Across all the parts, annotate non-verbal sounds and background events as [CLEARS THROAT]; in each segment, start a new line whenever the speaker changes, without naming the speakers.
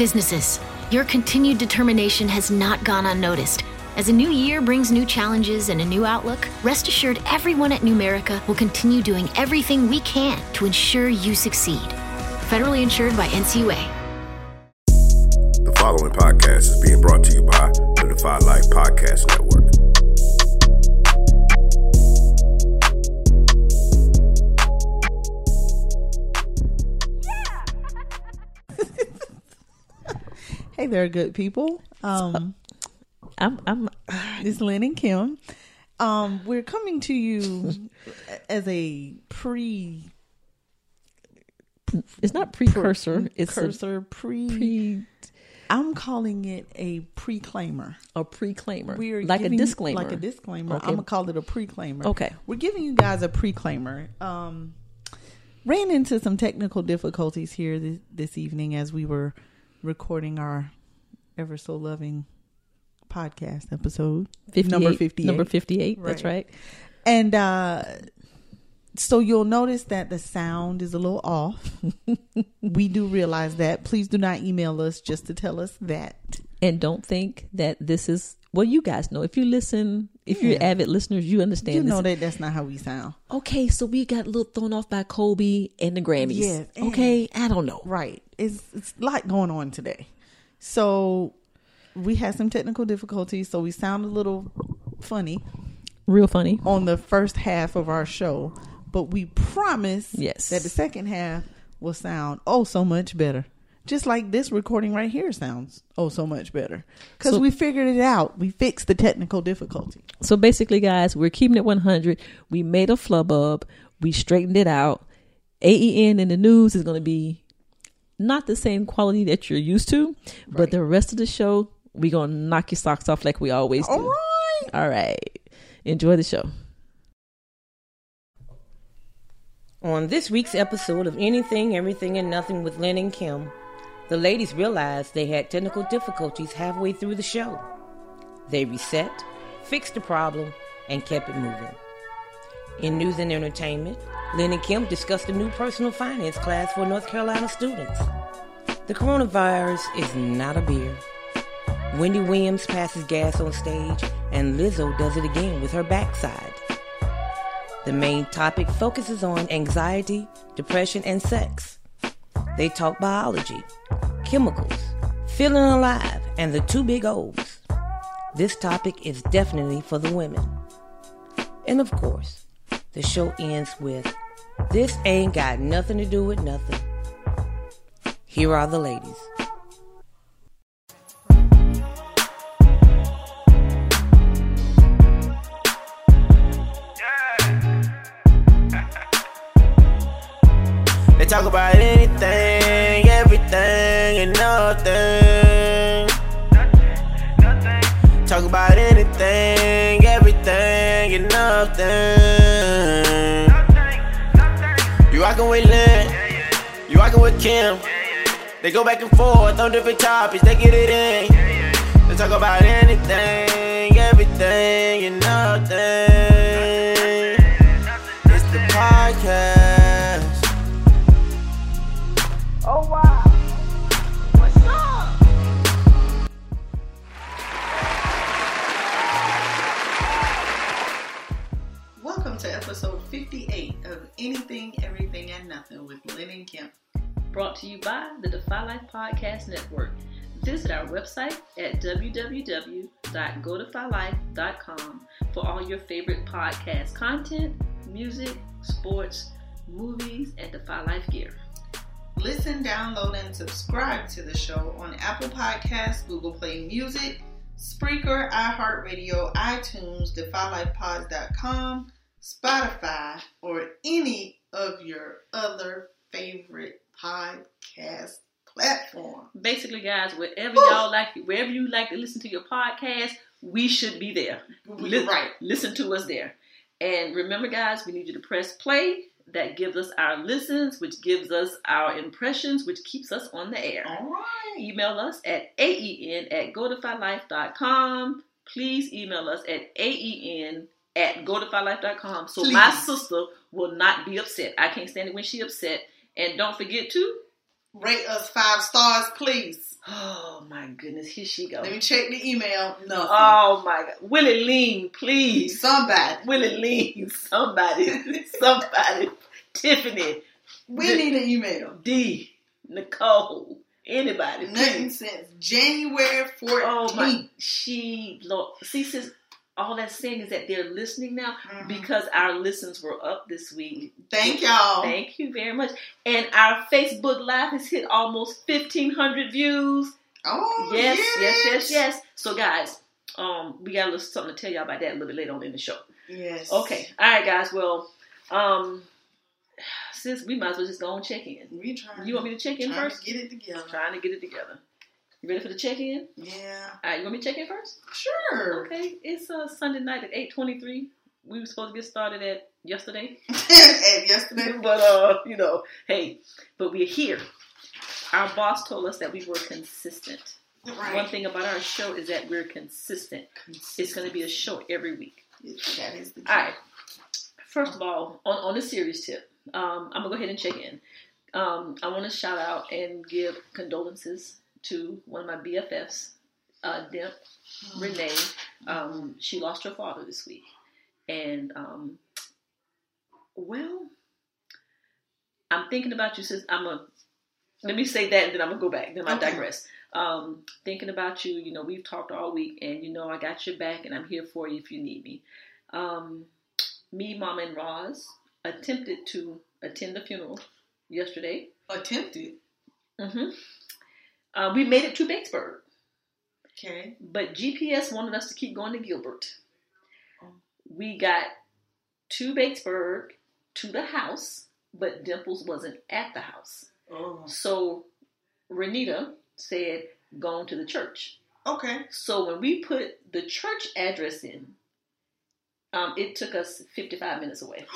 Businesses, your continued determination has not gone unnoticed. As a new year brings new challenges and a new outlook, rest assured everyone at Numerica will continue doing everything we can to ensure you succeed. Federally insured by NCUA.
The following podcast is being brought to you by the Defy Life Podcast Network.
Hey there, good people. Um,
I'm I'm
it's Lynn and Kim. Um, we're coming to you [LAUGHS] as a pre
it's not precursor. It's a
cursor, pre,
pre
I'm calling it a preclaimer.
a preclaimer.
We're
like a
giving-
disclaimer.
Like a disclaimer.
Okay.
I'm gonna call it a preclaimer.
Okay.
We're giving you guys a preclaimer. Um, ran into some technical difficulties here this, this evening as we were recording our ever so loving podcast episode
58,
number 58
Number fifty eight. That's
Right.
right.
And uh, so you'll notice that the sound is a little off. [LAUGHS] we do realize that. Please do not email us just to tell us that.
And don't think that this is well. You guys know if you listen, if you're
Yeah.
avid listeners, you understand.
You
this.
know that that's not how we sound.
Okay, so we got a little thrown off by Kobe and the Grammys.
Yeah, and-
okay, I don't know.
Right. It's, it's a lot going on today. So we had some technical difficulties. So we sound a little funny
Real funny.
on the first half of our show. But we promise
Yes.
that the second half will sound oh so much better. Just like this recording right here sounds oh so much better. Because
So-
we figured it out. We fixed the technical difficulty.
So basically, guys, we're keeping it 100. We made a flub up. We straightened it out. AEN in the news is going to be not the same quality that you're used to, but the rest of the show, we're going to knock your socks off like we always do.
All right.
All right. Enjoy the show.
On this week's episode of Anything, Everything, and Nothing with Lynn and Kim, the ladies realized they had technical difficulties halfway through the show. They reset, fixed the problem, and kept it moving. In news and entertainment, Lynn and Kim discussed a new personal finance class for North Carolina students. The coronavirus is not a beer. Wendy Williams passes gas on stage, and Lizzo does it again with her backside. The main topic focuses on anxiety, depression, and sex. They talk biology, chemicals, feeling alive, and the two big O's. This topic is definitely for the women. And of course, the show ends with This ain't got nothing to do with nothing. Here are the ladies.
They talk about anything, everything, and nothing. Talk about anything, everything, and nothing. You rockin' with Lynn, you rockin' with Kim. They go back and forth on different topics, they get it in. They talk about anything, everything, and nothing. It's the podcast.
Welcome to episode 58 of Anything, Everything, and Nothing with Lynn and Kemp.
brought to you by the Defy Life Podcast Network. Visit our website at www.godefylife.com for all your favorite podcast content, music, sports, movies, and Defy Life gear.
Listen, download, and subscribe to the show on Apple Podcasts, Google Play Music, Spreaker, iHeartRadio, iTunes, DefyLifePods.com, Spotify, or any of your other favorite podcast platforms.
Basically, guys, wherever y'all like, wherever you like to listen to your podcast, we should be there. Li-
Right.
Listen to us there. And remember, guys, we need you to press play. That gives us our listens, which gives us our impressions, which keeps us on the air.
All right.
email us at aen at godifylife.com. Please email us at aen at godifylife.com so my
Please.
sister will not be upset. I can't stand it when she upset. And don't forget to
Rate us five stars, please.
Oh my goodness, here she goes.
Let me check the email. Nothing.
Oh my God, Willie Lean, please.
Somebody.
Willie Lean, [LAUGHS] somebody, somebody. Tiffany,
We
Th-
need an email.
D, Nicole, anybody.
Nothing
Please.
since January 14th.
Oh my, she. Lord, see, sis, all that's saying is that they're listening now
Mhm.
because our listens were up this week.
Thank y'all.
Thank you very much. And our Facebook Live has hit almost 1,500 views.
oh,
Yes, yes, yes, yes. So, guys, um, we got a little something to tell y'all about that a little bit later on in the show.
Yes.
Okay. All right, guys. Well, um, since we might as well just go and check in.
We trying.
You want me to check in
trying
first?
To get it together.
Trying to get it together. You ready for the check in?
Yeah.
All right, you want me to check in first?
Sure.
Okay. It's uh, Sunday night at 8.23. We were supposed to get started at yesterday.
[LAUGHS] and yesterday.
but uh, you know, hey, but we're here. Our boss told us that we were consistent.
Right.
One thing about our show is that we're consistent. It's going to be a show every week.
That is the
All right. First of all, on on the serious tip, um, I'm gonna go ahead and check in. Um, I want to shout out and give condolences to one of my BFFs, uh, Demp Renee. Um, she lost her father this week, and um, well, I'm thinking about you since I'm a. Let me say that, and then I'm gonna go back. Then I will
Okay.
digress. Um, thinking about you, you know, we've talked all week, and you know, I got your back, and I'm here for you if you need me. Um, me, Mom, and Roz attempted to attend the funeral yesterday.
Attempted.
hmm Uh, we made it to Batesburg,
Okay.
but GPS wanted us to keep going to Gilbert. We got to Batesburg, to the house, but Dimples wasn't at the house.
Oh.
So Renita said, going to the church.
Okay. [LAUGHS]
So when we put the church address in, um, it took us 55 minutes away.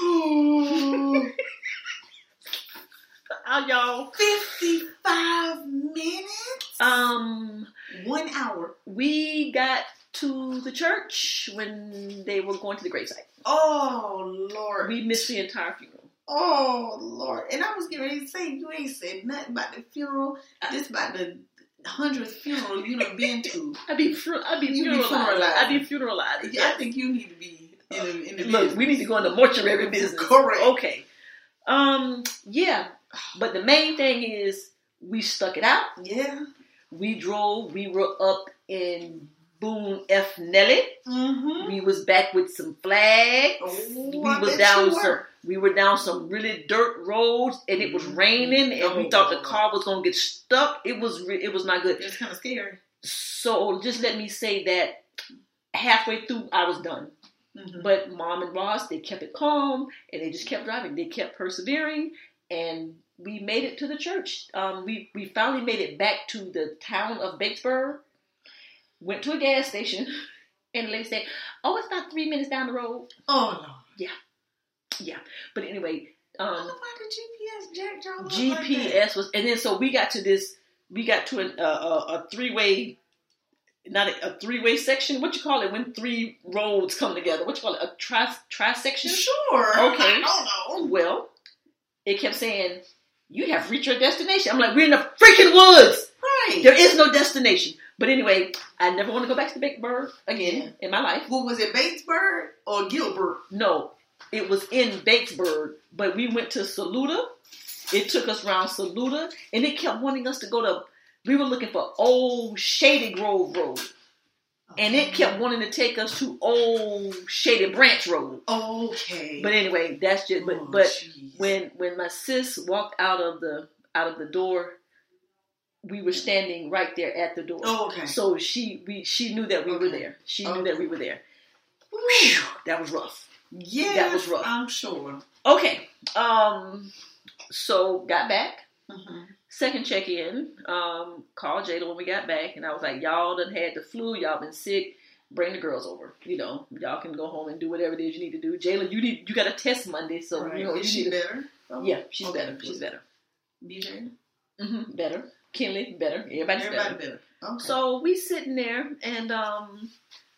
How [LAUGHS] y'all?
55 minutes?
Um,
One hour.
we got to the church when they were going to the gravesite.
Oh, Lord.
We missed the entire funeral.
Oh Lord! And I was getting ready to say you ain't said nothing about the funeral. This about the hundredth funeral you done been to.
I'd be, fru- I'd be
You be
funeralized.
funeralized.
I'd be funeralized.
I think you need to be in the, in the
Look, we need to go into mortuary business.
Correct.
Okay. Um, yeah. But the main thing is we stuck it out.
Yeah.
We drove. We were up in Boone F. Nelly.
Mm-hmm.
We was back with some flags.
Oh,
we
I
was
bet
down
you
some
were.
we were down some really dirt roads and it was raining and we
Mm-hmm. Oh.
thought the car was gonna get stuck. It was re- it was not good.
It's kind of scary.
So just let me say that halfway through I was done.
Mhm.
But mom and Ross they kept it calm and they just kept driving. They kept persevering and we made it to the church. Um, we we finally made it back to the town of Batesburg. Went to a gas station [LAUGHS] and the lady said, "Oh, it's about three minutes down the road."
Oh Lord!
But anyway, um,
Why the GPS jacked y'all up like that?
GPS was, and then so we got to this, we got to an, uh, a, a three way, not a, a three way section. What you call it when three roads come together? What you call it? A tri tri section?
Sure.
[LAUGHS] Okay.
I don't know.
Well, it kept saying, "You have reached your destination." I'm like, "We're in the freaking woods.
Right.
There is no destination." But anyway, I never want to go back to Big Bird again in my life.
Well, was it Batesburg or Gilbert?
No, it was in Batesburg, but we went to Saluda. It took us around Saluda, and it kept wanting us to go to. We were looking for Old Shady Grove Road, and it kept wanting to take us to Old Shady Branch Road.
Oh, Okay.
But anyway, that's just.
Oh,
But but
jeez.
when when my sis walked out of the out of the door, we were standing right there at the door.
Oh, okay.
So she we she knew that we were
Okay.
there. She knew
Okay.
that we were there.
Whew.
That was rough.
Yeah,
That was rough.
I'm sure.
Okay. Um. So got back.
Mhm.
Second check in. Um. Called Jada when we got back, and I was like, "Y'all done had the flu. Y'all been sick. Bring the girls over. You know, y'all can go home and do whatever it is you need to do. Jayla, you need you got a test Monday, so
Right.
you know
Is
you
she
need. to-
better? Oh,
Yeah, she's
okay,
better.
good.
She's better.
BJ?
hmm Better. Kinley, better. Everybody's
Everybody
better.
better. Okay.
Um, So we sitting there, and um,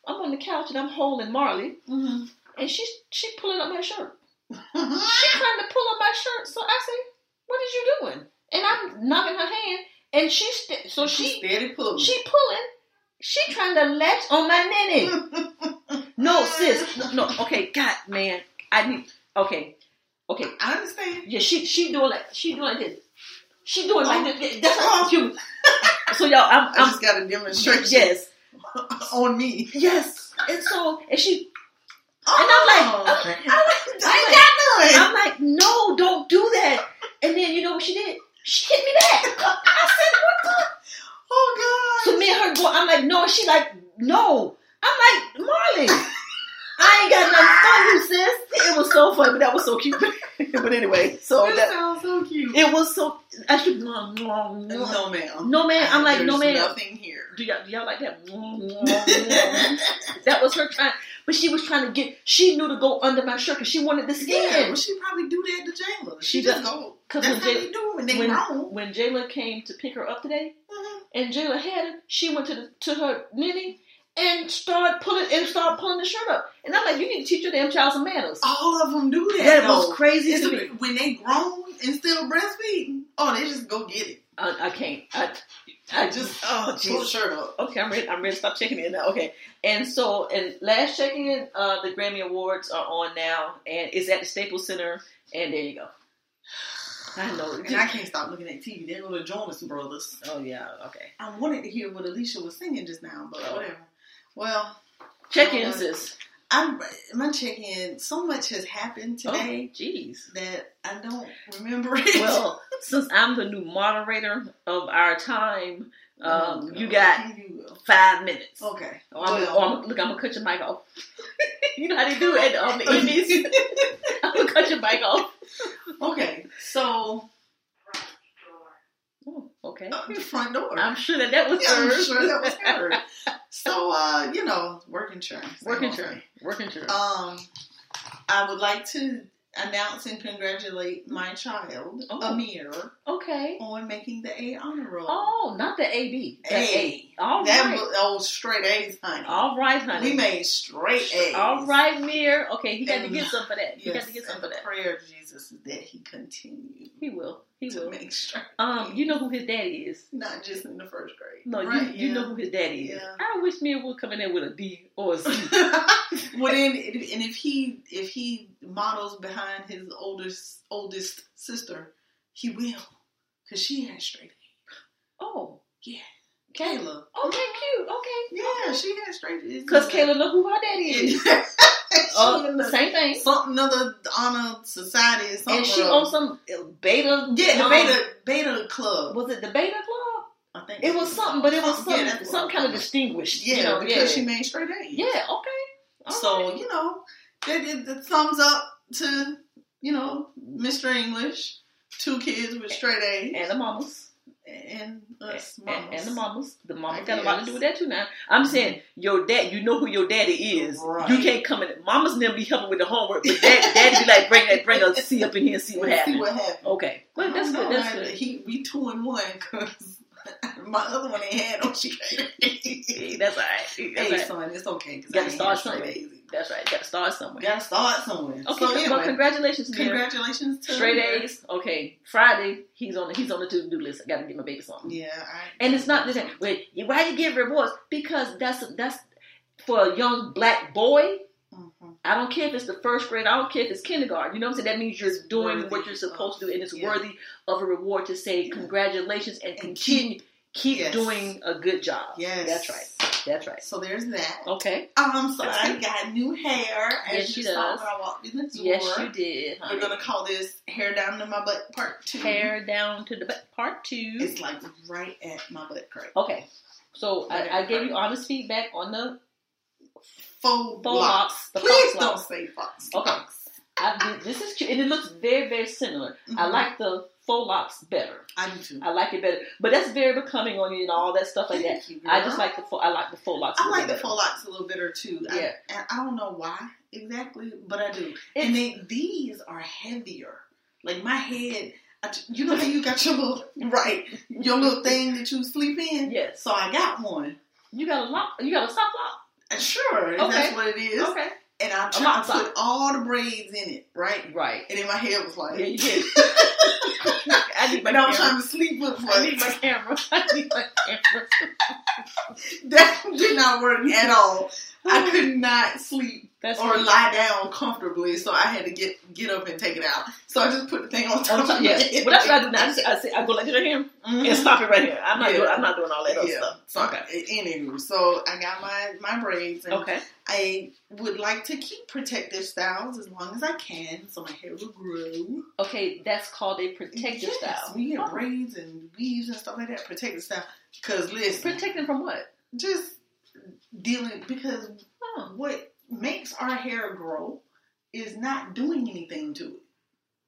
I'm on the couch, and I'm holding Marley,
Mhm.
and she's she
[LAUGHS]
pulling up my shirt. She trying to pull up my shirt. So I say, What is you doing? and I'm knocking her hand, and she st- so she
steady pulling.
she pulling, she trying to latch on my nanny.
[LAUGHS]
no, sis, no, okay, God, man, I need, okay, okay,
I understand.
yeah, she she doing like she doing like this, she doing like this. That's how
[LAUGHS]
cute. So y'all, I'm,
Oh. I
I'm
just got a demonstration
yes,
on me.
yes, and so and she
Oh,
and I'm like, I'm, I'm like, I'm like,
I ain't got
I'm like, no, don't do that. And then you know what she did? She hit me
[LAUGHS]
back. I said, what the?
Oh God.
So me and her go. I'm like, no. And she like, no. I'm like, Marley, I ain't got nothing for you, sis. It was so funny, but that was so cute. [LAUGHS] but anyway, so
that,
that
sounds so cute.
it was so. I should no
no, ma'am.
No, ma'am. I'm like,
There's
no, ma'am.
Nothing here.
Do y'all, do y'all like that? that was her trying, but she was trying to get. She knew to go under my shirt because she wanted the skin.
Yeah, well, she probably do that to Jayla. She,
She
just
does.
go.
'Cause
That's how
when Jay-
they do when they
when,
wrong.
when Jayla came to pick her up today,
Mhm.
and Jayla had her, she went to the, to her nanny and started pulling and started pulling the shirt up. And I'm like, you need to teach your damn child some manners.
All of them do that.
that
though.
was crazy
It's
to
a-
me.
when they grown and still breastfeeding. Oh, they just go get it.
I, I can't. I, Uh, I just
Just oh, pull the
Jesus.
shirt up.
okay. I'm ready. I'm ready to stop checking in now. Okay. And so, and last checking in, uh, the Grammy Awards are on now, and it's at the Staples Center. And there you go. I know.
And I can't stop looking at TV. They go to Jonas Brothers.
oh yeah. Okay.
I wanted to hear what Alicia was singing just now, but
Oh.
whatever. Well,
Check in, sis.
I'm my check in. So much has happened
Oh,
today
jeez.
that I don't remember [LAUGHS] it.
Well, since I'm the new moderator of our time, um,
Oh,
you
God.
got
You will.
five minutes.
okay.
Or I'm,
well,
or I'm- look, I'm gonna cut your mic off. [LAUGHS] you know how they do at um, the
[LAUGHS]
Indies. [LAUGHS] I'm gonna cut your mic off.
okay. So
Oh, okay.
uh, the front door.
I'm sure that that was
Yeah,
her.
I'm sure that was
[LAUGHS]
her. so, uh, you know, work insurance.
Work
They gonna
insurance. Work insurance.
say. Um, I would like to announce and congratulate my child,
Oh.
Amir,
okay.
on making the A honor roll.
Oh, not the AB. The
A.
A. All
that
right.
was oh straight A's, honey.
All right, honey.
We made straight A's.
All right, Mir. Okay, he got to
And-
get some for that. He
Yes,
got to get some
and
for
the
that.
prayer of Jesus is that he continue
He will. He
to
will.
make straight.
Um, you know who his daddy is.
Not just in the first grade.
No,
Right,
you, you
yeah.
know who his daddy is.
Yeah.
I wish Mia would come in there with a D or a
[LAUGHS]
C.
well, then, and if he if he models behind his oldest oldest sister, he will, cause she had straight A's.
oh,
Yeah.
Kayla.
Kayla.
Okay, cute. Okay.
Yeah, she had straight A's.
Because Kayla know who her daddy is.
[LAUGHS]
[LAUGHS]
She in
Uh,
the-
same thing.
something other honor society. or Something
And she
or
on
other.
some uh, beta.
yeah, the
um,
beta beta club.
Was it the beta club?
I think
It was something, but it was
Something, yeah,
something,
that's what
some
I'm
kind of
talking about.
distinguished.
Yeah,
you know,
because
yeah.
she made straight A's.
yeah, okay. All
so
right.
you know, that it, the thumbs up to you know Mr. English, two kids with straight A's,
And the mamas.
and us
And-
mamas.
And, the mamas. The mamas
I
got a lot to
guess. Mm-hmm.
do with that too now. I'm saying your dad, you know who your daddy is.
Right.
You can't come in. Mama's never be helping with the homework, but dad, daddy be like, bring that, bring
[LAUGHS]
a C up in here and see what
See
happens.
what happened.
Okay. Well, that's
I don't
good.
know,
That's
I-
good.
He we two and one because [LAUGHS] my other one ain't
[LAUGHS]
had no straight
[LAUGHS] Hey,
A's.
That's all right. That's
Hey,
all right.
son, it's okay. 'cause
Gotta
I ain't
start
had straight
somewhere.
A's.
That's right. Got to start somewhere.
Gotta start somewhere.
Okay.
so anyway,
well, congratulations, Mira.
congratulations to
Straight
her.
A's. Okay. Friday, he's on. the He's on the to do list. I got to get my baby something.
Yeah, I,
And it's not this. Wait, why you give rewards? Because that's that's for a young black boy.
Mhm.
I don't care if it's the first grade. I don't care if it's kindergarten. You know what I'm saying? That means you're doing
worthy
what you're supposed to do, and it's
Yeah.
worthy of a reward to say
Yeah.
congratulations and,
And
continue keep
yes.
doing a good job.
Yes.
that's right. That's right.
So there's that.
Okay.
Um, so I got new hair. As
Yes, she
you saw
does.
when I walked in the door.
Yes, you did.
We're
Honey.
gonna call this hair down to my butt part two.
hair down to the butt. Part two.
It's like right at my butt crack.
okay. So I, I gave you honest feedback on the.
Faux
Faux
locks.
locks. The faux
Please don't
locks.
say fox.
Okay. I, this is cute, and it looks very, very similar. I
Mhm.
like the faux locks better.
I do too.
I like it better, but that's very becoming on you and all that stuff like that.
Thank you,
I just
girl.
like the faux. I like the faux locks. a
I
little
like the
better.
faux locks a little better too. I-
Yeah.
and I, don't know why exactly, but I do. and then these are heavier. Like my head, I t you know how you got your little
[LAUGHS]
right, your little thing that you sleep in.
Yes.
So I got one.
You got a lock. You got a sock lock.
Uh, Sure, if
Okay.
that's what it is.
Okay.
and I
my
tried to
side.
put all the braids in it, right?
Right.
And in my head was like, [LAUGHS]
Yeah, you [LAUGHS] did. I need my
and I was
camera.
trying to sleep with it.
[LAUGHS] I need my camera. I need my camera.
that [LAUGHS] did not work at all. I could not sleep
That's
or
right.
lie down comfortably, so I had to get get up and take it out. So I just put the thing on top.
I'm
of
trying-
my
yeah.
head. [LAUGHS]
But that's what I do now. I, just, I, say, I go like this right here and stop it right here. I'm not
Mm-hmm. Yeah.
doing. I'm not doing all that other
yeah.
stuff.
So okay. anywho, so I got my my braids and
Okay.
I would like to keep protective styles as long as I can, so my hair will grow.
Okay. That's called a protective
yes,
style.
We have braids and weaves and stuff like that. Protective style, because listen,
Protecting from what?
just dealing because
Oh.
what makes our hair grow is not doing anything to it.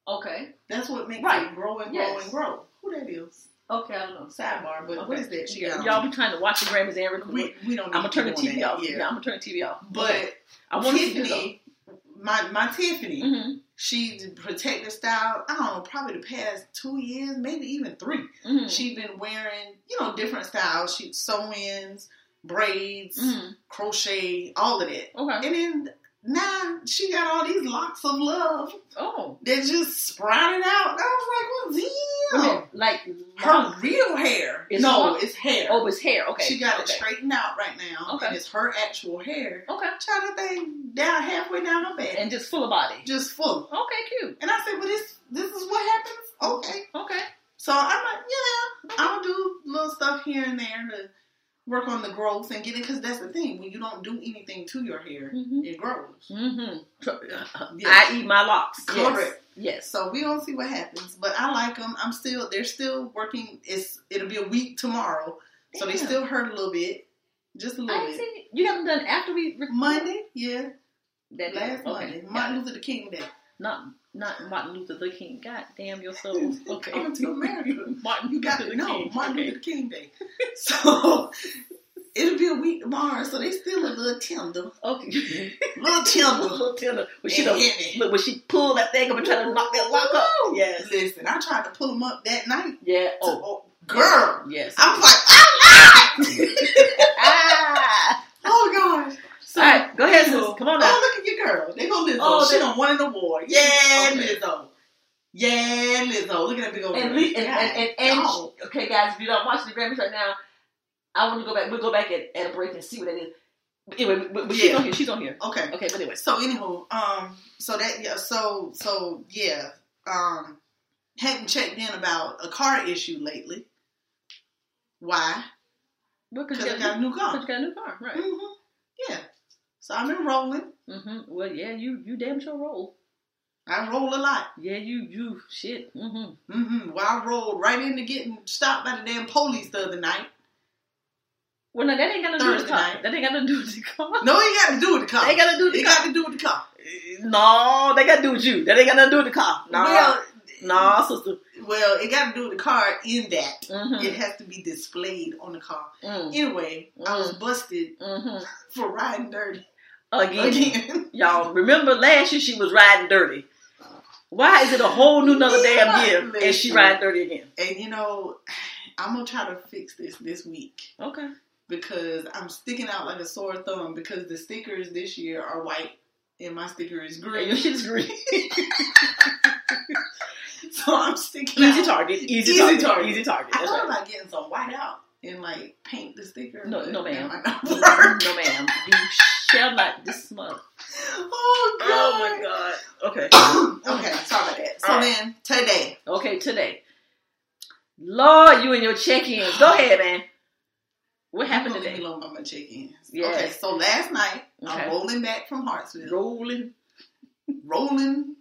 Okay.
That's what makes
Right.
it grow and grow
Yes.
and grow. Who that is?
Okay. I don't know.
Sidebar, but what is that? She got
Y'all
on?
be trying to watch the Grammys and record.
we, we don't.
I'm gonna
need
turn the
to go on
TV
that,
off. Yeah.
Yeah,
I'm gonna turn the TV off. Okay.
but
I want to do though.
Tiffany, my my Tiffany,
Mhm.
she protective style. I don't know, probably the past two years, maybe even 3
Mhm.
She's been wearing you know different styles. She sew-ins, braids,
Mhm.
crochet, all of that.
Okay.
And then now she got all these locks of love
Oh.
that just sprouted out. And I was
Wait
like,
a
well, damn.
minute, Like
Her real hair.
It's
no,
long?
it's hair.
Oh, it's hair. Okay.
She got it
okay.
straightened out right now.
Okay.
And it's her actual hair.
Okay.
Trying to thing down halfway down her back.
And just full of body.
just full.
Okay. Cute.
And I said, Well this this is what happens? Okay.
Okay.
So I'm like, yeah, I'll do little stuff here and there to work on the growth and get it because that's the thing. When you don't do anything to your hair,
Mhm.
it grows.
Mm-hmm.
uh, Yes.
I eat my locks.
Correct.
Yes.
So we don't see what happens, but I like them. I'm still they're still working. It's it'll be a week tomorrow, so they
Damn.
still hurt a little bit, just a
I
little
ain't
bit.
seen it. You haven't done it after we recorded?
Monday, yeah,
That
last
okay.
Monday,
got
Martin
it.
Luther King Day.
Not not Martin Luther the King. God damn
[LAUGHS]
your soul. Okay.
Coming to America.
[LAUGHS] Martin
You got
Luther the
no
King.
Martin
okay.
Luther King
[LAUGHS]
Day. So it'll be a week tomorrow, so they still a little tender,
Okay.
[LAUGHS] little
[LAUGHS]
tender.
Little Taylor. When she
Yeah,
done-
yeah.
look when she pulled that thing up and tried to knock that lock up. Yes.
Listen, I tried to pull them up that night.
Yeah.
Oh,
Oh.
girl.
Yes.
I was like, oh,
ah.
oh gosh. So,
All right. Go ahead, sis.
Lizzo.
Come on now.
Oh, look at your girl. They go Lizzo.
Oh,
she
they-
done won an award. Yeah,
Okay.
Lizzo. Yeah, Lizzo. Look at that big old
And
girl.
Lee, and,
God,
and, and, and
dog.
okay, guys, if you don't watch the Grammys right now, I want to go back. We'll go back at, at a break and see what that is. But anyway, but, but she's
Yeah. Oh.
on here. She's on here.
Okay.
Okay, but anyways.
So anywho, um, so that yeah, so so yeah, um, hadn't checked in about a car issue lately. Why? Because I got a new
Because
car.
you got a new car, right?
hmm Yeah. So I'm enrolling.
Mm-hmm. Well, yeah, you you damn sure roll.
I roll a lot.
Yeah, you you shit. Mm-hmm.
hmm Well, I rolled right into getting stopped by the damn police the other night.
Well, no, that ain't got nothing to do with the
Thursday
car.
night.
That ain't got nothing to do with the car.
[LAUGHS] No, it got to do with the car.
They gotta do with the
It got to do with the car.
No, they got to do with you. That ain't got nothing to do with the car. Nah,
Well,
nah, sister.
well, it got to do with the car in that
Mm-hmm.
it has to be displayed on the car.
Mm.
Anyway, I was busted
Mm-hmm.
[LAUGHS] for riding dirty
Again.
again.
[LAUGHS] Y'all remember last year she was riding dirty. Why is it a whole new another damn
Yeah,
year and she
listen.
riding dirty again?
and you know, I'm gonna try to fix this this week
Okay.
because I'm sticking out like a sore thumb because the stickers this year are white and my sticker is
And
green.
your shit
[LAUGHS]
is green.
so I'm sticking
Easy
out.
target. Easy,
Easy
target.
target.
Easy target.
I
That's
thought
right.
about getting some white out and like paint the sticker.
No,
but
no,
that
ma'am.
might not
No,
work.
ma'am. You shall not this month.
Oh god.
Oh my god. Okay. [COUGHS]
okay, sorry about that. So
All right.
then today,
Okay, today. Lord, you and your check-ins. Go ahead, man. What happened
Don't leave me
today?
alone about my chicken.
Yeah.
Okay, so last night
Okay.
I'm rolling back from Hartsville,
Rolling,
rolling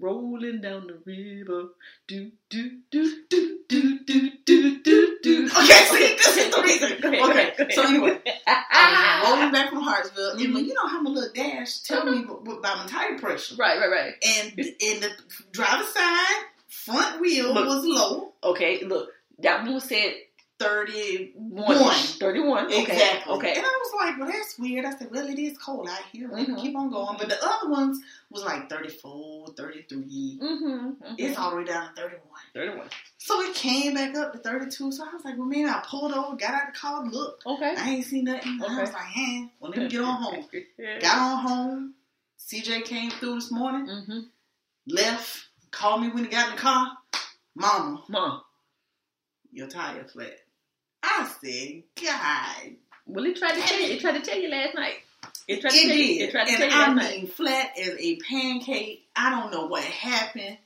rolling down the river. Do do do do do do do do do.
Okay, see, this is the reason.
Go ahead,
Okay,
go ahead, go ahead.
so anyway, I
Oh,
was rolling
right,
back from Hartsville, and
Mhm.
when you know how my little dash tell me about my tire pressure,
Uh-huh. right, right.
and
[LAUGHS]
and the driver's side front wheel
Look.
was low,
Okay, look, that one was said
thirty
one,
One.
31. Okay,
exactly.
Okay.
and I was like, well, that's weird. I said, well, it is cold out here. We can
Mhm.
keep on going, but the other ones was like 34, 33.
Mm-hmm.
It's all the way down to thirty-one.
31.
So it came back up to 32. So I was like, well, man, I pulled over, got out of the car, looked.
Okay.
I ain't seen nothing. I
Okay.
was like, eh, well, let me get on home. Got on home.
CJ came through this morning,
Mm-hmm.
left, called me when he got in the car. Mama,
[LAUGHS] Mom,
your tire flat. I said, God.
well, it tried to tell you. It tried to tell you last night. It tried to
It
tell you. It
did.
tried to tell
And
you last
I
night.
mean, flat as a pancake. I don't know what happened.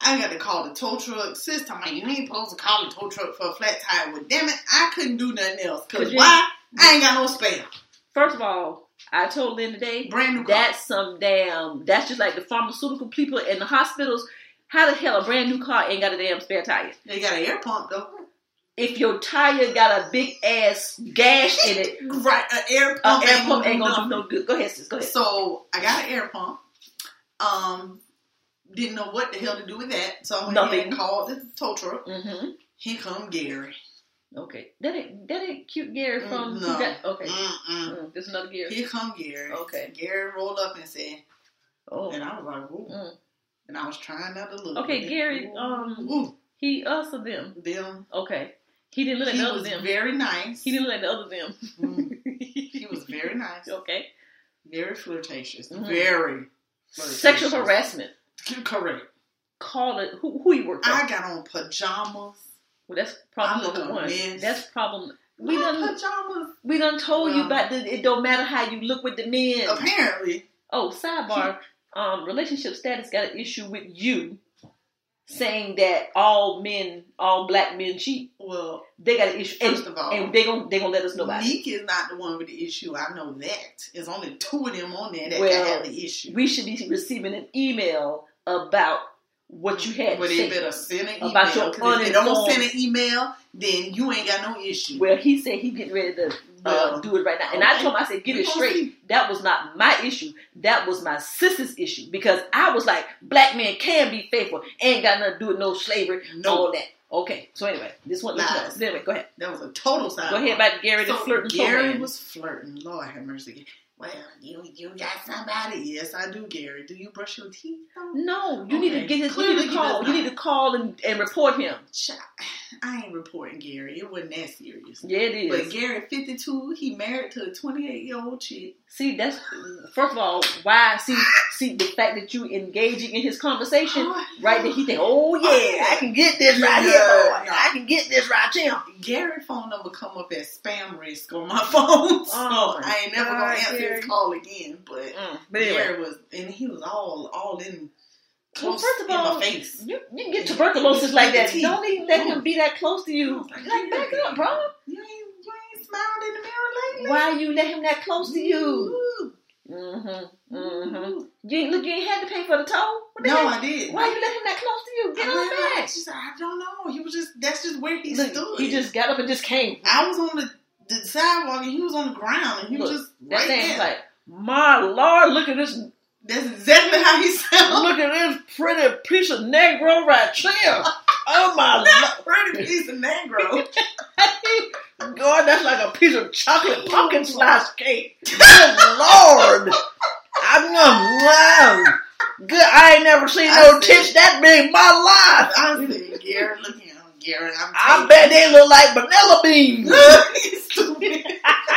I got to call the tow truck. Sis, I'm like, you ain't supposed to call the tow truck for a flat tire. Well, damn it, I couldn't do nothing else. Because
Could you-
why? I ain't got no spare.
First of all, I told Lynn today
Brand new car.
that's some damn. That's just like the pharmaceutical people in the hospitals. How the hell a brand new car ain't got a damn spare tire?
They got an air pump, though.
If your tire got a big ass gash in it,
[LAUGHS] Right, an air
an
pump.
air pump
do
ain't gonna
nothing.
do no good. Go ahead, sis. Go ahead.
So I got an air pump. Um, didn't know what the hell to do with that, so I went
Nothing.
ahead and called the tow truck.
hmm
Here come Gary.
Okay. That ain't that ain't cute Gary from
Mm, no.
that, okay.
Mm-mm.
Mm, there's another Gary.
Here come Gary.
Okay.
Gary rolled up and said,
Oh.
and I was like, ooh.
Mm.
And I was trying not to look.
Okay, Gary, um,
ooh,
He us or them.
them.
Okay. He didn't look at
He
the other
was
them.
very nice.
he didn't look at the other them.
Mm.
[LAUGHS]
He was very nice.
okay.
Very flirtatious.
Mhm.
Very flirtatious.
Sexual harassment.
Correct.
Call it who who he worked for.
I got on pajamas.
Well, that's problem
I look
number
a
one.
mess.
That's problem. We
My
done
pajamas.
we done told you
Well.
about the. It don't matter how you look with the men.
Apparently,
Oh, sidebar. Um, relationship status got an issue with you saying that all men, all black men cheat.
well,
They got an issue. And-
First of all,
and they gon' they gonna let us know about it.
Meek is not the one with the issue. I know that. There's only two of them on there that
Well,
can have the issue.
We should be receiving an email about what you had
But
to say.
they better send an email.
About your
'cause if they don't
uninformed-
send an email, then you ain't got no issue.
Well, he said he getting ready to uh,
Well,
do it right now, and I told him I said get
We
it
gonna
straight.
see.
That was not my issue. That was my sister's issue because I was like, black men can be faithful, ain't got nothing to do with no slavery,
No.
all that. Okay, so anyway, this one.
Lies.
Nice. Anyway, go ahead.
That was a total side.
Go ahead about Gary the
so
flirting.
Gary
program.
was flirting. Lord have mercy. Well, you you got somebody. Yes, I do, Gary. Do you brush your teeth? though?
No, you need to
Okay.
get his.
Clearly
you need
he
to call.
does
You
not.
need to call and, and report him.
Child, I ain't reporting Gary. It wasn't that serious.
Yeah, it is.
But Gary, 52, he married to a 28 year old chick.
see, that's first of all why. See, see the fact that you engaging in his conversation,
Oh,
right? That he think, oh yeah, I can get this right here,
Yeah.
boy. I can get this right here.
Gary phone number come up as spam risk on my [LAUGHS] phone, so
Oh, my
I ain't never
God,
gonna answer
Gary.
his call again. But,
Mm, but anyway,
Gary was, and he was all all in
well,
close
first of
in
all,
my face.
you you can get tuberculosis like that.
Teeth.
Don't even let him be that close to you.
Oh,
Like back
Gary.
up, bro.
You ain't you ain't smiled in the mirror lately.
Why you let him that close to you?
Ooh.
Mm-hmm. Mm-hmm. You ain't look. You ain't had to pay for the toll. What the
No,
heck?
I did.
Why you let him that close to you? Get
I,
on
went back.
back.
She said, I don't know. He was just that's just where he
Look,
stood.
he just got up and just came.
I was on the, the sidewalk and he was on the ground and he
Look,
was just
that
right
thing was
there.
like, my lord, look at this,
that's exactly how he [LAUGHS] sounded.
look at this pretty piece of Negro right here. Oh my lord,
[LAUGHS] Pretty piece of negro.
[LAUGHS] God, that's like a piece of chocolate pumpkin slice cake. Good lord, I'm gonna Good, I ain't never seen no
I see.
tits that big in my life.
I said, Garrett, look at him, Garrett. I'm
I
taking
bet they look like vanilla beans.
He's stupid.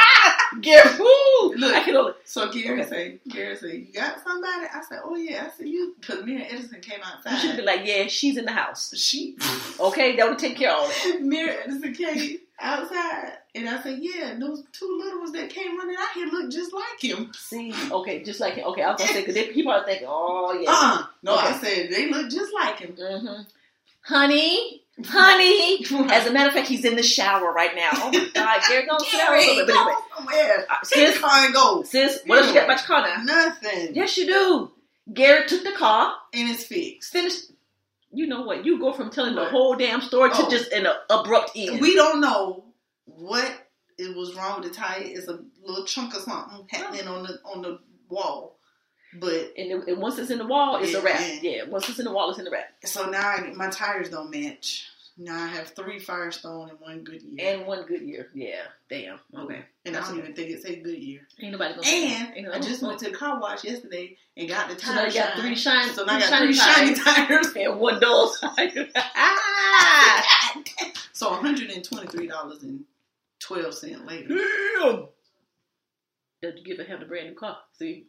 [LAUGHS] Get woo.
Look.
I can only.
So Gary said, Gary said, you got somebody? I said, oh yeah. I said, you, because me and Edison came
You should be
outside.
like, yeah, she's in the house.
She,
Okay, that would take care of all that.
me and Edison came outside, and I said, yeah, those two little ones that came running out here look just like him.
See, okay, just like okay, I was gonna say because people are thinking, oh yeah,
Uh-uh. No, I said, they look just like him.
hmm Honey, honey. As a matter of fact, he's in the shower right now. Oh my God, Gary, go sit down a little bit. But anyway,
somewhere.
uh,
His
sis,
car and go.
sis, what else you got about your car now?
Nothing.
Yes, you do. Gary took the car,
And it's fixed.
finished. You know what? You go from telling the
What?
whole damn story to
Oh.
just an abrupt end.
We don't know what it was wrong with the tire. It's a little chunk of something happening
Oh.
on the on the wall. But
and, it- and once it's in the wall, it's a
Yeah,
wrap.
yeah.
Yeah, once it's in the wall, it's in the wrap.
so now I, my tires don't match. Now I have three Firestone and one Goodyear,
And one good year. Yeah, damn. Okay.
and I don't even think it's a Goodyear.
Ain't nobody gonna. ain't
And I
nobody
just
gonna-
went to the car wash yesterday and got the
So now
tires.
you got three shiny.
So now I
three
got three shiny tires.
[LAUGHS] and one dull [LAUGHS] side. ah!
[LAUGHS] So one hundred and twenty three dollars and twelve cent later.
Damn! That you give him the brand new car. See,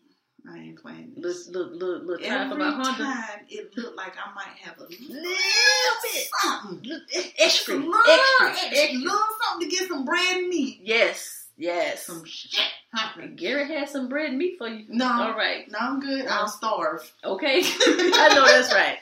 I ain't playing
Look,
this.
look, look, look. Time
Every
for my Honda.
time it looked like I might have a little
bit.
something.
Look,
Just a
extra,
little
extra,
extra,
extra.
little something to get some bread and meat.
Yes, yes.
Some shit happened.
Gary has some bread and meat for you.
No,
All right.
no, I'm good. I'll starve. [LAUGHS]
Okay. I know that's right.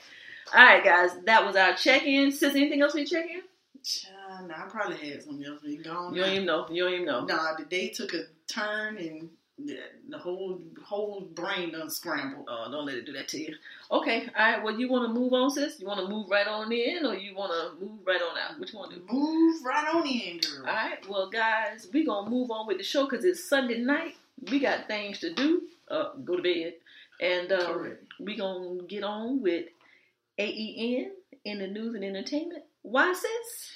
All right, guys. That was our check-in. Sis, anything else we check in?
Child, nah, I probably had something else. Be gone.
You don't even know. You don't even know.
Nah, the day took a turn and the the whole whole brain done scrambled. Uh,
Oh, don't let it do that to you. Okay. All right. Well, you want to move on, sis? You want to move right on in, or you want to move right on out? Which one? do?
Move right on in, girl.
All right, well, guys, we gonna move on with the show because it's Sunday night. We got things to do. Uh, go to bed, and um,
Correct.
we gonna get on with AEN in the news and entertainment. Why, sis?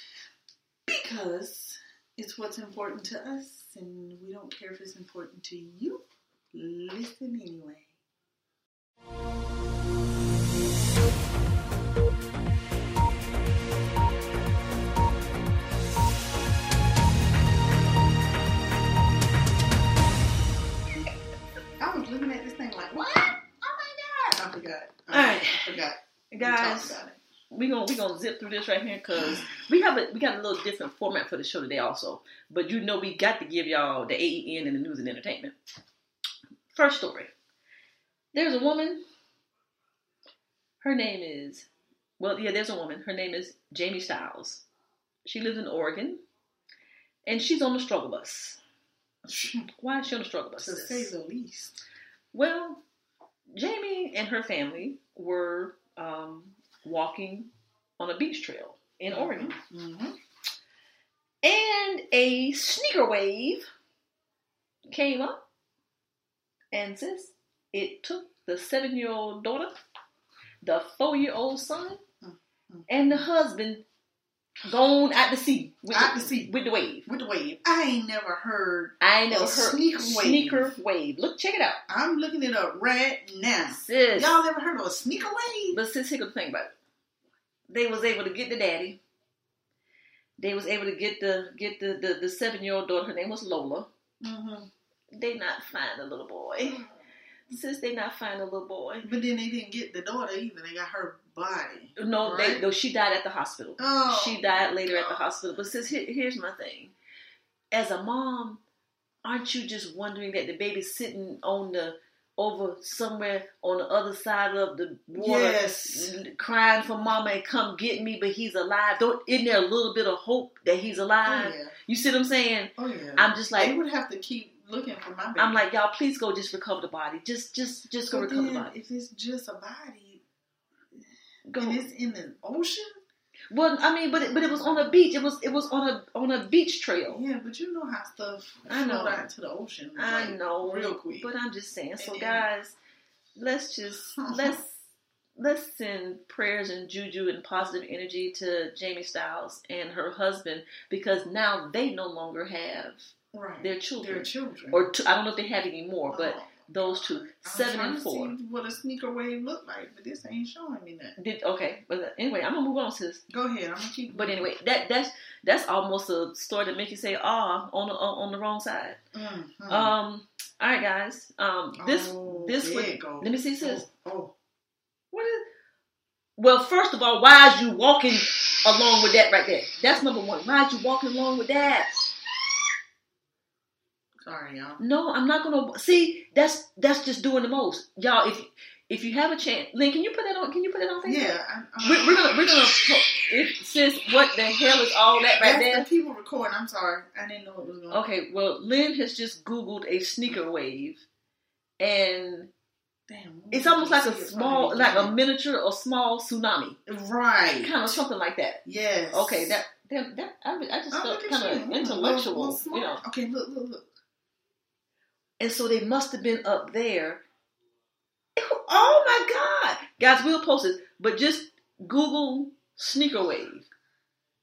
Because it's what's important to us, and we don't care if it's important to you. Listen anyway. I was looking at this thing like, what? Oh my god! I forgot.
All right.
I forgot. We talked
Guys,
about it.
we gonna we gonna zip through this right here because we have a we got a little different format for the show today also. But you know we got to give y'all the AEN and the news and entertainment. First story. There's a woman. Her name is well yeah there's a woman. Her name is Jamie Styles. She lives in Oregon, and she's on the struggle
[LAUGHS]
bus. Why is she on the struggle bus?
to
sis?
say the least.
Well, Jamie and her family were um, walking on a beach trail in Oregon,
Mm-hmm.
and a sneaker wave came up, and sis, it took the seven-year-old daughter, the four-year-old son,
Mm-hmm.
and the husband gone out to sea with,
Out
the,
to sea.
with the wave.
With the wave, I ain't never heard.
I ain't
A
never heard
sneaker wave.
sneaker wave. Look, check it out,
I'm looking it up right now.
sis.
Y'all ever heard of a sneaker wave?
But since here could think about it, they was able to get the daddy. They was able to get the get the the, the seven year old daughter. Her name was Lola.
hmm
They not find the little boy.
Mm-hmm.
Since they not find the little boy,
But then they didn't get the daughter either. They got her body.
no, they
Right.
no. She died at the hospital.
Oh,
she died later at the
God.
hospital. But since here, here's my thing, as a mom, aren't you just wondering that the baby's sitting on the over somewhere on the other side of the water,
Yes.
crying for mama and come get me, but he's alive. Don't isn't there a little bit of hope that he's alive?
Oh yeah.
You see what I'm saying?
Oh yeah.
I'm just like-
they would have to keep looking for my baby.
I'm like, y'all, please go just recover the body. Just just just go
But
recover the
then
body.
if it's just a body
Go.
and it's in the ocean,
Well, I mean, but it, but it was on a beach. It was it was on a on a beach trail.
yeah. But you know how stuff
I know.
float out to the ocean.
I
like,
know,
real quick.
But I'm just saying. So,
And-
guys, let's
[LAUGHS]
just let's let's send prayers and juju and positive energy to Jamie Styles and her husband because now they no longer have
right.
their children,
They're children.
or two, I don't know if they have any more, but
Oh.
those two,
I'm
seven
trying
and
to
four.
See what a sneaker wave looked like, but this ain't showing me that.
Did okay, but anyway, I'm gonna move on, sis.
Go ahead. I'm gonna keep.
But anyway, that that's that's almost a story that make you say, "Ah, on the on the wrong side."
Mhm.
Um, all right, guys. Um, this
Oh,
this
there
would
it goes.
let me see, sis.
Oh,
What is? Well, first of all, why is you walking along with that right there? That's number one. Why is you walking along with that?
sorry, y'all.
No, I'm not gonna see. That's that's just doing the most, y'all. If if you have a chance, Lynn, can you put that on? Can you put that on Facebook?
Yeah, I'm, I'm,
We're, we're gonna we're gonna. po- If, sis, what the hell is all that right
that's
there?
the people recording. I'm sorry, I didn't know it was going. on.
Okay, well, Lynn has just googled a sneaker wave, and
Damn,
it's almost like a
See it
small,
from
like a
the
miniature or small tsunami,
beginning. right.
kind of something like that.
Yes.
Okay, that that, that I, I just
Oh,
felt
look at
kind
you.
of
Mm,
intellectual,
little- little smart.
you know.
Okay, look, look, look.
And so they must have been up there. [LAUGHS] Oh my God, guys, we'll post this, but just Google sneaker wave,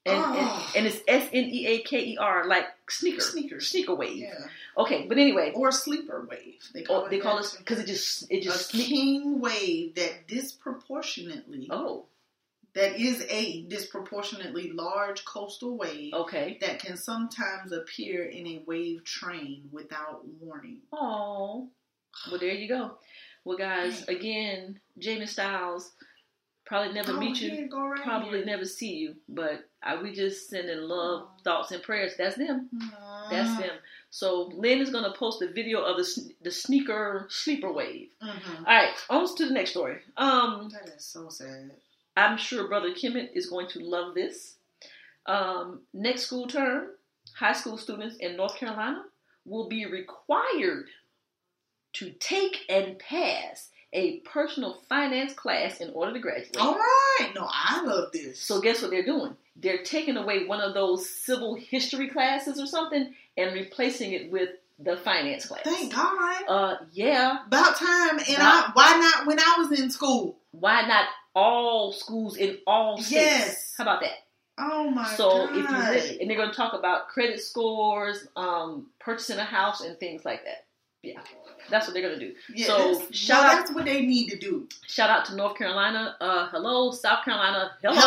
and
Oh.
and, and it's S N E A K E R, like sneaker,
Sneakers.
sneaker wave.
Yeah.
Okay, but anyway,
Or sleeper wave. They call
oh,
it.
they call
that.
us because it just it
a
just sneak.
king wave that disproportionately
Oh,
that is a disproportionately large coastal wave
okay.
that can sometimes appear in a wave train without warning.
Oh, Well, there you go. Well, guys, again, Jamie Styles probably never
Oh,
meet
he
you,
ain't go around
probably
here.
never see you, but I, we just sending love, thoughts, and prayers. That's them. That's them. So Lynn is gonna post a video of the sn- the sneaker sleeper wave.
Mhm.
All right, on to the next story. Um,
That is so sad.
I'm sure Brother Kimmett is going to love this. Um, next school term, high school students in North Carolina will be required to take and pass a personal finance class in order to graduate.
All right. No, I love this.
So guess what they're doing? They're taking away one of those civil history classes or something and replacing it with the finance class.
thank God.
Uh, yeah.
About time. And I,
About-
why not when I was in school?
Why not all schools in all states?
Yes.
How about that?
Oh my
so if
God.
you live, and they're going to talk about credit scores, um, purchasing a house, and things like that. Yeah, that's what they're going to do.
Yes.
So shout
well,
out,
that's what they need to do.
shout out to North Carolina. Uh, hello, South Carolina. Hello.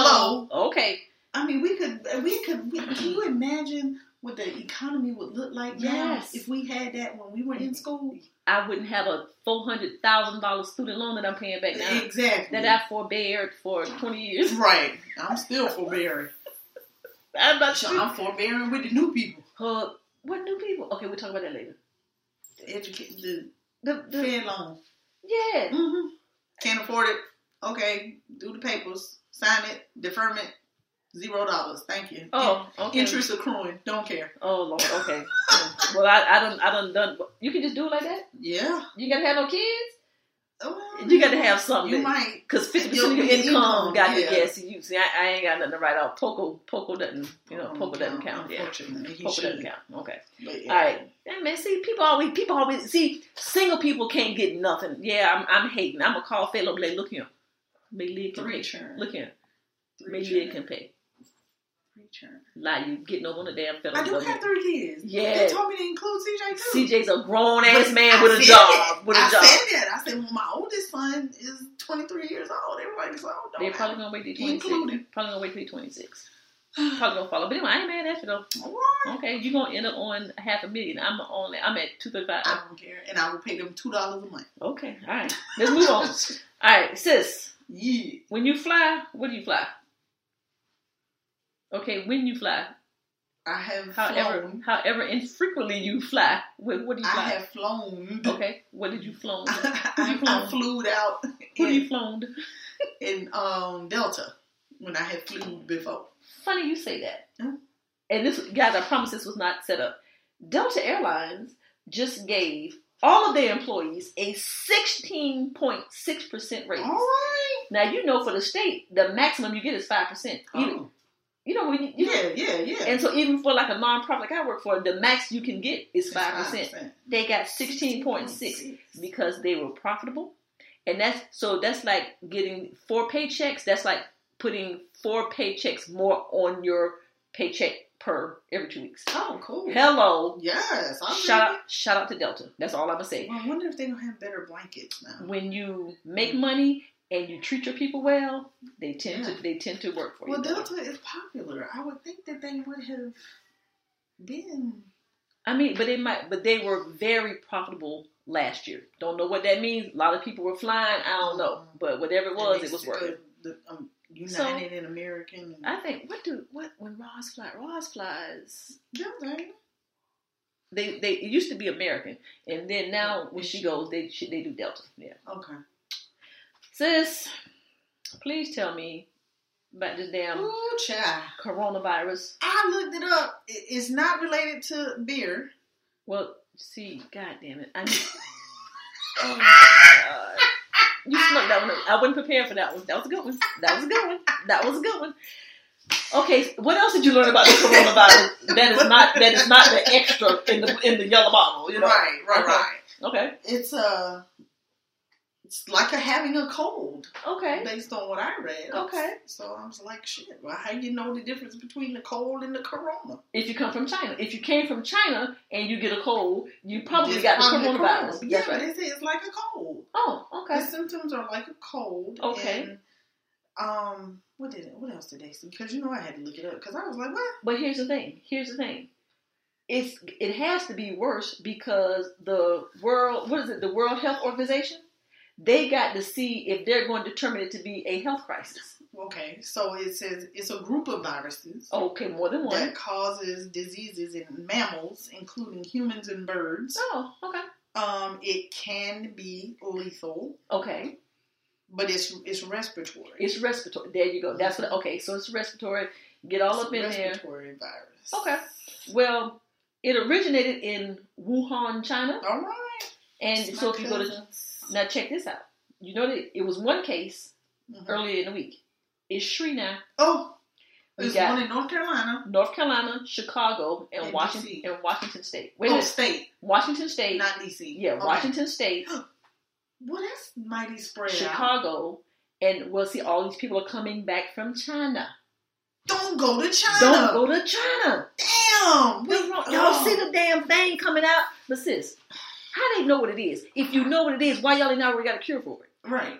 Hello.
Okay.
I mean, we could, uh, we could. We, can you imagine what the economy would look like now
Yes.
if we had that when we were in school?
I wouldn't have a four hundred thousand dollars student loan that I'm paying back now
Exactly.
that I forbeared for twenty years.
right. I'm still forbearing.
I'm not sure.
I'm forbearing with the new people.
Uh, what new people? Okay, we'll talk about that later.
The educate the,
The, the-
Fed loan.
yeah,
hmm Can't afford it. Okay, do the papers, sign it, deferment, zero dollars. Thank you.
Oh, okay.
Interest accruing. Don't care.
Oh Lord, okay. [LAUGHS] Mm. well, I, I don't, I don't done. You can just do it like that.
Yeah.
You gotta have no kids,
Well,
You gotta have something.
You might.
cause fifty percent of your
Your
income,
income,
got
yeah.
to yes. You see, I, I ain't got nothing to write off. Poco, Poco doesn't, you know,
Um,
Poco doesn't count. Yeah,
Unfortunately, he
Poco doesn't
shouldn't.
count. Okay,
But,
all right. Damn, man, see, people always, people always see single people can't get nothing. Yeah, I'm, I'm hating. I'm gonna call Felo. Like, look here, Big League can
Three
pay.
children.
Look here,
Three
Big
children.
League can pay.
Three children.
Lie, you getting over on the damn federal
I do have
government.
three kids.
Yeah.
They told me to include CJ too.
CJ's a grown ass
But
man
I
with a
said
job.
that.
With a
I
job.
said that. I said, well, my oldest son is 23 years old. Everybody's like, oh,
They're
don't
probably
have
gonna wait till
He
twenty six. Probably
included.
gonna wait till twenty six. Probably gonna follow. But anyway, I ain't mad at you though.
him. What?
Okay, you're gonna end up on half a million. I'm on. I'm at two thirty five.
I don't care. And I will pay them $2 a month.
Okay, all right. Let's move
[LAUGHS]
on. All right, sis.
Yeah.
When you fly, what do you fly? Okay, when you fly,
I have
however,
flown.
however infrequently you fly, what, what do you
I
fly?
have flown.
okay, what did you flown? Who
[LAUGHS] I,
you
I
flown?
flew out
Who do you
in,
flown?
in um, Delta when I had flew before.
Funny you say that.
Huh?
And this, guys, I promise this was not set up. Delta Airlines just gave all of their employees a 16.6% raise.
All right.
Now, you know, for the state, the maximum you get is 5%. You,
Oh.
you know, when you, you
Yeah, yeah, yeah.
and so even for like a nonprofit like I work for, the max you can get is
It's
5%. They got 16.6 because they were profitable. And that's so that's like getting four paychecks. That's like putting four paychecks more on your paycheck per every two weeks.
Oh, cool.
Hello.
Yes. I
Shout out shout out to Delta. That's all I'm gonna say.
Well, I wonder if they don't have better blankets now.
When you make money and you treat your people well, they tend to they tend to work for
Well,
you.
Delta is popular. I would think that they would have been.
I mean, but they might, but they were very profitable last year. Don't know what that means. A lot of people were flying. I don't know, but whatever Mm-hmm. it was, it was working.
The, um, United
So-
and American.
I think what do what when Ross fly? Ross flies.
Delta. ain't it?
They they it used to be American, and then now when she goes, they she, they do Delta. Yeah,
Okay.
sis, please tell me about this damn
Ooh, child.
coronavirus.
I looked it up. It- It's not related to beer.
Well, see, god damn it,
[LAUGHS]
I. Oh my god. You snuck that one. in. I wasn't prepared for that one. That was a good one. That was a good one. That was a good one. Okay, what else did you learn about the coronavirus? that is not that is not the extra in the in the yellow bottle. You know?
Right, right,
Okay.
right.
Okay.
It's Uh, it's like a having a cold,
Okay.
based on what I read.
Okay.
So I was like, shit. Well, how you know the difference between the cold and the corona?
If you come from China, if you came from China and you get a cold, you probably
It's
got the
probably
coronavirus.
corona.
That's
Yeah,
right.
but it's, it's like a cold.
Oh, okay.
The symptoms are like a cold.
Okay.
And, um, what did it, what else did they say? Because you know I had to look it up because I was like, what?
But here's the thing. Here's the thing. it's it has to be worse because the world what is it the World Health Organization they got to see if they're going to determine it to be a health crisis.
Okay, so it says it's a group of viruses
Okay, more than one.
that causes diseases in mammals, including humans and birds.
Oh, okay,
Um, it can be lethal,
okay.
but it's it's respiratory.
It's respiratory. There you go. That's what. Okay, so it's respiratory. Get all up in
It's a
there.
respiratory virus.
Okay. Well, it originated in Wuhan, China,
All right.
and
It's
so
my
if you go to
cousins.
now check this out. You know that it was one case
Mhm.
earlier in the week. It's Shrina.
oh,
We
there's
got-
one in North Carolina.
North Carolina, Chicago, and,
And
Washington
DC.
and Washington State. Wait a
Oh,
minute.
state,
Washington State.
not DC.
yeah,
Okay.
Washington
[GASPS]
State,
Well, that's mighty spread. out.
Chicago, and we'll see all these people are coming back from China.
Don't go to China.
Don't go to China.
Damn.
We wrong. Y'all see the damn thing coming out. But sis, how they know what it is? If you know what it is, why y'all ain't already got a cure for it?
right.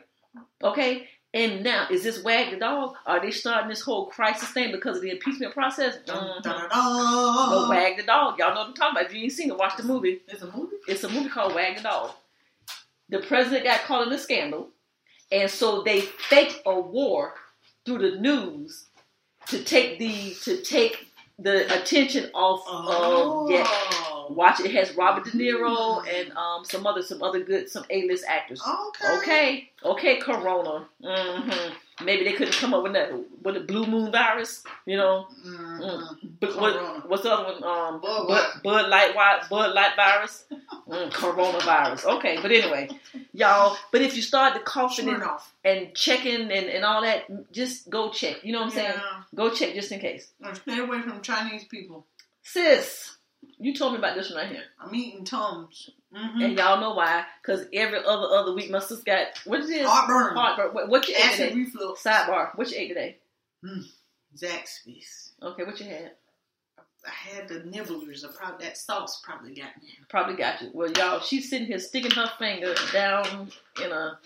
Okay? And now, is this wag the dog? Are they starting this whole crisis thing because of the impeachment process?
Dun,
Mhm.
dun, dun.
Go wag the dog. Y'all know what I'm talking about. If you ain't seen it, watch the movie.
Uh-huh. It's a movie.
It's a movie called Wag the Dog. The president got caught in a scandal, and so they faked a war through the news to take the to take the attention off
Oh.
of Oh, yeah. Watch it. it has Robert De Niro and um, some other some other good some A list actors.
Okay.
Okay, okay, Corona. hmm Maybe they couldn't come up with that with the blue moon virus, you know.
Mhm.
But
Corona.
what, what's the other one? Um,
Bud
Bud,
Light.
Bud, Light wi- Bud Light virus, mm, coronavirus. Okay, but anyway, y'all. But if you start to coughing
Sure
and,
enough.
and checking and, and all that, just go check. You know what I'm saying?
Yeah.
Go check just in case.
Now, Stay away from Chinese people.
Sis, you told me about this one right here,
I'm eating tums. Mm-hmm.
and y'all know why? Because every other other week, my sister got what is this?
Heartburn.
Heartburn. What, what you ate
Acid
today?
reflux.
Sidebar. What you ate today?
Zaxby's.
Okay, what you had?
I had the nibblers. I probably that sauce probably got me.
Probably got you. Well, y'all, she's sitting here sticking her finger down in a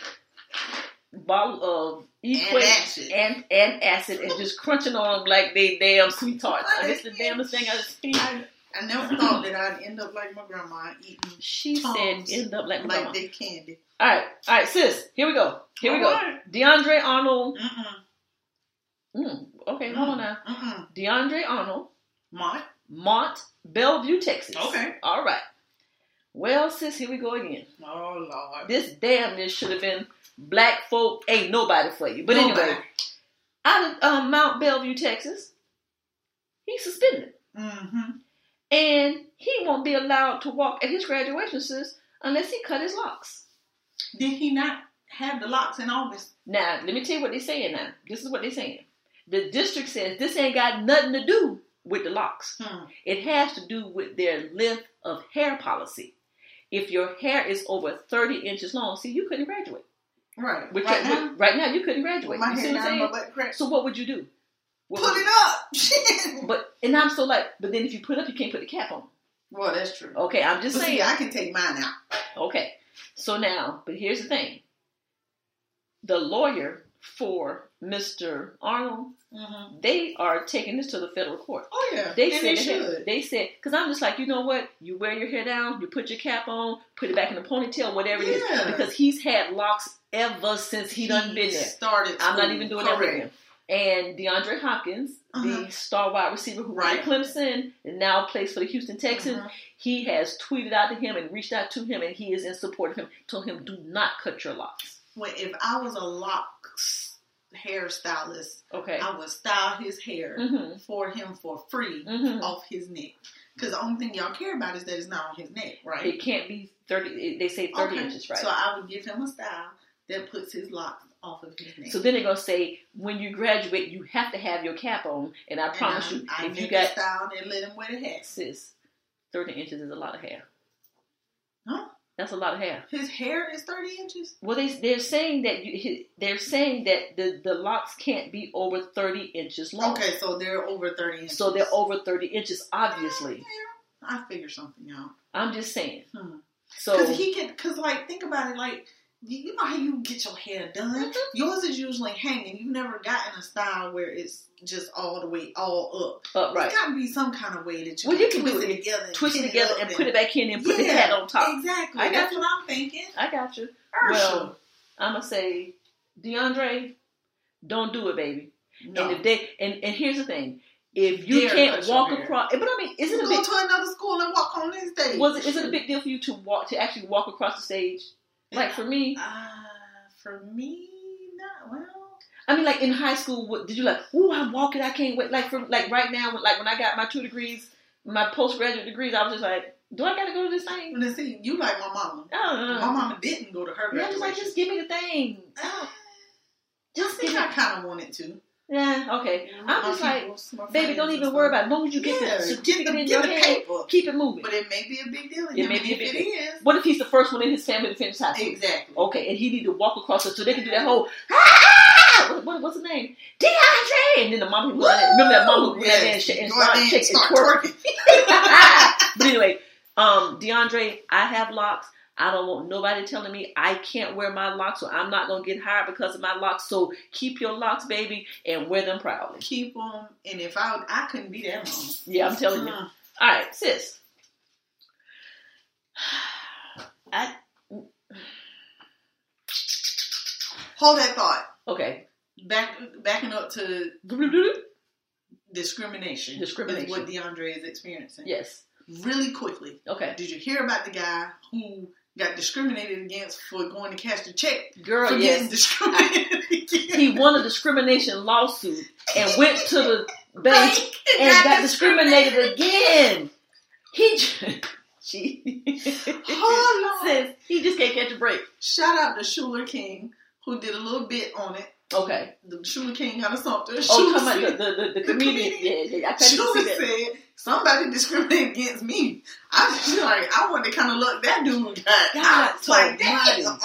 bottle of
acid.
equate and, and acid and just crunching on them like they damn sweet tarts. And it's the damnest thing I've seen.
I, I never thought that I'd end up like my grandma eating
She
Tums.
said, end up like,
like
like
they candy.
All right, all right, sis, here we go. Here we go.
Alright. Mm-hmm.
DeAndre Arnold.
Mm-mm.
Mm, okay, hold on now.
Mm-mm.
DeAndre Arnold,
Mont.
Mont, Bellevue, Texas.
Okay.
All right. Well, sis, here we go again.
Oh Lord.
this damnness should have been black folk ain't nobody for you. But anyway,
Nobody.
out of um, Mount Bellevue, Texas, he's suspended.
Mm-hmm.
And he won't be allowed to walk at his graduation, sis, unless he cut his locks.
Did he not have the locks in August?
Now, let me tell you what they're saying now. This is what they're saying. The district says this ain't got nothing to do with the locks.
Hmm.
It has to do with their length of hair policy. If your hair is over 30 inches long, see, you couldn't graduate.
Right.
With
right
your-
now,
with- right now, you couldn't graduate.
my
you see
hair
what I'm
down
saying?
my butt crack.
So what would you do? What
Put
would-
it up. [LAUGHS] Shit.
But and I'm so like, but then if you put up, you can't put the cap on.
well, that's true.
Okay, I'm
But
just
see,
saying.
I can take mine out.
Okay, so now, but here's the thing: the lawyer for Mr. Arnold,
Mm-hmm.
they are taking this to the federal court.
Oh yeah.
They
and
said
they
that-
should.
they said because I'm just like, you know what? You wear your hair down, you put your cap on, put it back in a ponytail, whatever it is,
Yeah.
because he's had locks ever since he done been there.
Started.
I'm not
school.
even doing
Correct.
that with him. And DeAndre Hopkins,
Uh-huh.
the star wide receiver who
Right.
played Clemson and now plays for the Houston Texans,
Uh-huh.
he has tweeted out to him and reached out to him, and he is in support of him. Told him, do not cut your locks.
Well, if I was a locks hairstylist,
Okay.
I would style his hair
Mhm.
for him for free
Mhm.
off his neck. Because the only thing y'all care about is that it's not on his neck, right?
It can't be thirty. it- They say thirty
Okay.
inches, right?
So I would give him a style that puts his locks off of his neck.
So then they're gonna say, when you graduate, you have to have your cap on. And I
And
promise
I-
you,
I
if you
make a
got
style and let him wear the hat.
sis, thirty inches is a lot of hair.
Huh?
That's a lot of hair.
His hair is thirty inches.
Well, they they're saying that you, he- they're saying that the the locks can't be over thirty inches long.
Okay, so they're over thirty inches.
So they're over thirty inches, obviously.
Yeah, I figure something out.
I'm just saying.
Hmm.
So
Because he can, because like think about it, like you, you know how you get your hair done.
Mm-hmm.
Yours is usually hanging. You've never gotten a style where it's just all the way all up.
Upright.
There's got to be some kind of way that you,
Well, you
can
can
twist
do
it together, and
Twist it
pin
together
up
and put it back in and put the hat on top.
Exactly.
I got
That's
you.
what I'm thinking.
I got you.
Ursula.
Well, I'm gonna say, DeAndre, don't do it, baby.
no.
And if they and, and here's the thing, if you
Dare cut
can't
your
walk
hair.
across, but I mean, is it
you
a
go
big
to another school and walk on this stage.
was it, is it a big deal for you to walk to actually walk across the stage? Like for me,
Uh, for me, not well.
I mean, like in high school, what, did you like? Ooh, I'm walking. I can't wait. Like from like right now, like when I got my two degrees, my postgraduate degrees, I was just like, do I gotta go to this thing?
Let's see, you like my mama.
I don't know.
My mama didn't go to her
Oh, Yeah, I'm just
graduation.
like, just give me the thing.
Ah,
Just
I think
give
I
it.
kind of wanted to.
Yeah, okay. I'm
My
just like,
peoples, my
baby,
friends
don't
and
even
stuff.
worry about. It. As long as you get the
Yeah, get
certificate
the,
in
get
your
the
hand,
paper.
keep it moving.
But it may be a big deal.
It may be a big
if
deal.
it is.
What if he's the first one in his family to finish high school?
Exactly.
Okay, and he need to walk across it so they can do that whole ah! what, what, what's the name? DeAndre, and then the mama who remember that mama who ran in and, sh- and
Go out
started
there
shaking and twerking. [LAUGHS] but anyway, um, DeAndre, I have locks. I don't want nobody telling me I can't wear my locks or I'm not gonna get hired because of my locks. So keep your locks, baby, and wear them proudly.
Keep them, and if I I couldn't be that long.
Yeah, I'm telling you.
Uh,
All right, sis. [SIGHS]
I hold that thought.
Okay.
Back backing up to discrimination.
Discrimination.
is what DeAndre is experiencing.
Yes.
Really quickly.
Okay.
Did you hear about the guy who got discriminated against for going to cash the check
Girl,
for getting
yes.
discriminated [LAUGHS] against?
He won a discrimination lawsuit and went to
[LAUGHS]
the bank and
got
got discriminated again. He j- [LAUGHS] she
Hold on.
sis, he just can't catch a break.
Shout out to Shuler King who did a little bit on it.
Okay.
The Shuler King out of something.
Oh,
Shuler
talking
said-
about the, the, the, the comedian. Yeah, yeah, yeah, I
She
couldn't
was
see that.
said somebody discriminated against me. I was just like, I want the kind of luck that dude got. I was
so
like,
mighty.
damn.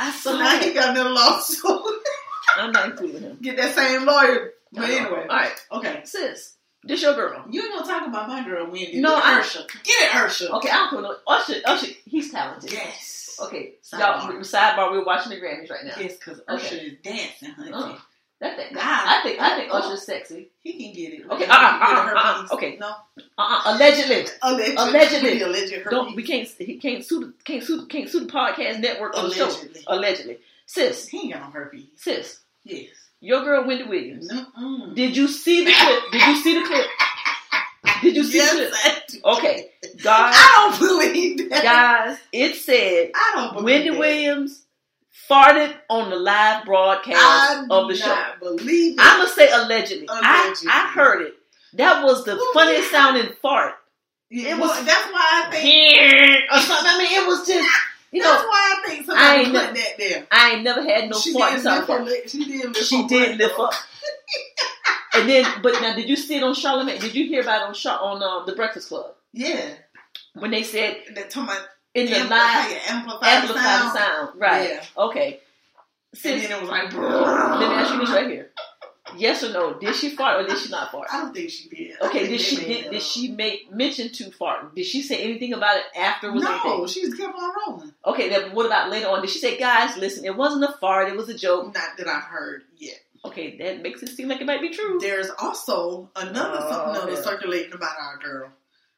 I
So
saw
now he
it.
got another lawsuit. [LAUGHS]
I'm not including him.
Get that same lawyer. But anyway,
All right,
okay.
sis, this your girl.
You ain't gonna talk about my girl Wendy.
No,
No,
I-
Ursha. Get it, Ursha.
Okay, I don't put no Usher. Usher, he's talented.
Yes.
Okay, y'all.
Sidebar.
Sidebar, we're watching the Grammys right now.
Yes, because Ursha
Okay.
is dancing, honey.
Uh, That thing,
Nah.
I think, I
Uh-uh.
think Usher's sexy.
He can get it.
Okay,
He
uh,
can get
uh,
her
uh,
piece.
okay.
No.
Uh, uh allegedly.
Allegedly.
Allegedly.
[LAUGHS] Alleged her
Don't we
piece.
can't he can't sue the can't sue the- can't sue the podcast network on the
Allegedly.
show allegedly. Sis,
He ain't got no herpes.
sis,
Yes.
your girl Wendy Williams.
Mm-mm.
Did you see the clip? Did you see the clip? Did you see
Yes,
the clip?
I do. [LAUGHS]
Okay, guys,
I don't believe that.
guys, it said
I don't believe
Wendy
that.
Williams farted on the live broadcast
I
of the
do
show.
not believe it.
I'm gonna say allegedly.
Allegedly.
I, I heard it. That was the
Ooh,
funniest
yeah.
sounding
[LAUGHS]
fart.
Yeah,
it
well,
was-
that's why I
or
think.
something. uh, I mean, it was just you
that's
know.
why I think
I
somebody
ain't
put
know-
that there.
I ain't never had no
she,
fart
did
sound.
lift her,
before.
lip- she did lift
She
her
did
breath
lift up. [LAUGHS] And then, but now, did you see it on Charlamagne? Did you hear about it on Char- on um, the Breakfast Club
Yeah,
when they said
that talking about
in the
amplify,
live
amplify,
amplify
the sound.
the sound? Right.
Yeah.
Okay.
And
Sis,
then it was
let
like,
me ask you
[LAUGHS]
this right here: Yes or no? Did she fart or did she not fart?
I don't think she did. I
Okay.
think
Did
they
she
made
did,
that
did
up.
she make mention to fart? Did she say anything about it after? Was
No,
anything?
she's kept on rolling.
Okay. Then what about later on? Did she say, "Guys, listen, it wasn't a fart; it was a joke"?
Not that I've heard yet.
Okay, that makes it seem like it might be true.
There's also another
Oh,
something that was
yeah.
circulating about our girl,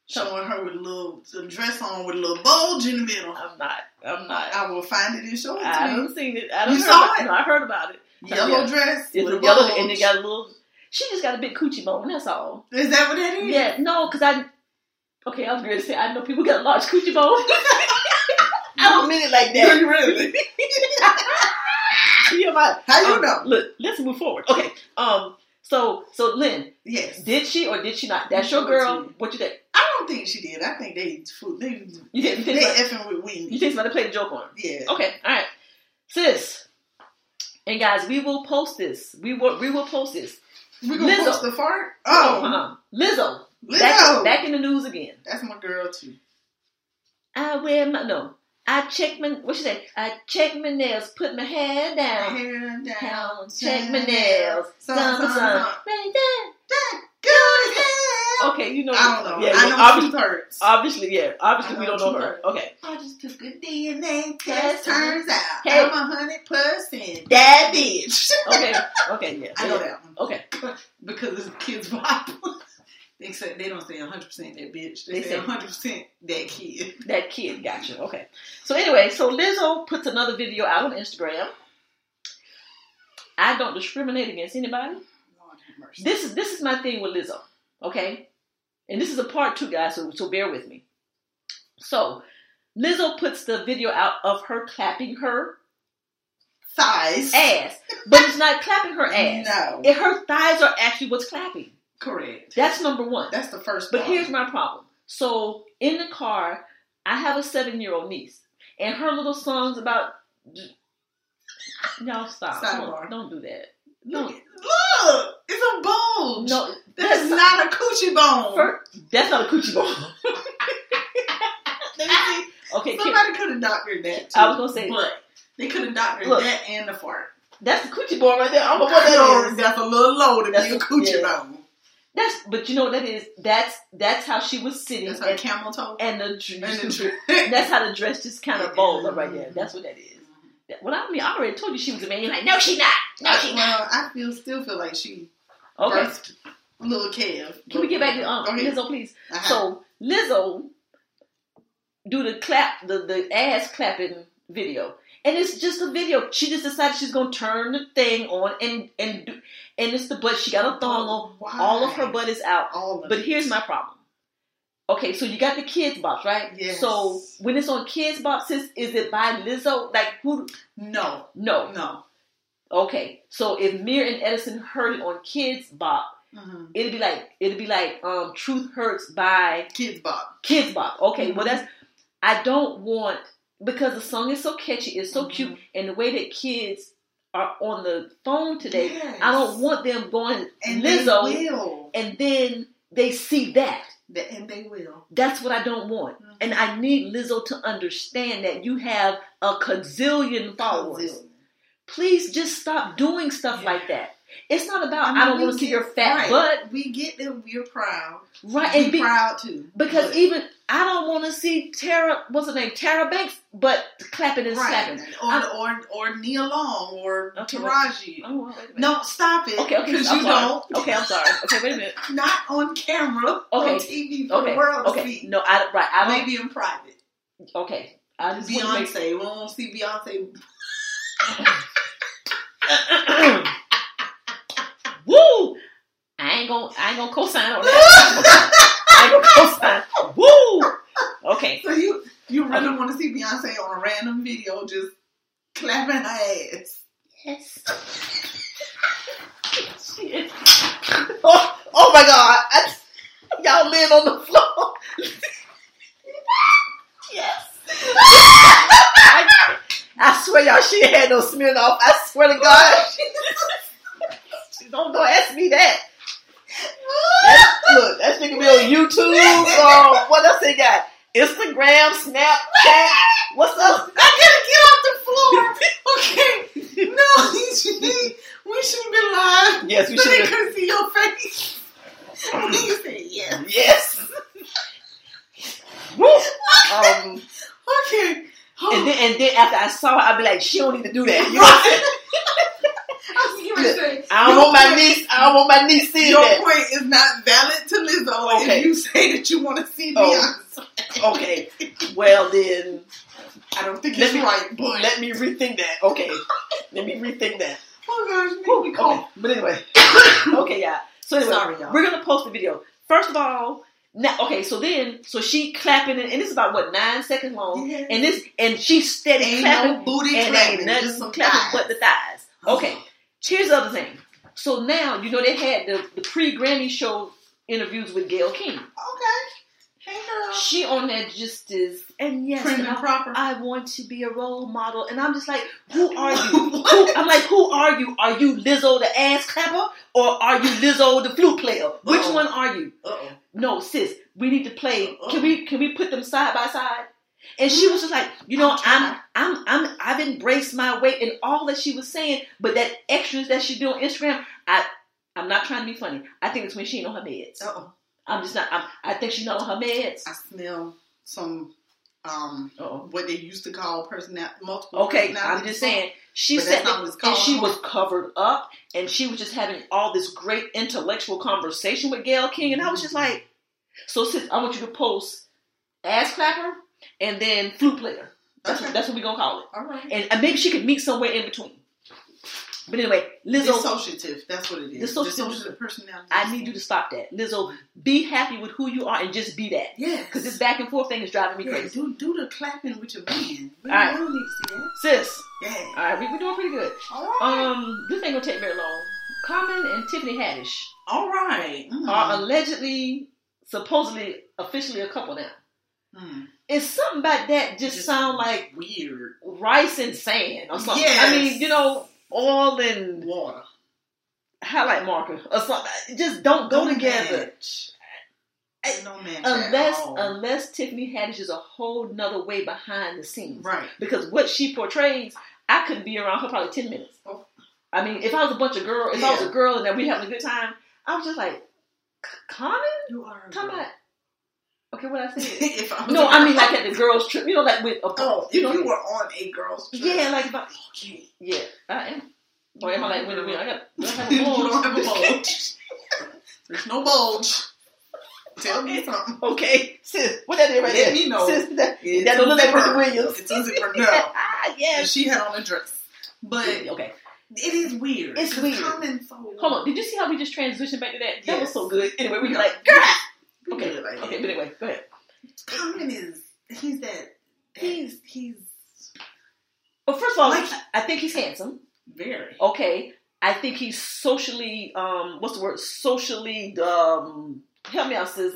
showing her with a little a dress on with a little bulge in the middle.
I'm not. I'm not.
I will find it and show it to
I
you.
haven't seen it. I don't
You
heard
saw
about,
it?
No, I heard about it.
Yellow
Yeah.
dress.
It's
with
a
a
yellow,
bulge.
and it got a little. She just got a big coochie bone. That's all.
Is that what that is?
Yeah, no, because I. Okay, I was going to say I know people got large coochie bones.
[LAUGHS]
I don't mean it like [LAUGHS]
Do
that.
you [LAUGHS] really?
You're right.
How you
Um,
know?
Look, let's move forward. Okay. Um. So, so Lynn,
Yes.
did she or did she not? That's your girl. What you think? Ah,
I don't think she did. I think they fool. They,
You
they,
think- you think-
effing with
You
Wendy.
think somebody played a joke on her?
Yeah.
Okay, all right, sis. And guys, we will post this. We will we will post this.
We gonna
Lizzo.
post the fart? Oh,
uh-huh. Lizzo, Back,
Lizzo.
back in the news again.
that's my girl too.
I wear my no. I check my what she say? I check my nails, put my hair Uh-huh. down,
Hair down,
down, check my nails,
Sun, sun, sun.
Right there.
Good as hell.
okay, you uh, know.
I don't know.
Yeah,
I
well,
know
obviously,
two thirds.
obviously, yeah. Obviously,
I
we
know
don't know her.
two-thirds.
Okay.
I just took a DNA test. Turns out
Hey.
I'm a hundred percent that bitch.
Okay. Okay. Yeah.
[LAUGHS] I know that one
Okay.
because it's kids' Bible. [LAUGHS] They say they don't say hundred percent that bitch. They,
They
say
say-
hundred percent that kid.
That kid, gotcha. Okay. So anyway, so Lizzo puts another video out on Instagram. I don't discriminate against anybody.
Lord have mercy.
This is this is my thing with Lizzo. Okay? And this is a part two, guys, so, so bear with me. So Lizzo puts the video out of her clapping her
Thighs.
ass. But it's not clapping her ass.
No.
It, her thighs are actually what's clapping.
Correct.
That's number one.
That's the first.
But
one.
here's my problem. So in the car, I have a seven year old niece, and her little songs about y'all stop. Don't,
Sidebar.
don't do that.
look.
No,
look, it's a bulge.
no,
that's not a coochie bone.
First, that's not a coochie bone.
[LAUGHS] Let me see.
[LAUGHS] Okay, kid,
Somebody could have doctored that. Too,
I was gonna say-
but they could have doctored
Look.
that and the fart.
that's the coochie bone right there. I'm gonna put
That's
that
a-
on.
that's a little low to
That's
be a
a-
coochie
yeah.
bone.
That's but you know what that is. That's that's how she was sitting,
That's a
and,
camel toe.
and the dr-
And the [LAUGHS]
that's how the dress just kind of bowled up right there. That's what that is. That- Well, I mean, I already told you she was a man. You're like, no, she not. No, she not.
well, I feel still feel like she
Okay,
birthed little Kev.
can we get back to um,
Go ahead.
Lizzo, please?
Uh-huh.
So Lizzo do the clap, the, the ass clapping video, and it's just a video. She just decided she's gonna turn the thing on and and do, and it's the butt. She got a thong on.
Why?
All of her butt is out.
All of
But
it.
here's my problem. Okay, so you got the kids bops, right?
Yes.
So when it's on kids bops, is, is it by Lizzo? Like who?
no,
No.
no.
Okay, so if Mir and Edison heard it on kids bop,
Mhm.
it'd be like it'd be like um, Truth Hurts by
Kids bop.
Kids Bop. Okay, well
Mm-hmm.
that's I don't want because the song is so catchy, it's so
Mm-hmm.
cute, and the way that kids are on the phone today,
Yes.
I don't want them going
And
Lizzo
they will.
and then they see that.
Th- And they will.
That's what I don't want. And
Mm-hmm.
I need Lizzo to understand that you have a gazillion followers. Please just stop doing stuff like that. It's not about I,
mean,
don't
we
want to see
get-
your fat
right.
butt.
We get them. We're proud.
Right
Be
and be,
proud too.
Because
But-
even I don't want to see Tara, what's her name, Tara Banks, but clapping and
right,
slapping. I-
or, or or Nia Long or
Okay, well-
Taraji.
Oh, well, wait a minute.
No, stop it.
okay, okay,
because
I'm
you
sorry.
don't.
Okay, I'm sorry. Okay, wait a minute.
Not on camera. On
Okay,
TV for the
Okay,
world to
okay,
see.
no, I right, I don't.
Maybe in private.
Okay, I just want to
Beyonce. We won't see Beyonce.
make. [COUGHS] Woo! I ain't gonna, I ain't gonna co-sign on that. I ain't gonna co-sign. Woo! Okay,
So you you really
Okay.
want to see Beyonce on a random video just clapping her ass?
Shit. [LAUGHS] oh, oh my god. I- y'all laying on the floor. yes. I, [LAUGHS] I swear y'all, she ain't had no smearing off. I swear to God. [LAUGHS] She- don't, don't ask me that. That- look, that shit can be on YouTube. Um, what else they got? Instagram, Snapchat. What's up? I gotta [LAUGHS] get off the floor. Okay.
No, [LAUGHS] we should be live.
Yes, we
So they
should.
could see your face. [LAUGHS] When you said yeah. [LAUGHS]
Yes. Woo. um,
Okay.
and then and then after I saw her, I'd be like, she don't need to do that. You know what I'm saying?
[LAUGHS] You were saying-
I don't want my niece. I don't want my niece seeing
Your
that.
point is not valid to Lizzo
Okay.
if you say that you want to see
Oh.
Beyonce.
Okay. Well then,
I don't think
Let
it's
me-
right, but
let me rethink that.
[LAUGHS]
Okay. Let me rethink that.
oh gosh, you
Whew,
make me
okay.
cold.
But anyway. [LAUGHS] okay, yeah. So anyway,
Sorry, y'all.
we're gonna post the video. First of all, now okay. So then, so she clapping, and, and it's about what nine seconds long,
Yes.
and this and she steady
Ain't
clapping,
no booty
and
clapping,
ain't nothing
just some
clapping
thighs. Uh-huh.
but the thighs. Okay. Here's the other thing. So now you know they had the, the pre Grammy show interviews with Gail King.
Okay. Hey girl.
She on there just is, and yes,
Prim
and
and
I,
proper.
I want to be a role model, and I'm just like,
[LAUGHS]
who are you? Who- I'm like, who are you? Are you Lizzo the ass clapper, or are you Lizzo the flute player? Which
Uh-oh.
one are you?
Uh-oh.
No, sis, we need to play.
Uh-oh.
Can we can we put them side by side? And she was just like, you know,
I'm trying.
I'm I'm I'm I've embraced my weight and all that she was saying, but that extras that she do on Instagram, I I'm not trying to be funny. I think it's when she ain't on her meds.
Uh-oh.
I'm just not. I'm, I think she's not on her meds.
I smell some um
Uh-oh.
what they used to call personal multiple.
Okay,
personality
I'm just saying. She
But that's
said,
not
that,
what it's
and
called.
she was covered up, and she was just having all this great intellectual conversation with Gail King, and I was just
Mm-hmm.
like, "So, sis, I want you to post ass clapper and then flute player. That's
Okay.
what, that's what we gonna call it.
All right.
And, and maybe she could meet somewhere in between. But anyway, Lizzo,
Dissociative. That's what it is.
Dissociative.
Dissociative personality.
I need you to stop that. Lizzo, be happy with who you are and just be that.
Yes.
Because this back and forth thing is driving me
Yeah,
crazy.
do do the clapping with your man. We
All right.
don't need to see that.
Sis,
Yeah.
all right, we, we're doing pretty good.
All right.
Um, this ain't gonna take very long. Common and Tiffany Haddish
All right. Mm.
are allegedly, supposedly, officially a couple now.
Mm.
It's something about that just,
Just-
sound like
weird
rice and sand or something.
Yes.
I mean, you know, oil and
water.
highlight marker or something. It Just don't go
Don't
together.
match.
I-
No match
Unless,
at all.
unless Tiffany Haddish is a whole nother way behind the scenes.
right.
because what she portrays, I couldn't be around her probably ten minutes.
Oh.
I mean, if I was a bunch of girl, if I was
Yeah.
a girl and that we having a good time, I was just like, "C- Common,
You are a
come
girl.
on. Okay, what I said.
[LAUGHS] if I was
no,
a
I mean
girl.
like at the girls trip, you know, like with a
Oh, if
you know,
you were on a girls' trip.
yeah, like if I,
Okay.
yeah, I am. Oh, Or am I like wait a minute? I got I
[LAUGHS]
have
[LAUGHS] You
a
don't have a
bulge. [LAUGHS]
bulge. [LAUGHS] There's no bulge. Tell me something.
Okay, Oh, sis, what that is right
Let
there?
me know.
Sis, that
It's
that don't look like
zipper.
Wendy Williams.
It's a
[LAUGHS]
zipper. No.
ah, yes.
She had on a dress. But it
Okay,
is weird.
It's
'cause
weird.
Common so
hold on. Did you see how we just transitioned back to that? That was
Yes.
so good. Anyway, we were
No.
like, girl.
We
Okay,
did like
okay,
that.
but anyway, go ahead.
Common is he's that he's he's
Well, first of all,
Like-
I think he's handsome.
very
Okay. I think he's socially, um, what's the word? Socially, um, help me out, sis.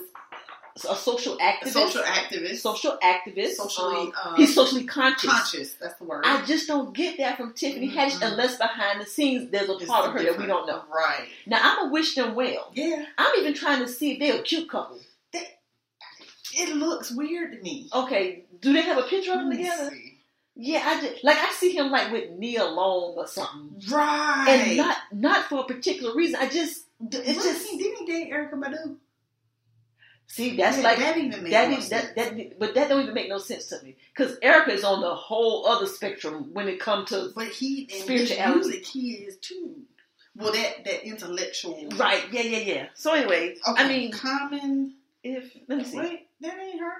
A social
a
activist.
social activist,
Social activist.
Socially,
Um,
um,
he's socially conscious.
conscious. That's the word.
I just don't get that from Tiffany Haddish
Mhm.
unless behind the scenes there's a
It's
part of her that we
different.
don't know.
Right?
Now, I'm going to wish them well.
Yeah.
I'm even trying to see if they're a cute couple.
It looks weird to me.
Okay, do they have a picture of
Let
them
me
together?
see.
Yeah, I just, like I see him like with Nia Long or something.
Right.
and not not for a particular reason. I just it's
Wasn't
just
he, didn't he date Erica Badu?
see that's
Yeah,
like
that even made
that
more
is-
sense.
that that but that don't even make no sense to me because Erica is on the whole other spectrum when it comes to
But he and
Spirituality.
his music he is too. Well, that that intellectual.
right. Yeah, yeah, yeah. So anyway,
Okay.
I mean,
common.
if let me see,
Wait, that ain't her.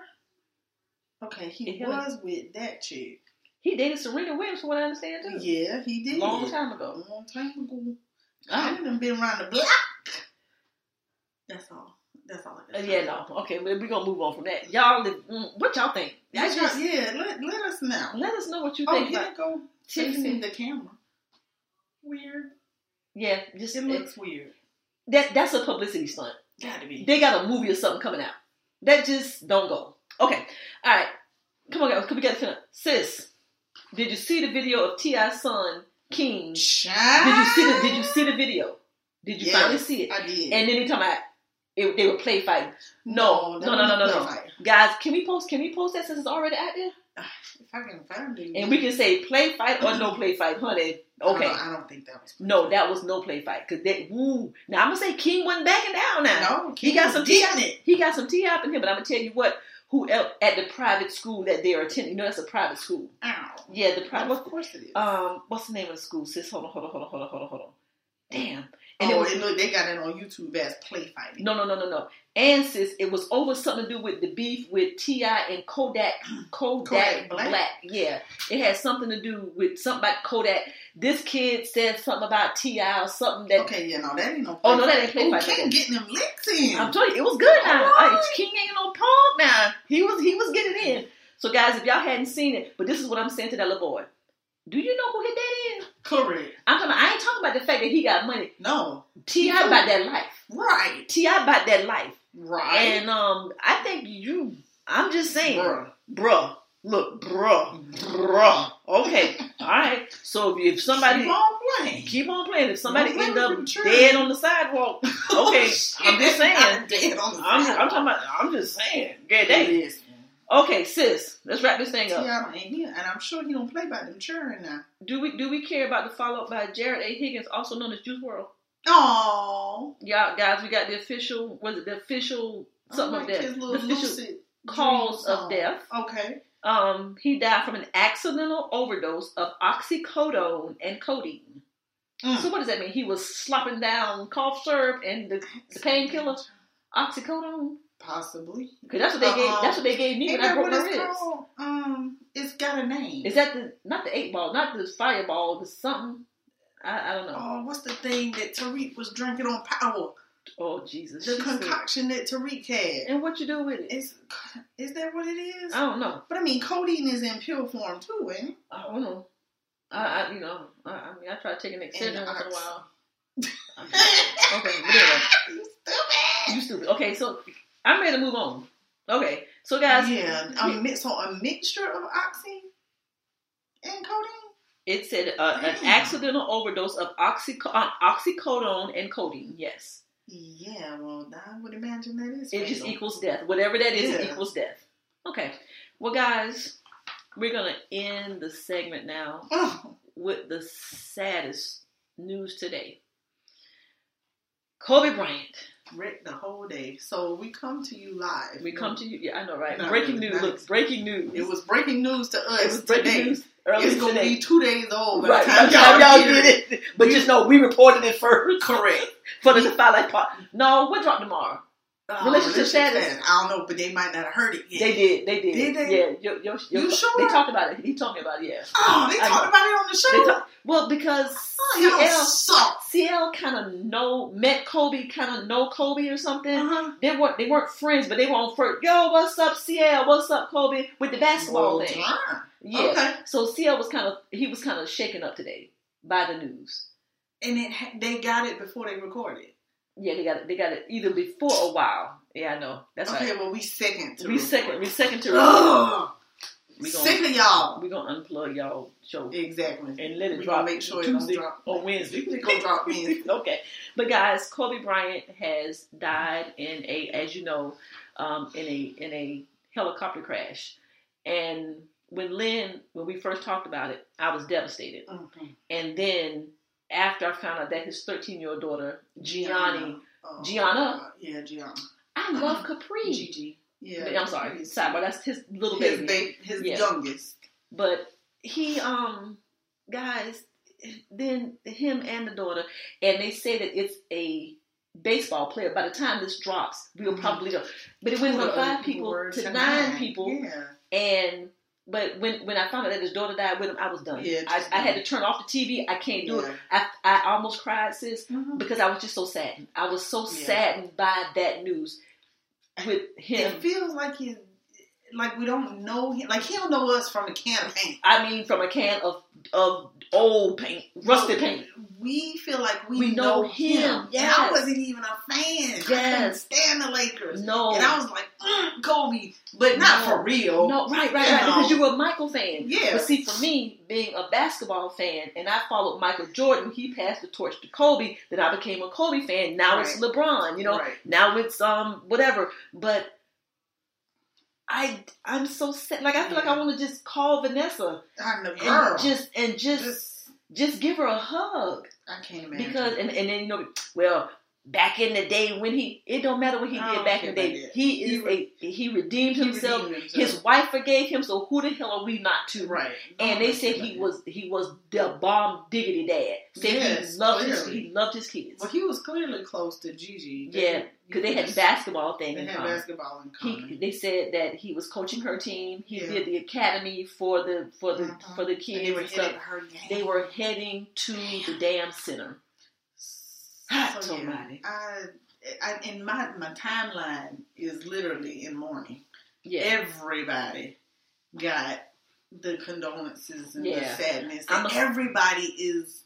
Okay, he
Yeah,
was with that chick.
he dated Serena Williams, from what I understand too,
Yeah, he did.
long time
a
ago.
long time ago. I
Oh.
haven't been around the block. That's all. That's all. I
Uh,
got.
yeah, no, okay, we're gonna move on from that. Y'all, mm, what y'all think? I
That's
just-
just, yeah. Let, let us know.
let us know what you
oh,
think.
he
about-
didn't go
Tiffany.
facing the camera. Weird.
yeah, just
It looks weird.
that that's a publicity stunt.
Gotta be.
they got a movie or something coming out. That just don't go. Okay, all right. Come on, guys. Come we get it. Sis, did you see the video of Ti's son King? Did you see the Did you see the video? Did you
Yes,
finally see it?
I did.
And then they talking about it, they were play fighting. No,
that
no, no, no, no,
was
no.
play fight.
Guys, can we post? Can we post that since it's already out there?
[SIGHS] If I can find it,
And we can say play fight or no play fight, honey.
I don't-
Okay.
Uh-uh, I don't think that was.
No, that was no play fight. Cause they, woo. Now I'm gonna say King wasn't backing down. Now
No,
he got some T
King was getting it.
He got some T up in him, but I'm gonna tell you what. Who el at the private school that they're attending? You know, that's a private school.
Ow.
Yeah, the private.
Well, of course it is.
Um, what's the name of the school? Sis, hold on, hold on, hold on, hold on, hold on, hold on. Damn. And
oh,
it was
and look, they got it on YouTube as play fighting.
no, no, no, no, no. And sis, it was over something to do with the beef with Ti and
[CLEARS THROAT]
Kodak, Kodak,
Kodak
Black.
Black.
Yeah, it had something to do with something about Kodak. This kid said something about Ti or something that
Okay, yeah, no, that ain't no.
Oh, no, that ain't play
Ooh,
fight.
King getting them licks in.
I'm telling you, it was good now.
Alright.
Like, King ain't no punk now. He was he was getting in. So guys, if y'all hadn't seen it, but this is what I'm saying to that little boy. Do you know who hit that in?
Correct.
I'm talking. I ain't talking about the fact that he got money.
No.
Ti about that life.
Right.
Ti about that life.
Right.
And um, I think you. I'm just saying,
Bruh.
bruh. Look, bruh, bruh. [LAUGHS] Okay, all right. So if, if somebody
Keep on playing.
keep on playing, if somebody
Don't
end
play
up
with them Oh,
dead on the
[LAUGHS]
sidewalk, okay, I'm just saying.
Not dead on the
I'm,
side.
I'm talking about. I'm just saying. Good day.
Listen,
Okay, sis. Let's wrap this thing up.
Tiana ain't here, and I'm sure he don't play by them children now.
Do we do we care about the follow up by Jared A. Higgins, also known as Juice World?
Oh,
Y'all guys, we got the official was it the official something
I like
of
Oh his
death.
little
The official
lucid
cause
dream
of
song.
death.
Okay.
um he died from an accidental overdose of oxycodone and codeine.
Mm.
So what does that mean? He was slopping down cough syrup and the, the painkiller oxycodone?
Possibly.
Because that's what they gave
Uh-uh.
that's what they gave me
Ain't
when I
that
broke
what
my
it's
ribs.
called? Um, it's got a name.
Is that the not the eight ball, not the fireball, the something? I, I don't know.
Oh, what's the thing that Tariq was drinking on Power?
Oh, Jesus.
The
she said-
concoction that Tariq had.
And what you do with it? Oh.
Is is that what it is?
I don't know.
But I mean, codeine is in pill form too, ain't it? [LAUGHS]
I don't know. I, I you know, I, I mean, I try taking Excedrin once in a
ox.
while. Okay, but anyway.
You stupid.
You stupid. Okay, so I'm ready to move on. Okay, so guys,
Yeah, a mix so a mixture of oxy and codeine.
it said uh, an accidental overdose of oxyco- uh, oxycodone and codeine. Yes,
Yeah, well, I would imagine that is.
it just
fatal.
equals death. Whatever that is, it
Yeah.
equals death. Okay, well, guys, we're gonna end the segment now
[LAUGHS] Oh,
with the saddest news today. Kobe Bryant.
wrecked the whole day. So we come to you live.
We come to you. Yeah, I know, right?
No,
breaking
no,
news.
no.
Look, breaking news.
It was breaking news to us
It was
today.
breaking news earlier
it's gonna
today.
be two days old by
Right,
the time, y'all, hear it.
it. But just know we reported it first.
Correct.
For the Twilight Part. No, what dropped tomorrow?
Uh,
Relationship
relationship
status.
status. I don't know, but [GASPS] they might not have heard it yet.
They did. They did.
Did they?
Yeah. Yo, yo, yo,
You sure?
They talked about it. He told me about it, yeah.
Oh, they
I
talked
know.
about it on the
They
show.
talk- well, because
oh, y'all
CL,
suck.
CL kind of know, met Kobe, kind of know Kobe or something.
Uh-huh.
They weren't they weren't friends, but they were on first. Yo, what's up, CL? What's up, Kobe? With the basketball
Well,
thing.
darn.
Yeah.
Okay.
So CL was kind of he was kind of shaken up today by the news.
And it, ha- they got it before they recorded.
Yeah, they got it. They got it either before or while. Yeah, I know. That's
okay,
right.
well, we second to
We
[GASPS]
second. We second to.
Ugh,
We gonna-
sick of y'all.
We gonna unplug y'all show
Exactly.
and let it
we
drop.
gonna make sure it don't
Tuesday
drop.
or Wednesday.
It
[LAUGHS]
gonna drop Wednesday.
okay, but guys, Kobe Bryant has died in a, as you know, um, in a in a helicopter crash. And when Lynn, when we first talked about it, I was devastated.
Mhm.
And then after I found out that his 13 year old daughter Gianni,
Oh,
Gianna?
Yeah, Gianna.
I love Capri.
Gigi. Yeah.
I'm sorry,
His,
sidebar. That's his little
his,
baby.
ba- his
Yeah.
youngest.
But he, um, guys, then him and the daughter, and they say that it's a baseball player. By the time this drops, we'll
Mhm.
probably know. But it went from
Who
five
the-
people
who were
to nine, people,
Yeah.
and. But when, when I found out that his daughter died with him, I was done.
Yeah,
I,
just
I had to turn off the TV. I can't do it.
Yeah.
I, I almost cried, sis,
Mhm.
because I was just so saddened. I was so
Yeah.
saddened by that news with him.
It feels like he, like we don't know him. Like he don't know us from a can of paint.
I mean, from a can of of old paint, rusted paint.
We feel like we,
We know
know,
him,
him.
yes.
And I wasn't even a fan.
Yes.
I couldn't stand the Lakers.
No,
And I was like, mm, Kobe, but not
No.
for real.
no, right, right, right.
You know.
Because you were a Michael fan.
Yeah.
But see, for me, being a basketball fan, and I followed Michael Jordan, he passed the torch to Kobe. Then I became a Kobe fan. Now it's
Right.
LeBron. You know.
Right.
Now it's um whatever. But I I'm so sad. Like I feel like I want to just call Vanessa
I'm the
and
girl.
just and just
Just-
just give her a hug.
I can't imagine.
because and, and then you know well back in the day when he it don't matter what he
I
did
don't
back in the
care
day
about that.
he is
He re-
a he redeemed
He
himself
redeemed himself.
his wife forgave him so who the hell are we not to
right.
and they said he was he was the bomb diggity dad said he
Yes,
loved his,
clearly.
he loved his kids
Well, he was clearly close to Gigi.
yeah because they had the basketball thing
They
in
had
common.
basketball in
He,
common.
they said that he was coaching her team. He
Yeah.
did the academy for the for the
Mhm.
for the
and
kids
they were
and stuff.
hitting her game.
They were heading to the damn center. Hot
So, yeah,
Almighty.
I, I, and my, my timeline is literally in mourning.
Yeah,
Everybody got the condolences and
Yeah.
the sadness.
I'm
and
a-
everybody is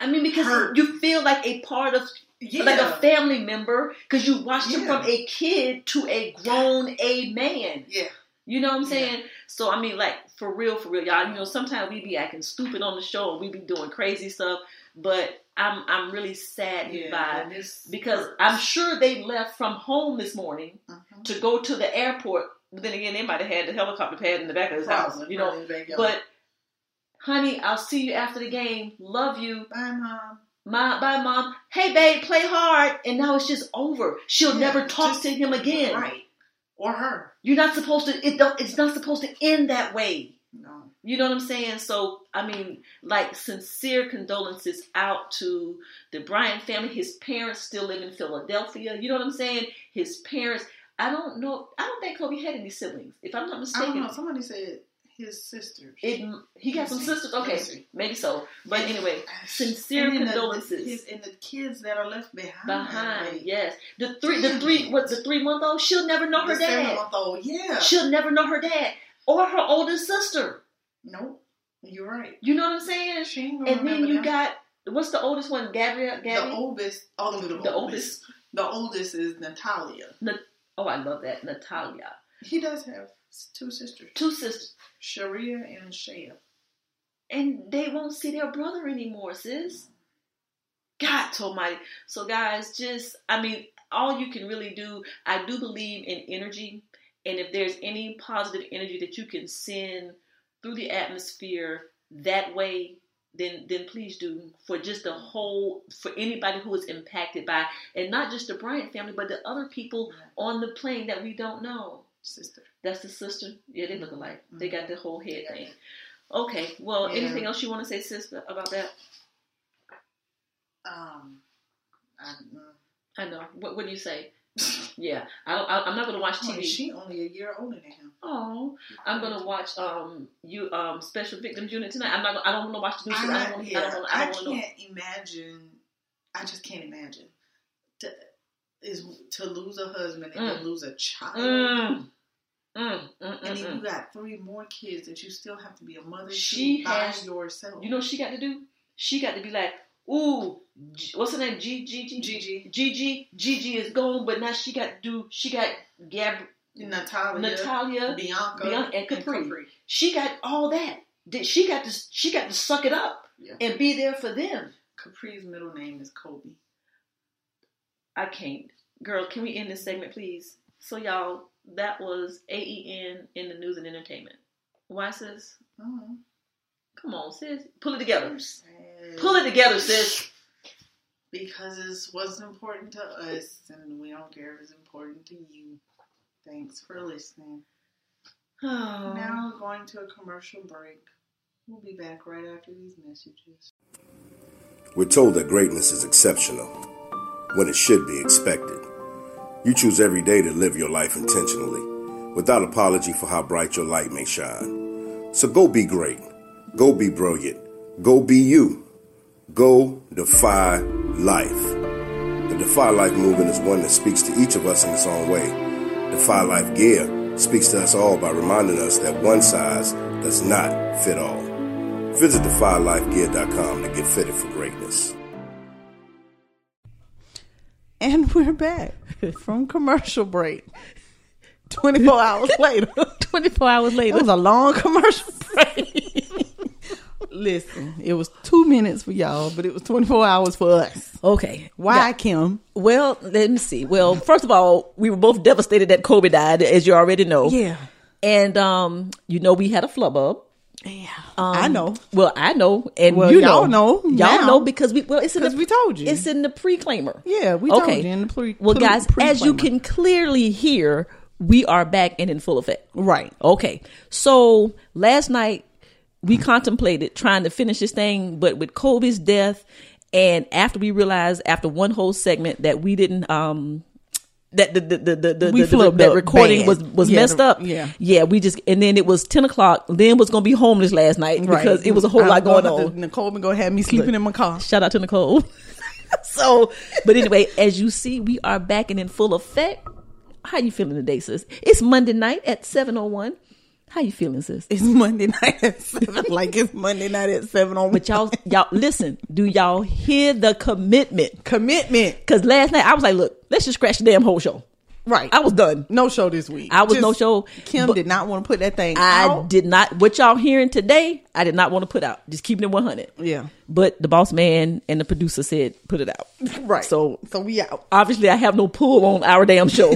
I mean, because
hurt.
you feel like a part of,
yeah,
like a family member, because you watched him
Yeah.
from a kid to a grown a man.
yeah.
You know what I'm saying? So I mean, like for real, for real, y'all. You know, sometimes we be acting stupid on the show and we be doing crazy stuff, but I'm I'm really saddened
yeah.
by
and it's-
because I'm sure they left from home this morning
Mhm.
to go to the airport. But then again, they might have had the helicopter pad in the back of his house,
Probably,
you know.
probably, baby, y'all.
But honey, I'll see you after the game. Love you.
bye, mom.
my by mom, hey babe, play hard, and now it's just over. She'll
Yeah,
never talk
just-
to him again.
Right. Or her.
You're not supposed to. It don't. It's not supposed to end that way.
No.
You know what I'm saying? So, I mean, like, sincere condolences out to the Bryant family. His parents still live in Philadelphia. You know what I'm saying? His parents. I don't know. I don't think Kobe had any siblings, if I'm not
I don't
mistaken.
know. Somebody said his sister.
It, he got some sisters. Okay, maybe so. But anyway, sincere
And then the-
condolences
The, his, and the kids that are left behind.
behind.
like,
Yes, the three, the three, what the three month old? She'll never know
the
her dad.
seven-month-old, Yeah.
She'll never know her dad or her older sister.
Nope. You're right.
You know what I'm saying?
She ain't gonna
And then
remember
you
them.
got what's the oldest one? Gabrielle. Gabby?
the oldest. Oh, the,
The
oldest. The oldest is Natalia.
Oh, I love that. Natalia.
He does have s- two sisters,
Two sisters.
Sharia and Shea.
And they won't see their brother anymore, sis. God almighty. So guys, just I mean, all you can really do, I do believe in energy. And if there's any positive energy that you can send through the atmosphere that way, then then please do for just the whole for anybody who is impacted by and not just the Bryant family, but the other people on the plane that we don't know.
Sister.
That's the sister. Yeah, they look alike. They got the whole head
Yeah.
thing. Okay. Well,
Yeah.
anything else you want to say, sister, about that?
Um. I, mm.
I know. What What do you
[LAUGHS]
say? yeah, I don't, I, I'm not gonna watch
Only-
TV.
Oh, she only a year older than him.
Oh, I'm gonna watch um you um Special Victims Unit tonight. I'm not. gonna- I don't want to watch the news.
I'm
I,
not,
don't
yeah,
want. I
I,
don't want to. know.
can't imagine. I just can't imagine. To, is to lose a husband and
Mm.
then lose a child,
Mm. Mm, mm,
and
mm,
then you
mm.
got three more kids that you still have to be a mother
She
to by
has-
yourself.
You know what she got to do? She got to be like, ooh, G- what's her name? G G G
Gigi,
Gigi, Gigi is gone, but now she got to do. She got Gab,
Natalia,
Natalia,
Bianca,
Bianca, and Capri. She got all that. Did she got to? She got to suck it up
Yeah.
and be there for them.
Capri's middle name is Kobe.
I can't. Girl, can we end this segment, please? So, y'all, that was AEN in the news and entertainment. Why, sis?
Oh,
Come on, sis. Pull it together.
sad.
Pull it together, sis.
because it's what's important to us, and we don't care if it's important to you. Thanks for
[SIGHS]
listening.
Oh.
Now we're going to a commercial break. We'll be back right after these messages.
We're told that greatness is exceptional when it should be expected. You choose every day to live your life intentionally without apology for how bright your light may shine. So go be great. Go be brilliant. Go be you. Go defy life. The Defy Life movement is one that speaks to each of us in its own way. Defy Life Gear speaks to us all by reminding us that one size does not fit all. Visit defylifegear.com to get fitted for greatness.
And we're back from commercial break. 24 hours
[LAUGHS]
later.
24 hours
It
later.
was a long commercial break. Listen, it was two minutes for y'all, but it was 24 hours for us.
Okay.
Why, Kim?
Well, let me see. Well, first of all, we were both devastated that Kobe died, as you already know.
Yeah.
And, um, you know, we had a flub up.
Yeah.
Um,
I know.
Well, I know, and
Well,
you know,
y'all know
y'all
now.
know because we well, it's in the
'Cause we told you.
it's in the pre-claimer.
Yeah, we told you in the pre-
Well,
pre-
guys, as you
pre-claimer.
can clearly hear, we are back and in full effect.
Right.
Okay, so last night we contemplated trying to finish this thing, but with Kobe's death, and after we realized after one whole segment that we didn't um that the the the the, the,
We
the- the-
flubbed
that
up
recording
bad.
was was
Yeah,
messed
the-
up.
yeah.
yeah. We just and then it was ten o'clock. Lynn was gonna be homeless last night because it was a whole
I'm
lot going
gonna have
on.
to- Nicole been going to have me sleeping in my car.
Shout out to Nicole. [LAUGHS] so, but anyway, as you see, we are back and in full effect. How you feeling today, sis? It's Monday night at seven oh one. How you feeling, sis?
It's Monday night at 7.
[LAUGHS]
like, it's Monday night at 7 on
But y'all, y'all listen. Do y'all hear the commitment?
commitment.
Because last night I was like, look, let's just scratch the damn whole show.
Right.
I was done.
no show this week.
I was no show,
Kim
but-
did not want to put that thing
I
out.
did not. What y'all hearing today? I did not want to put out. Just keeping it one hundred.
Yeah.
But the boss man and the producer said put it out.
Right.
So
so we out. [LAUGHS]
obviously I have no pull on our damn show.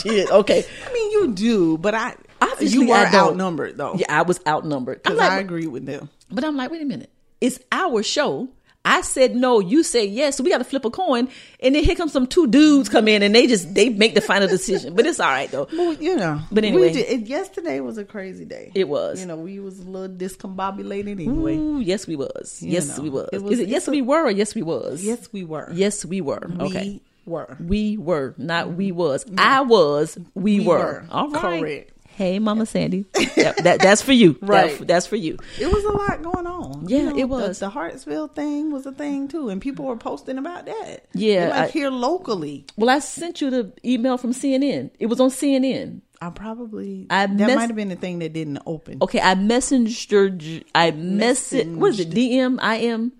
Shit. Okay.
I mean, you do, but I
[LAUGHS] Obviously,
you were
I don't.
outnumbered though.
Yeah, I was outnumbered. I'm
because I
like,
agree with them.
but I'm like, wait a minute. It's our show.
I said no, you said yes. So we got to flip a coin, and then here comes some two dudes come in, and they just they make the final decision. But it's all right though.
Well, you know.
But anyway.
we did, and yesterday was a crazy day.
It was.
You know, we was a little discombobulated anyway.
Ooh, yes, we was.
You
yes,
know,
we was.
it was-
Is it yes we were or yes we was?
Yes, we were.
Yes, we were. okay.
We were.
We were, not we was. I was, we,
We
were.
were.
All right.
Correct.
Hey,
[LAUGHS]
Mama Sandy. Yep, that, that's for you. That-
Right.
that's for you.
It was a lot going on.
Yeah, it
the-
was.
The, Hartsville thing was a thing too, and people were posting about that.
Yeah,
like
I-
here locally,
Well, I sent you the email from CNN. It was on CNN.
I probably
I
that
mess-
might have been the thing that didn't open
Okay, I messaged. I messaged. What is it? DM, IM,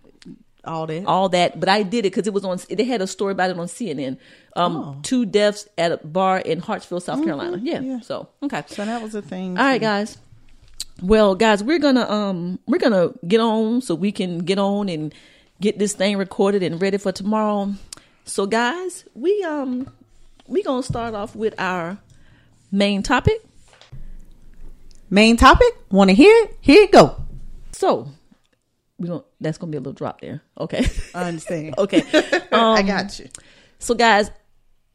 all that.
all that. But I did it because it was on. They had a story about it on CNN. Um, two deaths at a bar in Hartsville, South Carolina. Yeah.
yeah.
So okay.
so that was a thing.
All right,
too.
guys. Well, guys, we're gonna um we're gonna get on so we can get on and get this thing recorded and ready for tomorrow. So, guys, we um we gonna start off with our main topic.
Main topic. Want to hear it? Here you go.
So we gonna that's gonna be a little drop there. Okay. [LAUGHS]
I understand. Um,
okay.
I got you.
So, guys,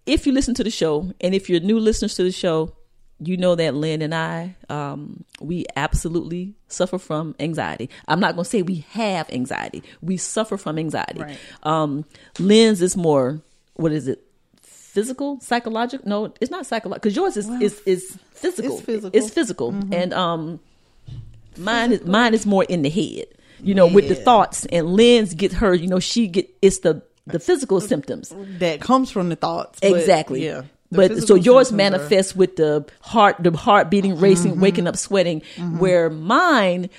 if you listen to the show, and if you're new listeners to the show, you know that Lynn and I, um, we absolutely suffer from anxiety. I'm not going to say we have anxiety. We suffer from anxiety.
Right.
Um, Lynn's is more, what is it? Physical, psychological? No, it's not psychological. Because yours is, is is physical.
it's physical. Mm-hmm.
It's physical. And um, mine is mine is more in the head. You know, with the thoughts. And Lynn's get her. You know, she get it's the the physical symptoms.
That comes from the thoughts. but
Exactly.
Yeah. The
But so
physical
yours
symptoms are-
manifests with the heart, the heart beating,
Mm-hmm.
racing, waking up, sweating. Where mine,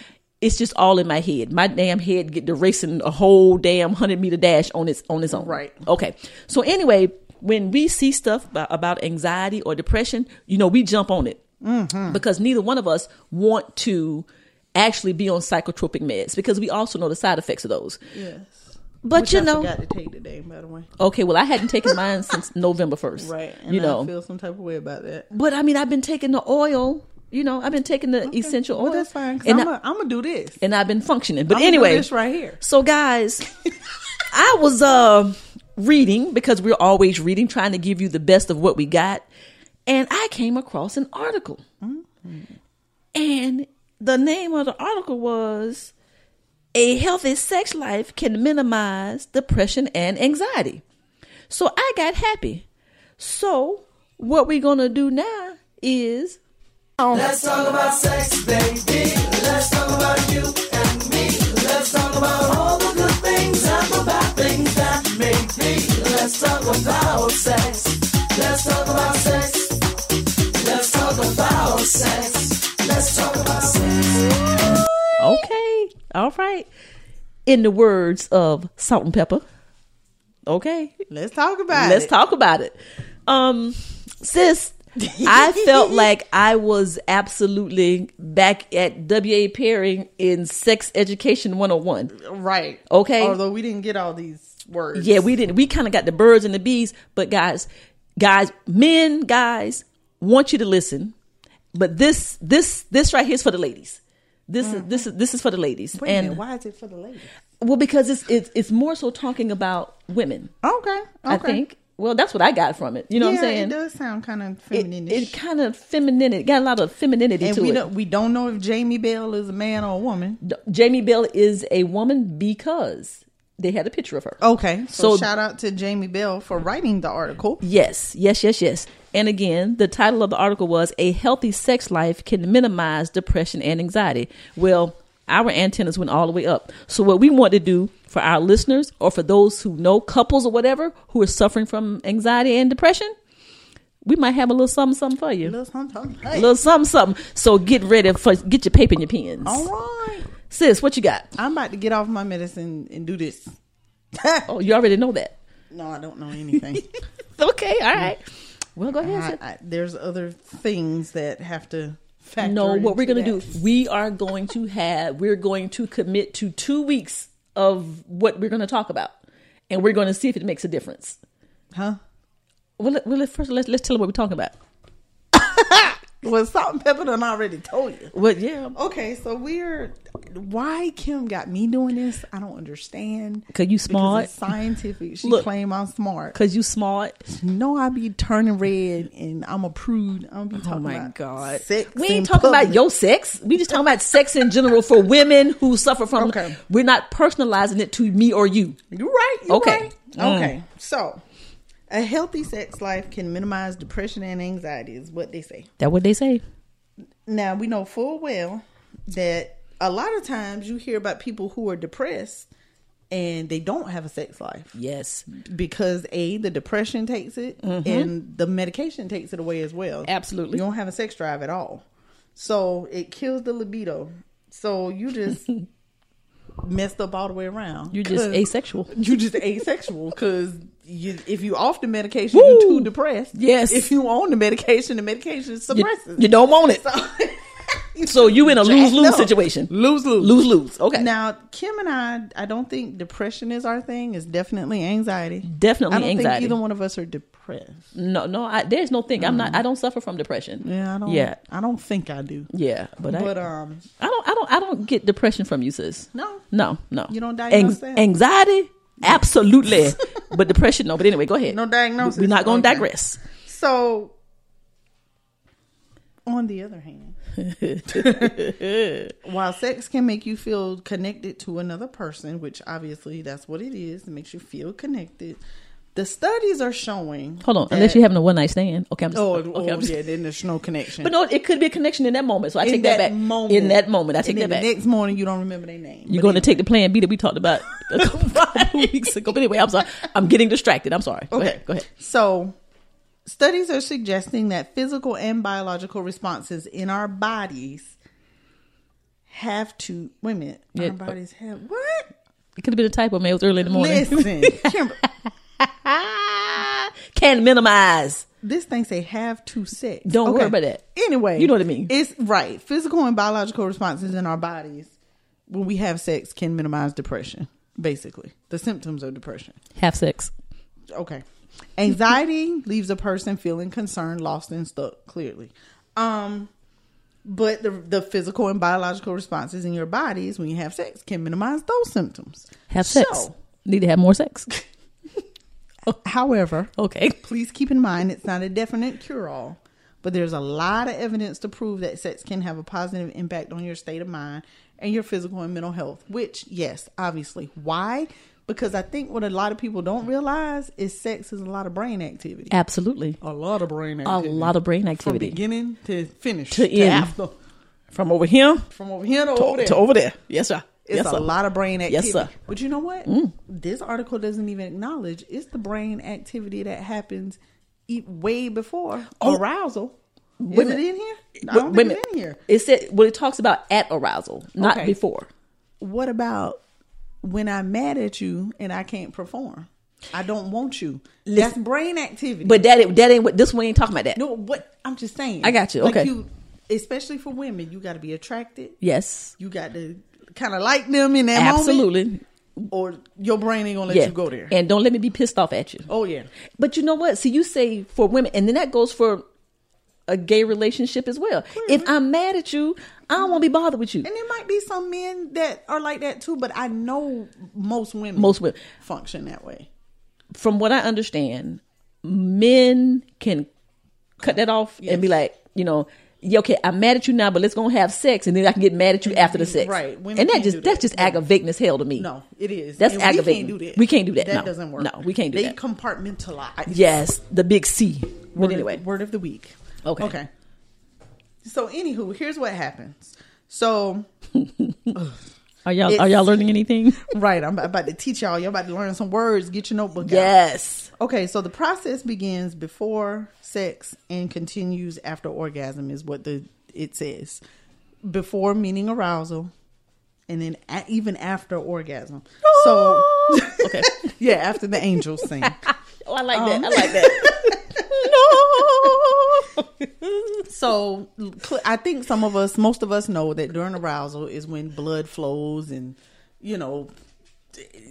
it's just all in my head. My damn head get to racing a whole damn hundred meter dash on its on its own.
Right.
Okay. So anyway, when we see stuff about, about anxiety or depression, you know, we jump on it
Mm-hmm.
because neither one of us want to actually be on psychotropic meds because we also know the side effects of those.
Yes.
But
Which
you
I
know,
forgot to take today. By the way,
okay. Well, I hadn't taken
[LAUGHS]
mine since November first.
right? And
you
I
know,
feel some type of way about that.
but I mean, I've been taking the oil. You know, I've been taking the essential oil.
Well, that's fine. i
And,
I'm
I,
gonna do this.
and I've been functioning. But
I'ma do
anyway,
this right here. [LAUGHS]
So, guys, I was uh, reading because we're always reading, trying to give you the best of what we got, and I came across an article,
Mm-hmm.
and the name of the article was "A Healthy Sex Life Can Minimize Depression and Anxiety." So I got happy. So what we're gonna do now is Okay. All right. In the words of Salt and Pepper. Okay.
Let's talk about
Let's
it.
talk about it. Um sis, I
[LAUGHS]
felt like I was absolutely back at WA Perry in Sex Education 101.
Right.
Okay.
Although we didn't get all these words.
Yeah, we didn't. We kind of got the birds and the bees, but guys, guys, men, guys, want you to listen. But this, this, this right here is for the ladies. This is this is this is for the ladies.
Wait a
and
minute, why is it for the ladies?
well, because it's it's it's more so talking about women.
Okay. Okay.
I think. Well, that's what I got from it. You know
yeah,
what I'm saying?
it does sound kind of feminine.
It, it kind of feminine. It got a lot of femininity
and
to
we
it.
don't we don't know if Jamie Bell is a man or a woman.
Jamie Bell is a woman because they had a picture of her.
Okay. So,
So-
shout out to Jamie Bell for writing the article.
Yes, yes, yes, yes. And again, the title of the article was A Healthy Sex Life Can Minimize Depression and Anxiety. Well, our antennas went all the way up. So, what we want to do for our listeners or for those who know couples or whatever who are suffering from anxiety and depression, we might have a little something, something for you.
Little something.
A little something, something. So, get ready for get your paper and your pens.
All right.
Sis, what you got?
I'm about to get off my medicine and do this.
Oh, you already know that.
No, I don't know [LAUGHS] anything.
Okay, all right. Well, go ahead.
I,
sis.
I, there's other things that have to factor.
No, what we're
into
going to do,
that.
we are going to have, we're going to commit to two weeks of what we're going to talk about. And we're going to see if it makes a difference.
huh?
Well, let, well let, first, let's, let's tell them what we're talking about.
Well, salt and pepper done already told you.
Oh,
Well, yeah.
Okay, so we're why Kim got me doing this? I don't understand.
Cause you
Because
smart.
it's scientific. She
Look.
claim I'm smart.
Cause you smart.
No, I be turning red and I'm a prude. I'm be talking
Oh my
about
God.
Oh sex
We ain't
in
talking about
public.
your sex. We just talking about sex in general for women who suffer from.
Okay.
We're not personalizing it to me or you.
You're right. You're
Okay.
right.
Mm.
Okay. So, a healthy sex life can minimize depression and anxiety, is what they say.
That what they say.
Now, we know full well that a lot of times you hear about people who are depressed and they don't have a sex life
Yes,
because A, the depression takes it and the medication takes it away as well.
Mm-hmm. Absolutely.
You don't have a sex drive at all. So, it kills the libido. So, you
[LAUGHS]
just messed up all the way around.
you're just
'Cause-
asexual.
you just asexual because you, if you off the medication, you're
Woo!
too depressed.
Yes.
If you on the medication, the medication
You,
suppresses.
you don't want it.
[LAUGHS]
So you in a lose lose
No.
situation.
Lose lose.
Lose lose. Okay.
Now, Kim and I, I don't think depression is our thing. It's definitely anxiety.
Definitely
I don't
anxiety.
think either one of us are depressed.
no, no. I, there's no thing. I'm not. I don't suffer from depression.
Yeah, I don't.
Yeah.
I don't think I do.
Yeah, but,
But
I,
um,
I don't. I don't. I don't get depression from you, sis.
no,
No, no.
You don't diagnose that?
Anxiety,
[LAUGHS]
absolutely. but depression, no. But anyway, go ahead.
no diagnosis.
We're not going to
Okay.
digress.
So, on the other
[LAUGHS]
hand, while sex can make you feel connected to another person, which obviously that's what it is, it makes you feel connected. The studies are showing.
Hold on, unless
that-
you're having a one night stand. Okay, I'm just,
Oh,
okay,
oh
I'm just-
yeah, then there's no connection.
[LAUGHS] But no, it could be a connection in that moment. So I take that, back. In that moment, I take
and then
that back.
The next morning, you don't remember their name.
You're
But
going to take the plan B that we
[LAUGHS]
talked about a couple [LAUGHS] weeks ago. But anyway, I'm sorry. I'm getting distracted. I'm sorry. Go ahead. Go ahead.
So, studies are suggesting that physical and biological responses in our bodies have to. Wait a minute.
Yeah.
Our bodies have. What?
It could have been a typo. Man, it was early in the morning.
Listen.
[LAUGHS]
Kimber-
Ah, Can minimize.
this thing say have to sex.
Don't worry about that.
Anyway.
You know what I mean.
It's right. Physical and biological responses in our bodies when we have sex can minimize depression, basically. The symptoms of depression.
Have sex.
okay. Anxiety leaves a person feeling concerned, lost, and stuck. Clearly, um, but the the physical and biological responses in your bodies when you have sex can minimize those symptoms.
Have sex.
So,
Need to have more sex.
however,
[LAUGHS] Okay.
please keep in mind it's not a definite cure all, but there's a lot of evidence to prove that sex can have a positive impact on your state of mind and your physical and mental health, which, yes, obviously. Why? Because I think what a lot of people don't realize is sex is a lot of brain activity.
Absolutely.
A lot of brain
A
activity.
lot of brain
From
activity.
beginning to finish.
To end.
after.
From over here
From over here to, over there.
to over there. Yes, sir.
It's
yes,
a
sir.
lot of brain activity.
Yes, sir.
But you know what? This article doesn't even acknowledge it's the brain activity that happens e- way before
Oh.
arousal. Is
Wait a
it
minute.
in here? I
Wait-
don't
wait
think
a minute.
it's in here.
It said well, it talks about at arousal, not
Okay.
before.
What about when I'm mad at you and I can't perform? I don't want you. That's brain activity.
But that ain't- that ain't what this one ain't talking about that.
no, what I'm just saying.
I got you. Okay.
especially for women, you got to be attracted.
Yes.
You got to kind of like them in that moment,
Absolutely.
or your brain ain't gonna let
yeah.
you go there.
And don't let me be pissed off at you.
oh yeah,
But you know what? See, you say for women, and then that goes for a gay relationship as well. If I'm mad at you, I don't want to be bothered with you.
And there might be some men that are like that too, but I know most women
Most women.
function that way.
From what I understand, men can cut that off and be like, you know, yeah, okay, I'm mad at you now, but let's go and have sex, and then I can get mad at you after the sex.
Mm, Right. Women
and that
can't
just
do that.
that's just aggravating as hell to me.
No, it is.
That's
And
aggravating.
We can't do that.
We can't do that.
That
No.
doesn't work.
No, we can't do
they
that.
compartmentalize.
Yes, the big C. But
Word
anyway,
Of, word of the week.
Okay.
Okay. So, anywho, here's what happens. So,
are y'all
it's-
are y'all learning anything?
right, I'm about to teach y'all. Y'all about to learn some words. Get your notebook out.
[LAUGHS] yes.
Okay, so the process begins before sex and continues after orgasm is what the it says. Before meaning arousal, and then a- even after orgasm. So [LAUGHS]
Okay.
yeah, after the angels sing.
Oh, I like that. I like
[LAUGHS]
that.
[LAUGHS]
[LAUGHS] no.
So cl- I think some of us, most of us, know that during arousal is when blood flows and you know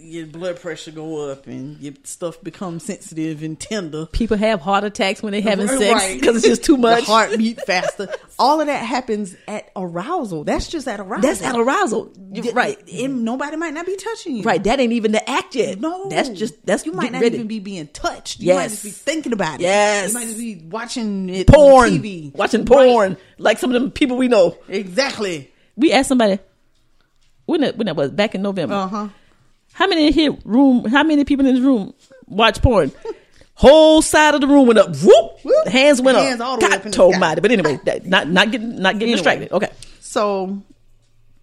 your blood pressure go up and your stuff becomes sensitive and tender.
People have heart attacks when they having
Right.
sex because it's just too
The
much.
heart
[LAUGHS]
beat faster. All of that happens at arousal. That's just at arousal.
That's at arousal,
Th-
right?
it- nobody might not be touching you.
Right. That ain't even the act yet.
No,
that's just that's
you might
getting
not
ready.
even be being touched. You might
Yes.
just be thinking about it.
Yes.
you might just be watching it on
porn,
TV.
watching
Right.
porn like some of them people we know.
Exactly.
We asked somebody when that when that was back in November.
Uh huh.
How many in here room? How many people in this room watch porn? [LAUGHS] Whole side of the room went up. Whoop!
Whoop.
Hands went
Hands
up.
all the way
God
up in the
told
sky.
mighty. But anyway, that, not not getting not getting
Anyway.
distracted. Okay.
So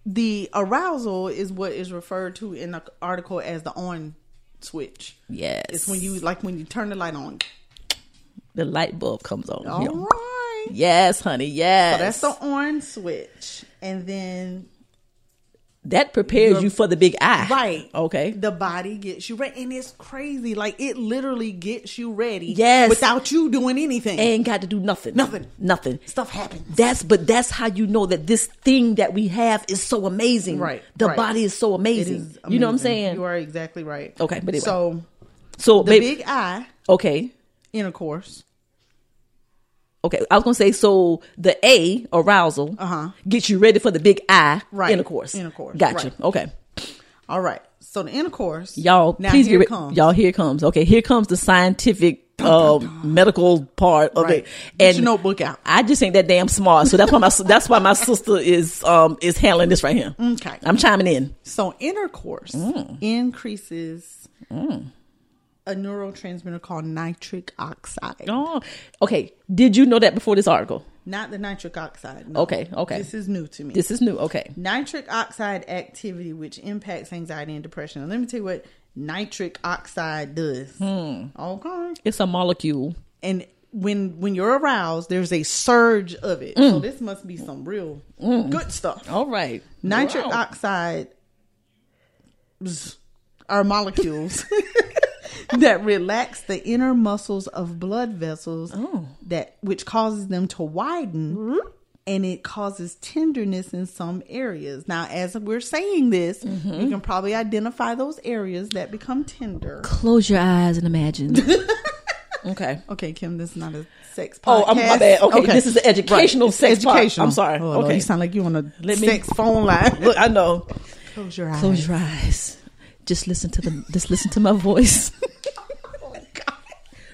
the arousal is what is referred to in the article as the on switch.
Yes.
It's when you like when you turn the light on.
the light bulb comes on.
All
Yeah.
right.
Yes, honey. Yes.
So Oh, that's the on switch. And then
that prepares
the-
you for the big eye.
right.
Ah, Okay.
The body gets you ready. And it's crazy. Like it literally gets you ready.
Yes.
Without you doing anything.
ain't got to do nothing.
Nothing.
Nothing.
stuff happens.
That's but that's how you know that this thing that we have is so amazing.
Right,
The
right.
body is so
It
amazing.
is
You know what I'm
amazing.
saying?
You are exactly right.
Okay, but anyway.
So
so
the
babe-
big I
okay.
intercourse.
Okay, I was gonna say so the A arousal
Uh-huh.
gets you ready for the big I
Right.
intercourse.
Intercourse,
Gotcha.
right.
Okay.
All right. So the intercourse.
Y'all
now
please
here
get
it
re-
comes.
y'all here it comes. Okay, here comes the scientific um, medical part of
Right.
it.
Get your notebook out.
I just ain't that damn smart. So that's why my [LAUGHS] that's why my sister is um is handling this right here.
Okay.
I'm Mm. chiming in.
So intercourse increases
Mm.
a neurotransmitter called nitric oxide.
Oh, okay. Did you know that before this article?
Not the nitric oxide. no.
Okay, okay.
This is new to me.
This is new. Okay.
nitric oxide activity, which impacts anxiety and depression. Now, let me tell you what nitric oxide does. Okay.
It's a molecule.
And when when you're aroused, there's a surge of it. So this must be some real good stuff.
All right.
Nitric
Wow.
oxide are molecules [LAUGHS] that relax the inner muscles of blood vessels
Oh.
that which causes them to widen and it causes tenderness in some areas. Now as we're saying this,
Mm-hmm.
you can probably identify those areas that become tender.
Close your eyes and imagine. okay.
Okay, Kim, this is not a sex podcast.
Oh, I'm- my bad. Okay, this is an educational
It's
sex pod. I'm sorry.
Oh, Lord,
Okay.
you sound like you on a
[LAUGHS] Let me-
sex phone line.
Look, I know.
Close your eyes.
Close your eyes. Just listen to the. Just listen to my voice. [LAUGHS]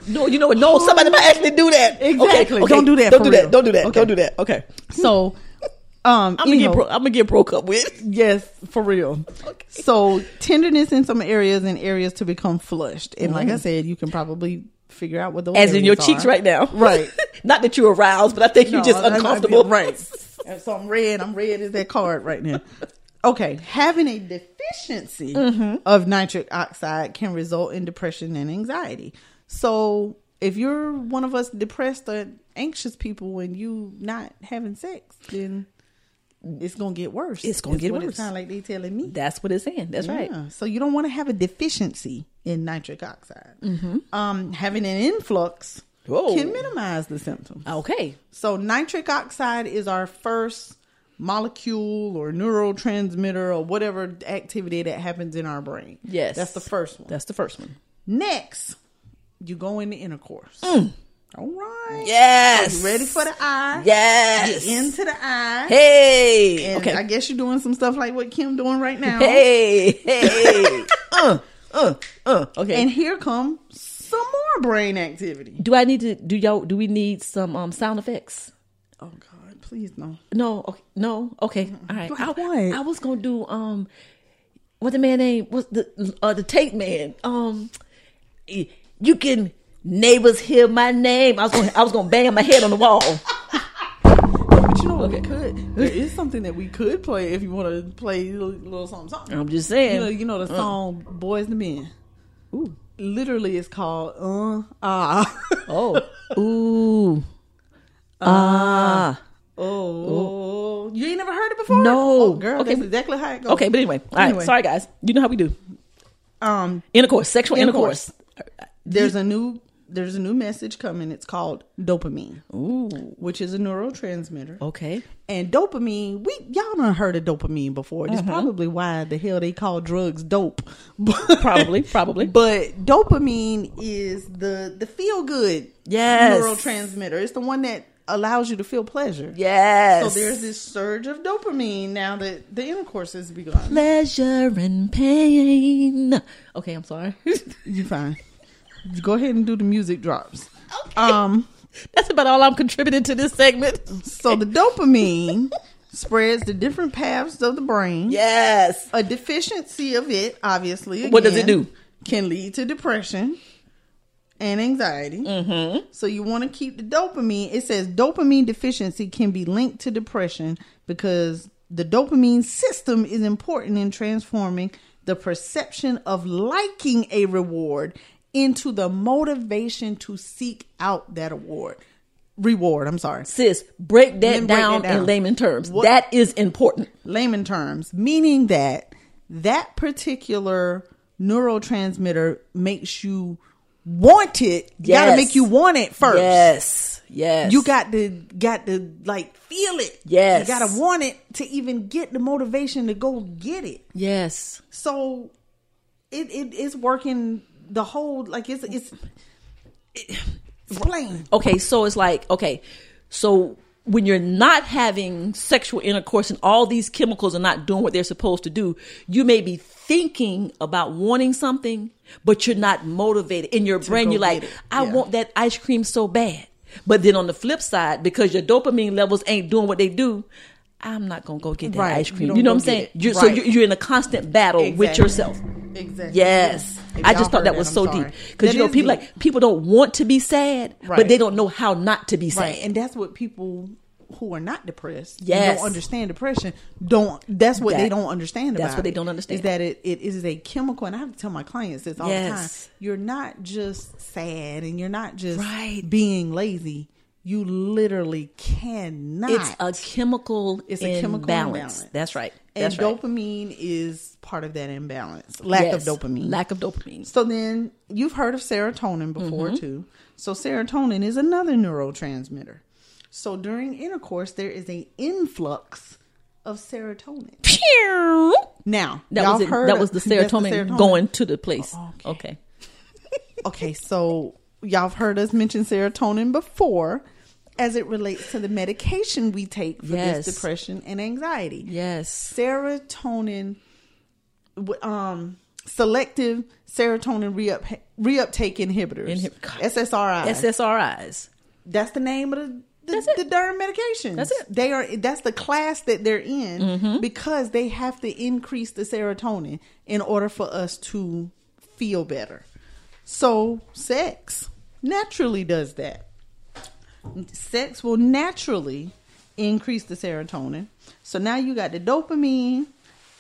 No, you know what? No, somebody might actually do that. Okay,
Exactly.
okay.
Don't do that
Don't
for
do
real.
that. Don't do that.
Okay.
Don't do that. Okay.
So, um,
I'm gonna,
anyhow,
get bro- I'm gonna get broke up with.
yes, for real. So tenderness in some areas and areas to become flushed, and like I said, you can probably figure out what those
Mm. As in your
areas
cheeks
are.
right now.
Right.
[LAUGHS] Not that you're aroused, but I think
No,
you're just
I- I- I-
uncomfortable.
right? And [LAUGHS] so I'm red. I'm red as that card right now. Okay, having a deficiency
Mm-hmm.
of nitric oxide can result in depression and anxiety. So if you're one of us depressed or anxious people and you not having sex, then it's gonna get worse.
It's gonna
Is
get
what It
worse.
sound like they telling me.
[LAUGHS] That's what it's saying. That's right.
Yeah. So you don't want to have a deficiency in nitric oxide. Um, having an influx
Mm-hmm. Whoa.
can minimize the symptoms.
Okay.
So nitric oxide is our first molecule or neurotransmitter or whatever activity that happens in our brain.
Yes.
That's the first one.
That's the first one.
Next, you go into intercourse. All right.
Mm. Yes.
You ready for the eye?
Yes.
Get into the eye.
Hey.
And
okay.
I guess you're doing some stuff like what Kim doing right now.
hey. Hey.
[LAUGHS]
uh. Uh. Uh. Okay.
And here come some more brain activity.
do I need to do y'all? Do we need some um sound effects?
Oh God, please no.
No. Okay. No. Okay. All right.
Like
I,
Mm-hmm. what?
I was gonna do um, what the man name was the uh the tape man um, y- you can neighbors hear my name. I was gonna I was gonna bang my head on the wall.
But you know what we could? There is something that we could play if you want to play a little, little something. something.
I'm just
You know,
saying.
you know the song "Boys and Men." Literally, it's called "Uh Ah [LAUGHS]
Oh. [LAUGHS] Ooh. Ah.
Oh." You ain't never heard it before?
No.
oh, girl.
Okay,
that's
but-
exactly how it goes.
Okay, but anyway, all right.
Anyway.
Sorry, guys. You know how we do
Um,
intercourse, sexual intercourse.
Intercourse. there's a new there's a new message coming. It's called dopamine,
Ooh.
which is a neurotransmitter.
Okay.
And dopamine, we y'all done heard of dopamine before. It's probably why the hell they call drugs dope. [LAUGHS]
Probably, probably.
But dopamine is the the feel good
Yes.
neurotransmitter. It's the one that allows you to feel pleasure. So
Yes.
there's this surge of dopamine now that the intercourse has begun.
pleasure and pain. Okay, I'm sorry. [LAUGHS]
You fine. Go ahead and do the music drops. Um
That's about all I'm contributing to this segment.
so [LAUGHS] the dopamine spreads the different paths of the brain.
Yes. Uh,
a deficiency of it, obviously.
What does it
again,
do?
Can lead to depression and anxiety. Mm-hmm. So you want to keep the dopamine. It says dopamine deficiency can be linked to depression because the dopamine system is important in transforming the perception of liking a reward into the motivation to seek out that award. Reward, I'm sorry.
Sis, break
Let me
that
break that
down,
down.
in layman terms.
What-
That is important.
layman terms, meaning that that particular neurotransmitter makes you want it. Got to
Yes.
make you want it first.
Yes. Yes.
You got to got to like feel it.
Yes.
You got to want it to even get the motivation to go get it.
Yes.
So it it is working the whole like it's it's it- explain.
Okay, so it's like, okay, so when you're not having sexual intercourse and all these chemicals are not doing what they're supposed to do, you may be thinking about wanting something, but you're not motivated. In your brain,
go
you're like,
get it.
I
Yeah.
want that ice cream so bad. But then on the flip side, because your dopamine levels ain't doing what they do, I'm not gonna go get that
Right.
ice
You
cream. You,
don't
know
go
what I'm
get
saying?
it.
You're, So
Right.
you're, you're in a constant battle with
Exactly.
yourself.
Exactly.
Yes.
If
I
y'all
just thought
heard
that was
I'm
so
sorry.
deep. Because
That
you know,
is
people
deep.
like people don't want to be sad,
Right.
but they don't know how not to be sad.
Right. And that's what people who are not depressed and
Yes.
don't understand depression don't that's what they
That-
don't understand
that's
about
what they
it,
don't understand.
is that it, it is a chemical and I have to tell my clients this all
Yes.
the time. You're not just sad and you're not just
Right.
being lazy. You literally cannot
it's a chemical
It's a
imbalance.
chemical imbalance.
That's right.
and
That's right.
dopamine is part of that imbalance. Lack
Yes.
of dopamine.
Lack of dopamine.
So then you've heard of serotonin before
Mm-hmm.
too. So serotonin is another neurotransmitter. So during intercourse, there is a influx of serotonin. Now
That
y'all
was it.
heard
that
of-
was the
[LAUGHS] that's Oh,
serotonin, going to the place.
Okay.
Okay.
[LAUGHS] Okay, so y'all have heard us mention serotonin before. As it relates to the medication we take for
Yes.
this depression and anxiety,
Yes.
serotonin w- um selective serotonin reup reuptake inhibitors
Inhib- God.
SSRI
SSRIs.
that's the name of the
That's
the,
it.
the derm medications
That's it. Mm-hmm.
they are that's the class that they're in because they have to increase the serotonin in order for us to feel better so sex naturally does that sex will naturally increase the serotonin. So now you got the dopamine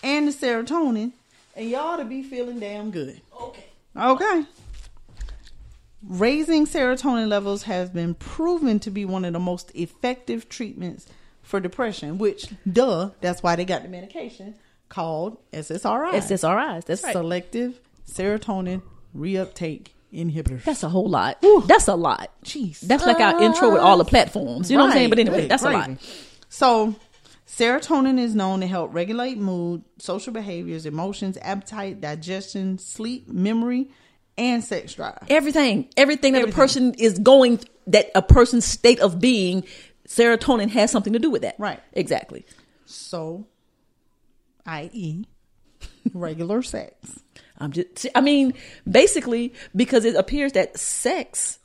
and the serotonin, and y'all to be feeling damn good.
Okay.
Okay. Raising serotonin levels has been proven to be one of the most effective treatments for depression, which, duh, that's why they got the medication called SSRI.
SSRIs. That's right.
Selective Serotonin Reuptake Inhibitors.
that's a whole lot. That's a lot.
Jeez. Uh,
That's like our intro with all the platforms. You know what I'm saying? But anyway,
Right,
that's a
right.
lot.
So, serotonin is known to help regulate mood, social behaviors, emotions, appetite, digestion, sleep, memory, and sex drive.
everything everything that a
Everything.
person is going that a person's state of being serotonin has something to do with that
Right.
exactly
So, i.e., [LAUGHS] regular sex.
i'm just see, i mean basically because it appears that sex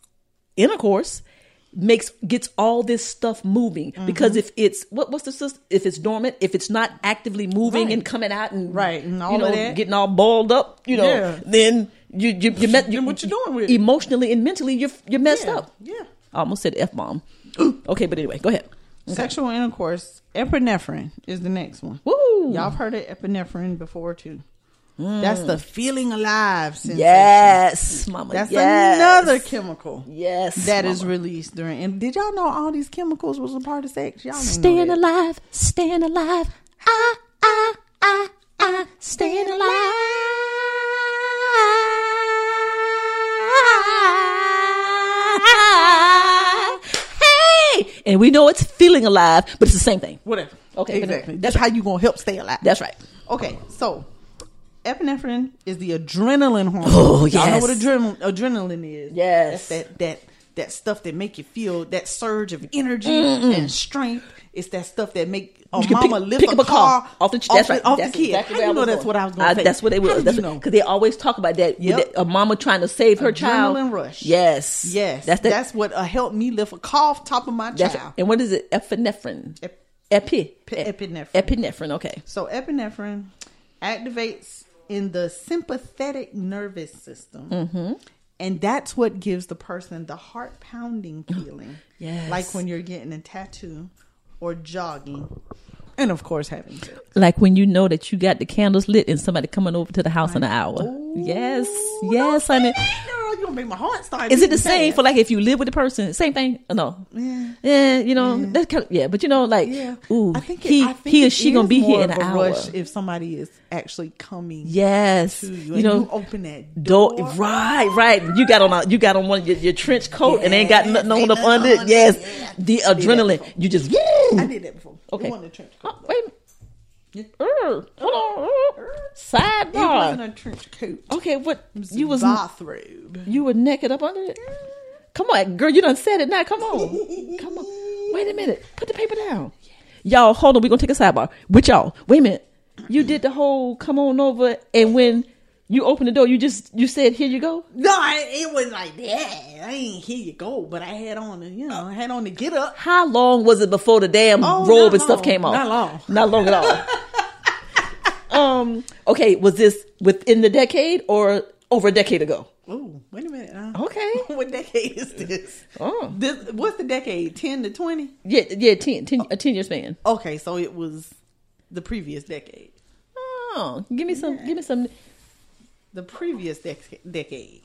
intercourse makes gets all this stuff moving
Mm-hmm.
because if it's what what's the sus- if it's dormant if it's not actively moving
Right.
and coming out and
Right, and all
you
of
know
that.
getting all balled up you know
Yeah.
then you you you met you
what you doing with it?
emotionally and mentally you're you're messed
Yeah,
up
yeah.
I almost said f
[GASPS]
bomb okay but anyway go ahead
Sexual intercourse. Epinephrine is the next one.
Woo!
Y'all have heard of epinephrine before, too. That's the feeling alive sensation.
Mm. Yes, mama.
That's
yes.
another chemical.
Yes,
that is
mama.
released during. And did y'all know all these chemicals was a part of sex? Y'all didn't know
Staying [LAUGHS]
that.
alive, staying alive. Ah, ah, ah, ah. Staying alive. we know it's feeling alive, but it's the same thing.
Whatever.
Okay, but
exactly. That's
that's
how you gonna help stay alive.
That's right.
Okay, so epinephrine is the adrenaline hormone.
Oh,
Y'all know
yes.
what adrenaline adrenaline is.
Yes.
That's that that that stuff that make you feel that surge of energy and strength. It's that stuff that make a
You can
mama lift a, car
off the ch- that's
off,
right
the, off
That's
the kid.
exactly
how
where
you know
was
that's
going. Uh,
what I was going to say?
That's what
How
it was.
did
That's
you know?
because they always talk about that. with
Yep.
that- A mama trying to save her child.
Adrenaline rush.
Yes.
Yes,
That's
that's,
that.
what uh, helped me lift a cough top of my
that's
child.
And what is it? Epinephrine.
Ep-
Epi.
P-
Ep-
epinephrine.
Epinephrine. Okay.
So epinephrine activates in the sympathetic nervous system. And that's what gives the person the heart pounding feeling.
Yes.
Like when you're getting a tattoo or jogging. And of course having sex.
Like when you know that you got the candles lit and somebody coming over to the house in an hour. yes. Yes, honey.
Girl, you gonna make my heart start.
Is it the
beating
same
fast.
for like if you live with the person? Same thing? Or no. Yeah. you know, that's kind of, yeah, but you know, like,
Yeah.
ooh,
I think it,
he,
I think
he or
it
she gonna
is
be
more
here in
of
an
a
hour.
rush if somebody is actually coming
yes.
to you.
You,
and
know,
you open that
door.
door.
right, right. You got on a, you got on one of your, your trench coat and ain't got
Yes,
nothing on
ain't
up
nothing
under it.
on it.
Yes,
Yeah.
the adrenaline. You just woo.
I did that before.
Okay.
It wasn't a trench coat.
Oh, wait. Er, hold on. er,
It wasn't
Sidebar.
a trench coat.
Okay, what you was
bathrobe.
you were naked up under it? Come on, girl. You done said it now. Come on. Come on. Wait a minute. Put the paper down. Y'all, hold on. We're gonna take a sidebar with y'all. Wait a minute. You did the whole come on over, and when you opened the door, you just you said, "Here you go."
No, I, it was like that. I ain't here you go, but I had on, the, you know, I had on the get up.
How long was it before the damn
Oh,
robe
not
and stuff
long.
came off?
Not long.
Not long at
[LAUGHS]
all. um. Okay. Was this within the decade or over a decade ago?
Oh, wait a minute. Uh, [LAUGHS]
Okay.
what decade is this?
Oh.
This what's the decade? Ten to twenty.
Yeah. Yeah. Ten. ten a ten year span.
Okay, so it was the previous decade.
Oh. Give me some. Give me some.
The previous dec- decade.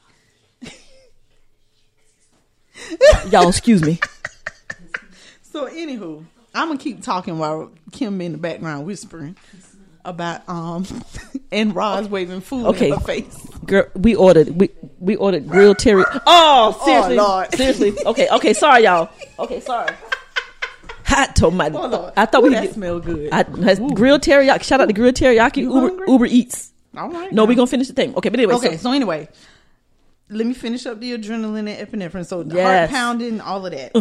Y'all, excuse me.
So, anywho, I'm gonna keep talking while Kim in the background whispering about um [LAUGHS] and Roz waving food
Okay.
in her face.
Girl, we ordered. We we ordered grilled terry. Oh, seriously.
Lord.
Seriously. Okay. Okay. Sorry, y'all. Okay. Sorry. Hot tomato.
Oh, Lord.
I thought
Ooh,
we could
that
get-
smell good.
I, that's grilled teriyaki. Shout out to grilled teriyaki. Uber,
hungry?
Uber Eats.
All right.
No,
now.
we're gonna finish the thing. Okay, but anyway,
Okay,
so,
so anyway, let me finish up the adrenaline and epinephrine. So the
Yes. Uh,
heart pounding, all of that.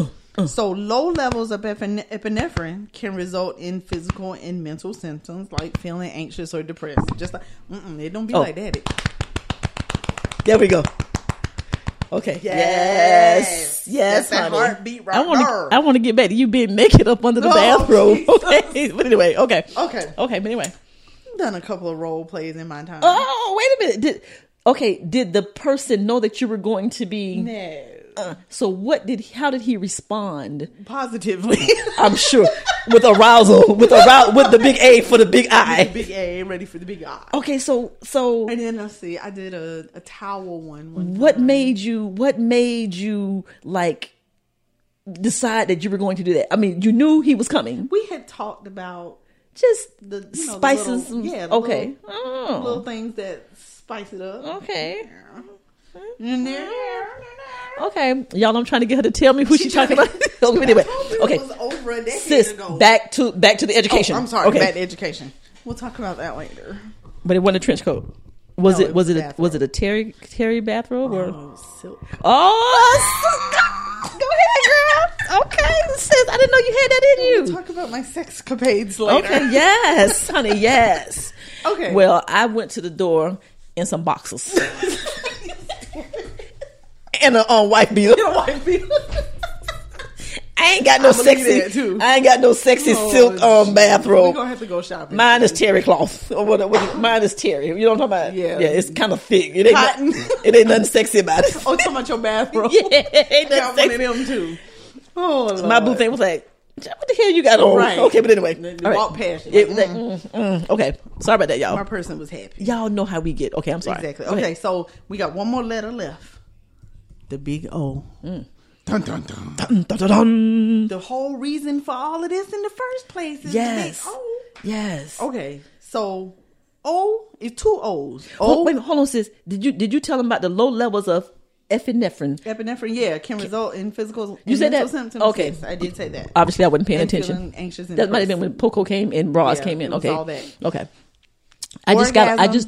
So low levels of epine- epinephrine can result in physical and mental symptoms like feeling anxious or depressed. Just like mm-mm, it don't be
Oh.
like that. It-
there we go. Okay. Yes.
Yes. That's
Yes,
that
honey.
heartbeat right
I want
there.
to. I want to get back to you being naked up under the
Oh,
bathrobe.
Jesus.
Okay. [LAUGHS] But anyway. Okay.
Okay.
Okay. But anyway.
I've done a couple of role plays in my time.
Oh, wait a minute. Did okay? Did the person know that you were going to be?
No,
Uh, so what did? How did he respond? [LAUGHS]
positively. [LAUGHS]
I'm sure with arousal, with arousal, with the big A for the big I.
big A, ready for the big I.
Okay. So so
And then I see I did a, a towel one. one
what made you what made you like decide that you were going to do that i mean you knew he was coming
we had talked about
just
the you know, the
spices
little-
some-
yeah, the
okay
little-
oh,
little things that spice it up.
okay Mm-hmm.
In there.
okay y'all i'm trying to get her to tell me who she, talking about [LAUGHS] Okay, anyway
[LAUGHS]
okay
It was over a decade
sis
ago.
back to back to the education
Oh, I'm sorry,
okay
back to education. We'll talk about that later.
but it wasn't a trench coat was
No,
it was it
it was
a, was it a terry terry bathrobe or
Oh, silk. [LAUGHS]
oh s- go ahead girl okay sis i didn't know you had that in you
We'll talk about my sex capades later.
Okay, yes, honey, yes.
Okay.
Well, I went to the door in some
[LAUGHS]
boxes and an
um,
on white [LAUGHS] beater. I ain't got no
believe
sexy.
that, too.
I ain't got no sexy
Oh,
silk um
We're
bathrobe.
gonna have to go shopping.
Mine is terry cloth or what? what mine is terry. You know what I'm talking about?
Yeah.
yeah. It's kind of thick. It ain't.
Cotton.
[LAUGHS] It ain't nothing sexy about it.
[LAUGHS] Oh, talk
[LAUGHS]
about your bathrobe.
yeah, it
[LAUGHS]
ain't
Got one
nothing
of
sexy.
them too. Oh, Lord.
My boo thing was like, "What the hell you got on?"
Right.
Okay, but anyway,
They
all right.
walk past you,
It-
like,
like, mm, mm. okay, sorry about that, y'all.
My person was happy.
Y'all know how we get. Okay, I'm sorry.
Exactly.
Go ahead.
Okay, so we got one more letter left. The big O. Dun, dun, dun.
Dun, dun, dun.
The whole reason for all of this in the first place is
Yes.
the big O.
Yes.
Okay, so O is two O's.
Oh,
O
wait, a minute, hold on, sis. Did you did you tell them about the low levels of epinephrine.
Epinephrine, yeah, can result in physical.
You
in
said
mental
that?
Symptoms.
Okay.
Yes, I did say [LAUGHS] that.
Obviously, I wasn't paying
And feeling
attention.
anxious and
that might have been when
depressed.
Poco came and Ross
Yeah,
came in.
it was
Okay,
all that.
okay. I just got. I
Orgasm. Hmm?
just.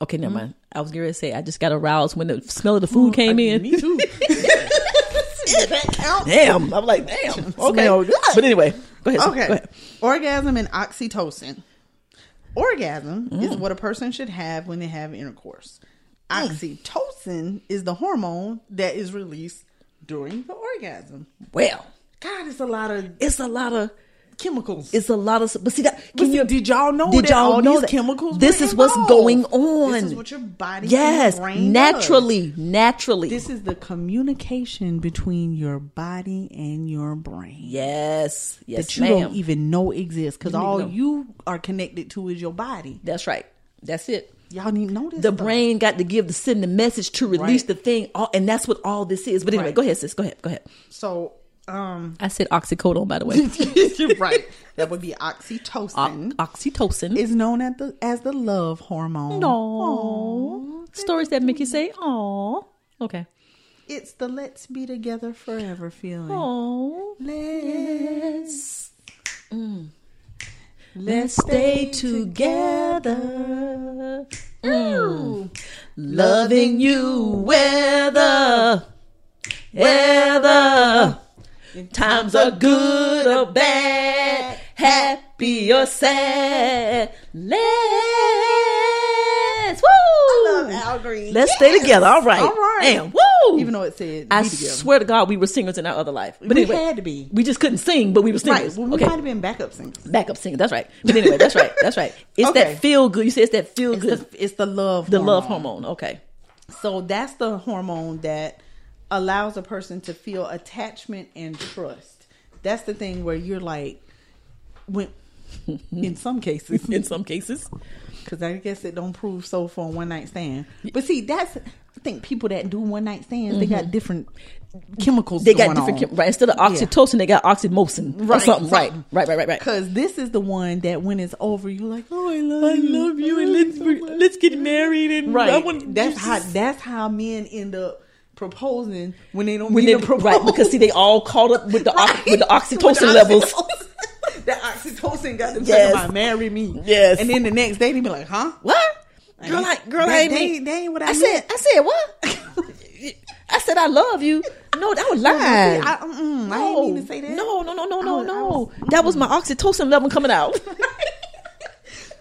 Okay, never mind. I was going to say I just got aroused when the smell of the food came in.
Oh, Me too. Does that count?
[LAUGHS] Damn, I'm like damn. Okay,
[LAUGHS] Smell good.
but anyway, go ahead.
Okay.
Go ahead.
Orgasm and oxytocin. Orgasm
Mm.
is what a person should have when they have intercourse. Oxytocin is the hormone that is released during the orgasm.
Well,
God, it's a lot of
it's a lot of.
chemicals.
It's a lot of. But see that.
But
Can
see,
you,
did y'all know
Did
that
y'all
all
know
these
that
chemicals?
this
were
is what's
involved?
going
This
on?
is what your body,
yes,
naturally.
naturally, naturally.
This is the communication between your body and your brain
yes, yes,
that you
ma'am.
don't even know exists because
You don't
all
even know.
you are connected to is your body.
That's right. That's it.
Y'all need to know this.
the
stuff.
brain got to give the send the message to release
Right.
the thing all, and that's what all this is but anyway
Right.
go ahead sis go ahead go ahead
So,
[LAUGHS]
um,
i said oxycodone by the
[LAUGHS]
way
you're right. [LAUGHS] That would be
O-
oxytocin.
oxytocin
is known as the as the love hormone.
no stories that make you say oh okay
It's the let's be together forever feeling.
oh
Let's Mm.
let's stay together Mm. loving you whether whether times are good or bad, happy or sad. Let's woo.
love Al Green.
Let's stay together. All right.
All right.
And woo.
Even though it said
I
be together.
swear to God, we were singers in our other life. But
We
anyway,
had to be.
We just couldn't sing, but we were
Right.
singers.
Well, we
okay.
might have been backup singers.
Backup singer. That's right. But anyway, that's right.
[LAUGHS]
That's right. It's
Okay.
that feel good. You say it's that feel
It's
good.
the, it's the love
the
hormone.
love hormone. Okay.
So that's the hormone that allows a person to feel attachment and trust. That's the thing where you're like,
[LAUGHS]
when in some cases,
In some cases.
because I guess it don't prove so for a one night stand. But see, that's I think people that do one night stands they got different chemicals.
Mm-hmm. They got different, chem- right? Instead of oxytocin, they got oxymocin or something, right? Right, right, right, right.
Because this is the one that when it's over, you're like, oh, I love,
I
you.
love you, and
love you so
let's
much."
let's get married, and
right.
I want
that's how that's how men end up proposing when they don't
when
when
they
to propose.
right because
[LAUGHS]
see they all caught up with the ox
Right.
with the oxytocin
[LAUGHS] With the
levels.
oxytocin. that oxytocin got them
Yes.
talking about marry me.
Yes.
and then the next day they be like, huh?
What girl? I girl,
That-
I ain't
they-
mean-
they ain't what I
said.
meant.
I said what? [LAUGHS] I said I love you. No, I was lying.
I, mm, I ain't mean to say that.
No, no, no, no, no,
I was- I
no.
was- mm.
that was my oxytocin level
[LAUGHS]
coming out. [LAUGHS]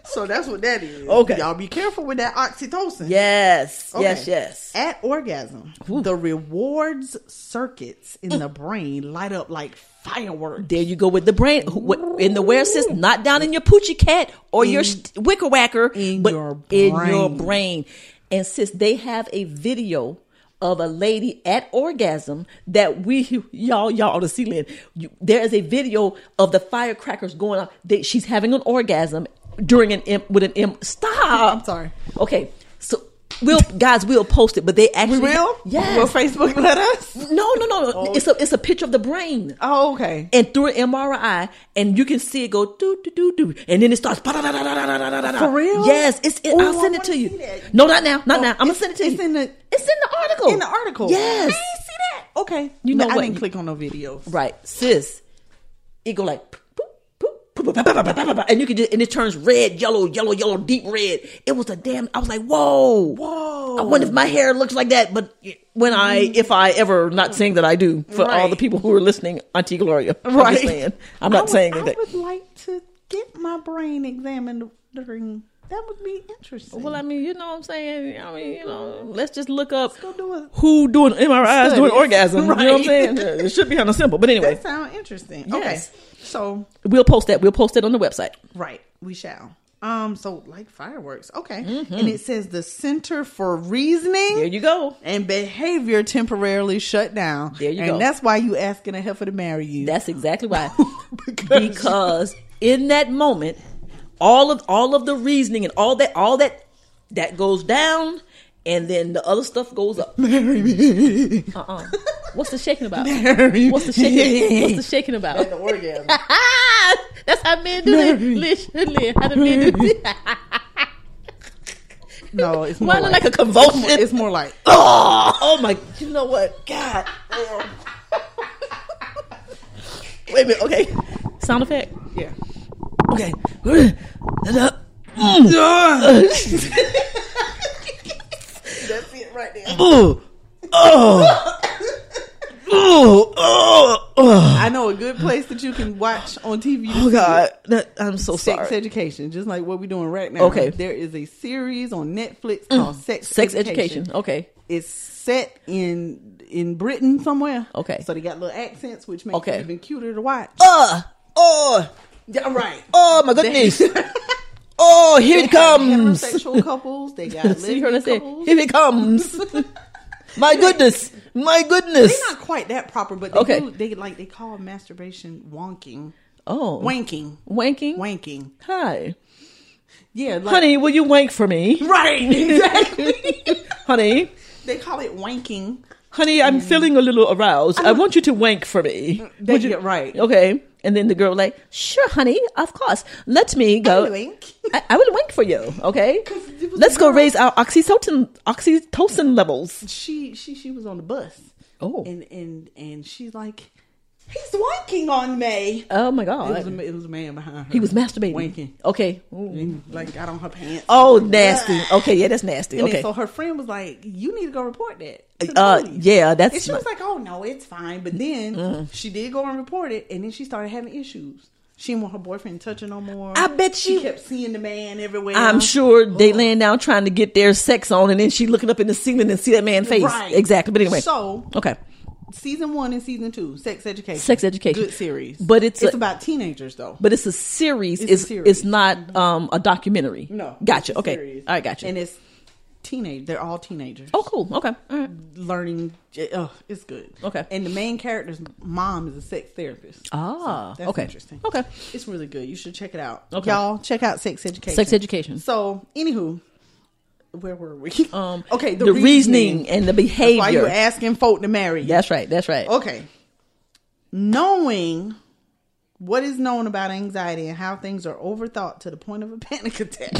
So that's what that is.
Okay.
Y'all be careful with that oxytocin.
yes,
Okay.
yes, yes.
At orgasm, the rewards circuits in the brain light up like fireworks.
There you go with the brain Wh- wh- in the where sis, not down in your poochie cat or your st- wicker whacker,
in
but
your
in your
brain.
brain. And sis, they have a video of a lady at orgasm that we [LAUGHS] y'all y'all on the ceiling. You, there is a video of the firecrackers going on. They, she's having an orgasm during an M, with an M. Stop.
I'm sorry.
Okay, so we'll guys we'll post it, but they actually
We will? Oh.
Yes.
Will Facebook let us?
no, no, no, no. It's a it's a picture of the brain
Oh, okay.
and through an MRI, and you can see it go do do do do, and then it starts. For
For real?
Yes, it's. It,
Ooh, I
I'll send
wanna
it to you.
see that.
No, not now,
No,
not now. I'm gonna
it's-
send it to
it's
you.
in the-
it's in the article.
In the article.
Yes.
I ain't see that. Okay.
You know
I
what?
didn't click on no videos.
Right, sis. It go like. boop, boop, boop, boop, boop, boop, boop, boop, boop, And you can just, and it turns red, yellow, yellow, yellow, deep red. It was a damn. I was like, whoa, whoa. Mm-hmm. I wonder if my hair looks like that. But when I, if I ever, not saying that I do, for all
Right.
the people who are listening, Auntie Gloria, I'm just
Right.
saying. I'm not
I would-
saying
I
anything.
would like to get my brain examined during. That would be interesting.
Well, I mean, you know what I'm saying? I mean, you know, let's just look up
go do a-
who doing MRIs
Studies.
doing orgasm. You know what I'm
Right.
saying? it should be on a simple. But anyway,
that sound interesting.
Yes.
Okay. So
we'll post that. We'll post it on the website.
Right, we shall. Um, so like fireworks, okay. And it says the Center for Reasoning
Mm-hmm. There you go.
and Behavior temporarily shut down.
There you
and
go.
that's why you asking a heifer to marry you.
That's exactly why.
because,
[LAUGHS] because in that moment, all of all of the reasoning and all that all that that goes down, and then the other stuff goes up.
marry me.
Uh-uh. What's the shaking
[LAUGHS]
about?
Marry
What's the shaking? What's the shaking about?
the
[LAUGHS]
orgasm?
Ah, that's how men do it.
Mary.
[LAUGHS] Listen, how do men do
No, it's more
Mine look
like,
like a convulsion.
it's more like
oh, oh my! You know what? [LAUGHS] God. damn. Wait a minute. Okay. Sound effect.
yeah.
Okay. That's
it right
there. Oh. Oh. Oh. Oh.
I know a good place that you can watch on TV.
Oh God. That, I'm so
Sex
sorry.
education, just like what we're doing right now.
Okay. Mm.
there is a series on Netflix called Sex
Sex education. Okay.
It's set in in Britain somewhere.
Okay.
so they got little accents, which makes
Okay.
it even cuter to watch.
Uh. Oh.
Yeah, right.
Oh my goodness.
[LAUGHS]
Oh, here it comes.
Heterosexual couples, they got
[LAUGHS] See, you
lesbian
say,
couples.
here it comes. my goodness. My goodness.
They're not quite that proper, but they
Okay.
do, they like they call masturbation wonking,
Oh.
wanking,
Wanking.
wanking.
Hi.
Yeah, like,
Honey, will you wank for me? [LAUGHS]
right? Exactly. Mm.
Honey.
they call it wanking.
Honey, I'm feeling a little aroused. I want you to wank for me.
They get right.
Okay. And then the girl like, sure, honey, of course. Let me go.
wank."
I, I will wank for you. Okay.
'Cause it was
Let's
a
go
girl-
raise our oxytocin oxytocin levels.
She she she was on the bus.
Oh.
and and and she's like, he's wanking on me.
Oh my
It was,
god.
a, it was a man behind her.
He was masturbating.
Wanking.
Okay.
And, like got on her pants.
Oh, nasty. Okay, yeah, that's nasty.
And
Okay.
then, so her friend was like, "You need to go report that." to the
Uh,
police."
yeah, that's Mm.
And she
not-
was like, "Oh no, it's fine." But then she did go and report it, and then she started having issues. She didn't want her boyfriend touching no more.
I bet
she
you-
kept seeing the man everywhere.
I'm sure they
Mm.
laying down trying to get their sex on, and then she looking up in the ceiling and see that man's face.
Right.
Exactly. But anyway.
So
okay.
season one and season two, sex education,
Sex education.
good series.
But it's
it's
a-
about teenagers though.
But it's a series.
It's a
It's it's,
series. Mm-hmm.
not um a documentary.
No,
Gotcha.
it's a
Okay.
series.
All right. Gotcha.
And it's teenage. They're all teenagers.
oh, cool. Okay. All right.
Mm-hmm. learning. Oh, it's good.
Okay.
And the main character's mom is a sex therapist.
Ah.
That's
okay.
interesting.
Okay.
It's really good. You should check it out.
Okay.
Y'all check out Sex Education.
Sex education.
So, anywho, where were we?
Um.
[LAUGHS] okay,
The, reasoning, and the
That's why you Oh.
behavior.
asking folk to marry you.
That's right. That's right.
Okay. Knowing what is known about anxiety and how things are overthought to the point of a [LAUGHS] panic attack,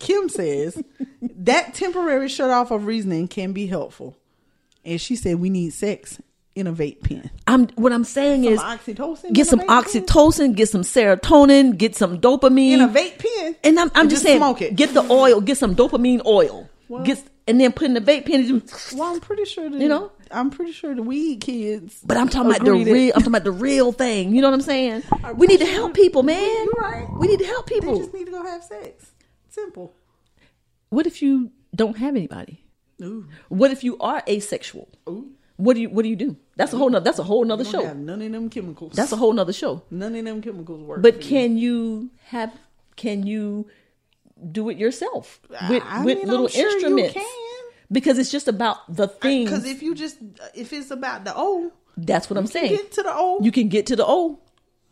Kim says that temporary shut off of reasoning can be helpful. And she said we need sex in a vape pen.
I'm. What I'm saying
Some
is,
oxytocin. in a
get some
vape pen?
oxytocin, get some serotonin, get some dopamine
in a vape pen.
And I'm, I'm
And
just,
just
saying,
smoke it.
get the oil, get some dopamine oil, get and then put in the vape pen. And do,
Well, I'm pretty sure that
You know?
I'm pretty sure the weed kids.
but I'm talking about the
agree that-
real. I'm talking about the real thing. You know what I'm saying? We need to help people, man.
You're right.
We need to help
They
people.
just need to go have sex. Simple.
What if you don't have anybody?
Ooh,
What if you are asexual? What do you What do you do? That's a whole nother. That's a whole nother
don't have
show.
none of them chemicals.
That's a whole nother show.
none of them chemicals work. for
But
you.
can you have? Can you do it yourself with
I
with
mean,
little
I'm sure you
instruments?
can.
Because it's just about the thing.
Because if you just if it's about the O,
That's what I'm saying.
get to the O
you can get to the O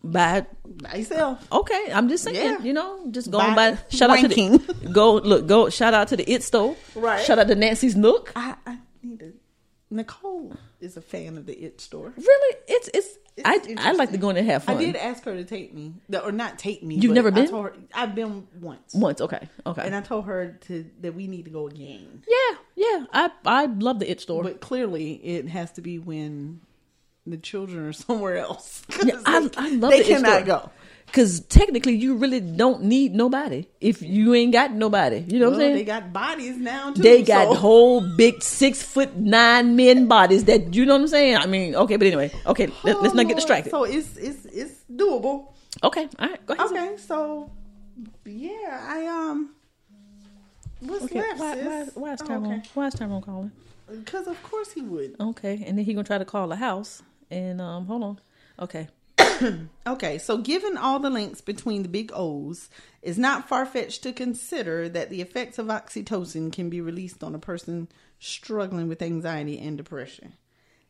by
myself.
okay. I'm just saying,
Yeah.
you know, just going by,
By
shout out to the
wanking.
[LAUGHS] go look go shout out to the It Store,
Right.
Shout out to Nancy's Nook.
I, I need to. Nicole is a fan of the It store.
Really, it's it's, I I
interesting.
like to go in and have fun.
I did ask her to take me, the- or not take me.
You've
but
never
I
been?
told her- I've been once,
once, okay, okay,
and I told her to that we need to go again.
yeah, yeah. I I love the It Store.
But clearly, it has to be when the children are [LAUGHS] somewhere else. 'Cause
[LAUGHS] Yeah, I,
they-
I love
they
the It
cannot
Store.
go.
because technically you really don't need nobody if you ain't got nobody. You know
Well,
what I'm saying?
they got bodies now. Too,
They got
so-
whole big six foot nine men bodies that you know what I'm saying. I mean, okay, but anyway, okay, let, us
Oh,
not get
Lord.
distracted.
So it's it's it's doable.
okay, all right, go ahead.
Okay, so yeah, I um, what's left? sis? Oh, okay.
Why is Tyrone calling?
Because of course he would.
Okay, and then he gonna try to call the house. And um, hold on. Okay,
Okay, so given all the links between the big O's, it's not far fetched to consider that the effects of oxytocin can be released on a person struggling with anxiety and depression.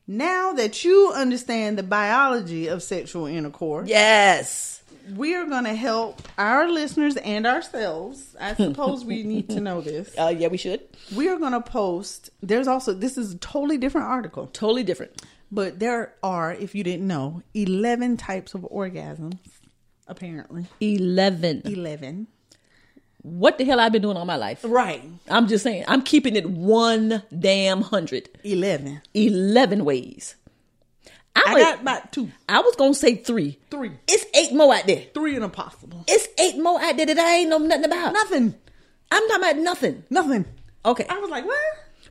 Now that you understand the biology of sexual intercourse,
yes,
we are going to help our listeners and ourselves. I suppose we need to know
[LAUGHS]
this.
uh, yeah, we should.
we are going to post there's also this is a totally different article
Totally different.
but there are if you didn't know 11 types of orgasms apparently
Eleven.
11
what the hell I've been doing all my life.
Right.
I'm just saying, I'm keeping it one damn hundred.
11.
11 ways.
I
I, was,
got about two,
I was gonna say three.
three,
It's eight more out there.
three and impossible.
It's eight more out there that I ain't know nothing about.
Nothing.
I'm talking about nothing.
Nothing.
Okay.
I was like, what?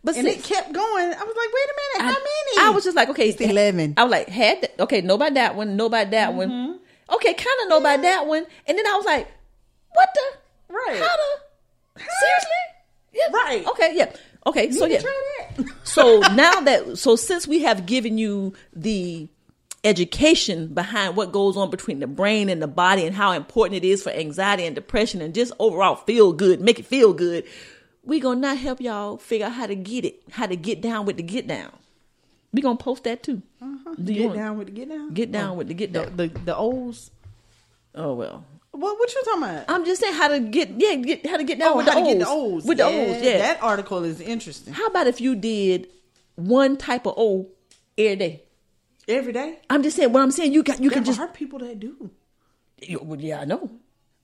But
and it
sis-
kept going. I was like, wait a minute, how many?
I was just like, okay,
It's 11.
I was like, had that, okay, no by that one, no by that one.
Mm-hmm.
Okay, kind of no by that one, and then I was like, what the?
Right.
How the? Seriously? Yeah.
Right.
Okay. Yeah. Okay. so yeah.
try that.
so now that so since we have given you the education behind what goes on between the brain and the body and how important it is for anxiety and depression and just overall feel good, make it feel good, we gonna not help y'all figure out how to get it, how to get down with the get down. We gonna post that too. Do you
Uh-huh. Get
wanna-
down with the Oh. get down.
Get down with the get down.
the the olds.
oh well.
What what you talking about?
I'm just saying how to get yeah get how to get down with the
Oh, how to
olds.
get the olds.
With the olds, yeah.
That article is interesting.
how about if you did one type of old every day?
Every day,
I'm just saying. What I'm saying, you got you
there
can just
are people that do.
You- well, yeah, I know.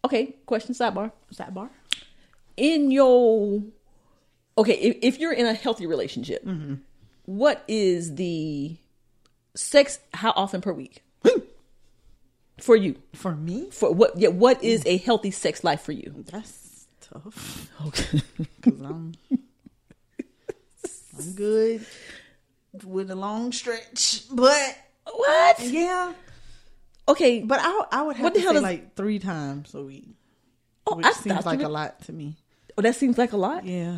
Okay, question sidebar.
Sidebar.
In your okay, if, if you're in a healthy relationship,
Mm-hmm.
what is the sex? How often per week for you?
For me,
For what? Yeah, what is a healthy sex life for you?
that's tough.
Okay,
Cause I'm, I'm good with a long stretch, but
what?
yeah.
Okay,
But
but
I I would have
What
to
the hell
say
is-
like three times a week,
oh,
which
I
seems
thought
like
you
a
were-
lot to me.
Oh, that seems like a lot.
Yeah,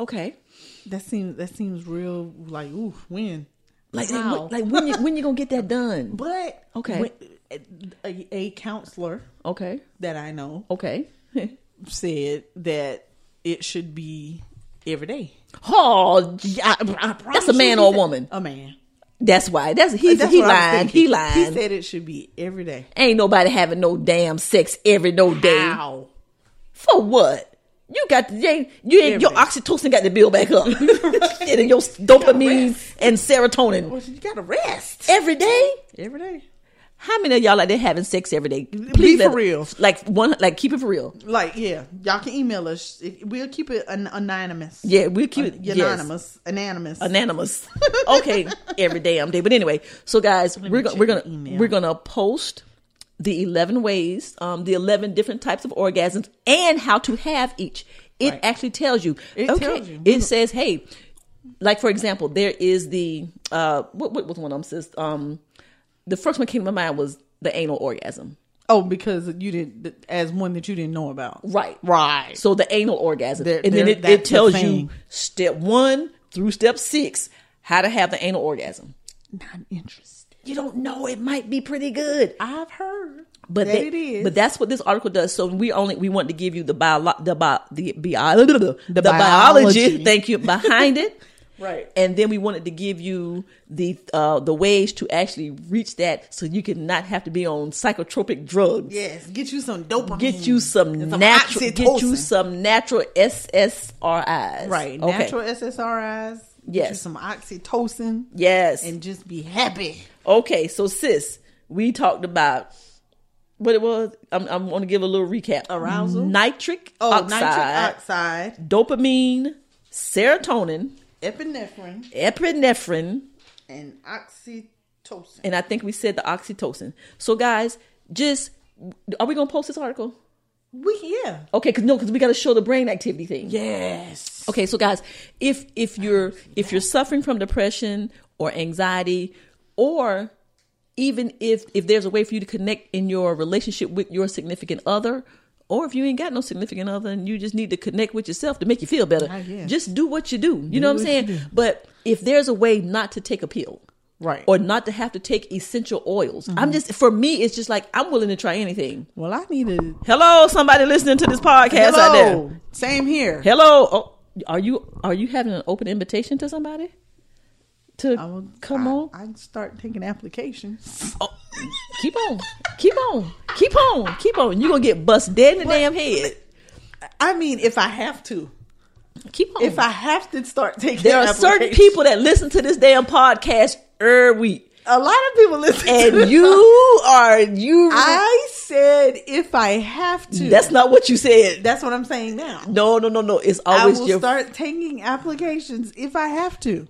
Okay,
that seems that seems real. Like ooh, when.
like
Wow.
like when you, when you gonna
[LAUGHS]
get that done?
But
Okay.
when- a, a counselor
Okay,
that I know
okay. [LAUGHS]
said that it should be every day.
oh, gee, I- I- that's a man or a woman.
A man.
That's why. That's he's
That's
he
what I was
lying.
thinking.
He lying.
He said it should be every day.
Ain't nobody having no damn sex every no day.
Wow.
For what? You got to, you ain't, you ain't your
Everything.
oxytocin got to build back [LAUGHS] up. Shit, and your dopamine and serotonin
Well, you gotta rest
every day.
every day.
How many of y'all like they having sex every day?
for
let-
real.
Like one, like keep it for real.
Like yeah, y'all can email us. It- We'll keep it an- anonymous.
Yeah, we keep it
An-
yes.
anonymous. Anonymous. [LAUGHS]
anonymous. okay, every damn day. But anyway, so guys, we're gonna
check
we're gonna
the email.
we're gonna post the eleven ways, um, the eleven different types of orgasms, and how to have each. It actually tells you.
It tells you.
It says, hey, like for example, there is the uh, what, what was one of them says um, the first one came to my mind was the anal orgasm.
oh, because you didn't as one that you didn't know about.
Right.
Right.
So the anal orgasm.
There-
and then
there-
it,
that's
it
the
tells you
thing.
step one through step six, how to have the anal orgasm.
Not interested.
you don't know it might be pretty good
I've heard,
but
that
they-
it is.
but that's what this article does so we only we want to give you the bio the bio, the, bio, the, biology.
biology.
[LAUGHS] thank you behind it
[LAUGHS] Right.
and then we wanted to give you the uh the ways to actually reach that so you could not have to be on psychotropic drugs
yes. Get you some dopamine.
Get you some
and some
natural, get you
oxytocin.
some natural SSRIs.
Right.
Okay.
Natural SSRIs. Get
Yes.
You some oxytocin.
Yes.
And just be happy.
Okay, so sis, we talked about what it was. I'm, I'm going to give a little recap.
Arousal?
nitric
Oh,
oxide,
nitric oxide,
dopamine, serotonin,
epinephrine,
epinephrine,
and oxytocin.
and I think we said the oxytocin. So, guys, just are we going to post this article?
We yeah.
Okay, because no, because we got to show the brain activity thing.
Yes.
Okay, so guys, if if you're if you're suffering from depression or anxiety, or even if if there's a way for you to connect in your relationship with your significant other, or if you ain't got no significant other and you just need to connect with yourself to make you feel better,
Ah, yeah.
just do what you do. You know what I'm
what you
saying? But if there's a way not to take a pill,
Right. Mm-hmm.
or not to have to take essential oils, I'm just for me, it's just like I'm willing to try anything.
well, I need a
Hello, somebody listening to this podcast out there.
hello. Same here.
Hello, oh, are you are you having an open invitation to somebody to
I will-
come
I-
on?
I can start taking applications.
Oh, keep on, keep on, keep on, keep on. You are gonna get bust dead in the damn head.
I mean, if I have to,
Keep on.
if I have to start taking,
there are certain
applications.
people that listen to this damn podcast every week,
[LAUGHS] A lot of people listen. to
and
this.
you are you.
I said if I have to.
That's not what you said.
That's what I'm saying now.
No, no, no, no. It's
I
always
will
your
start taking applications if I have to.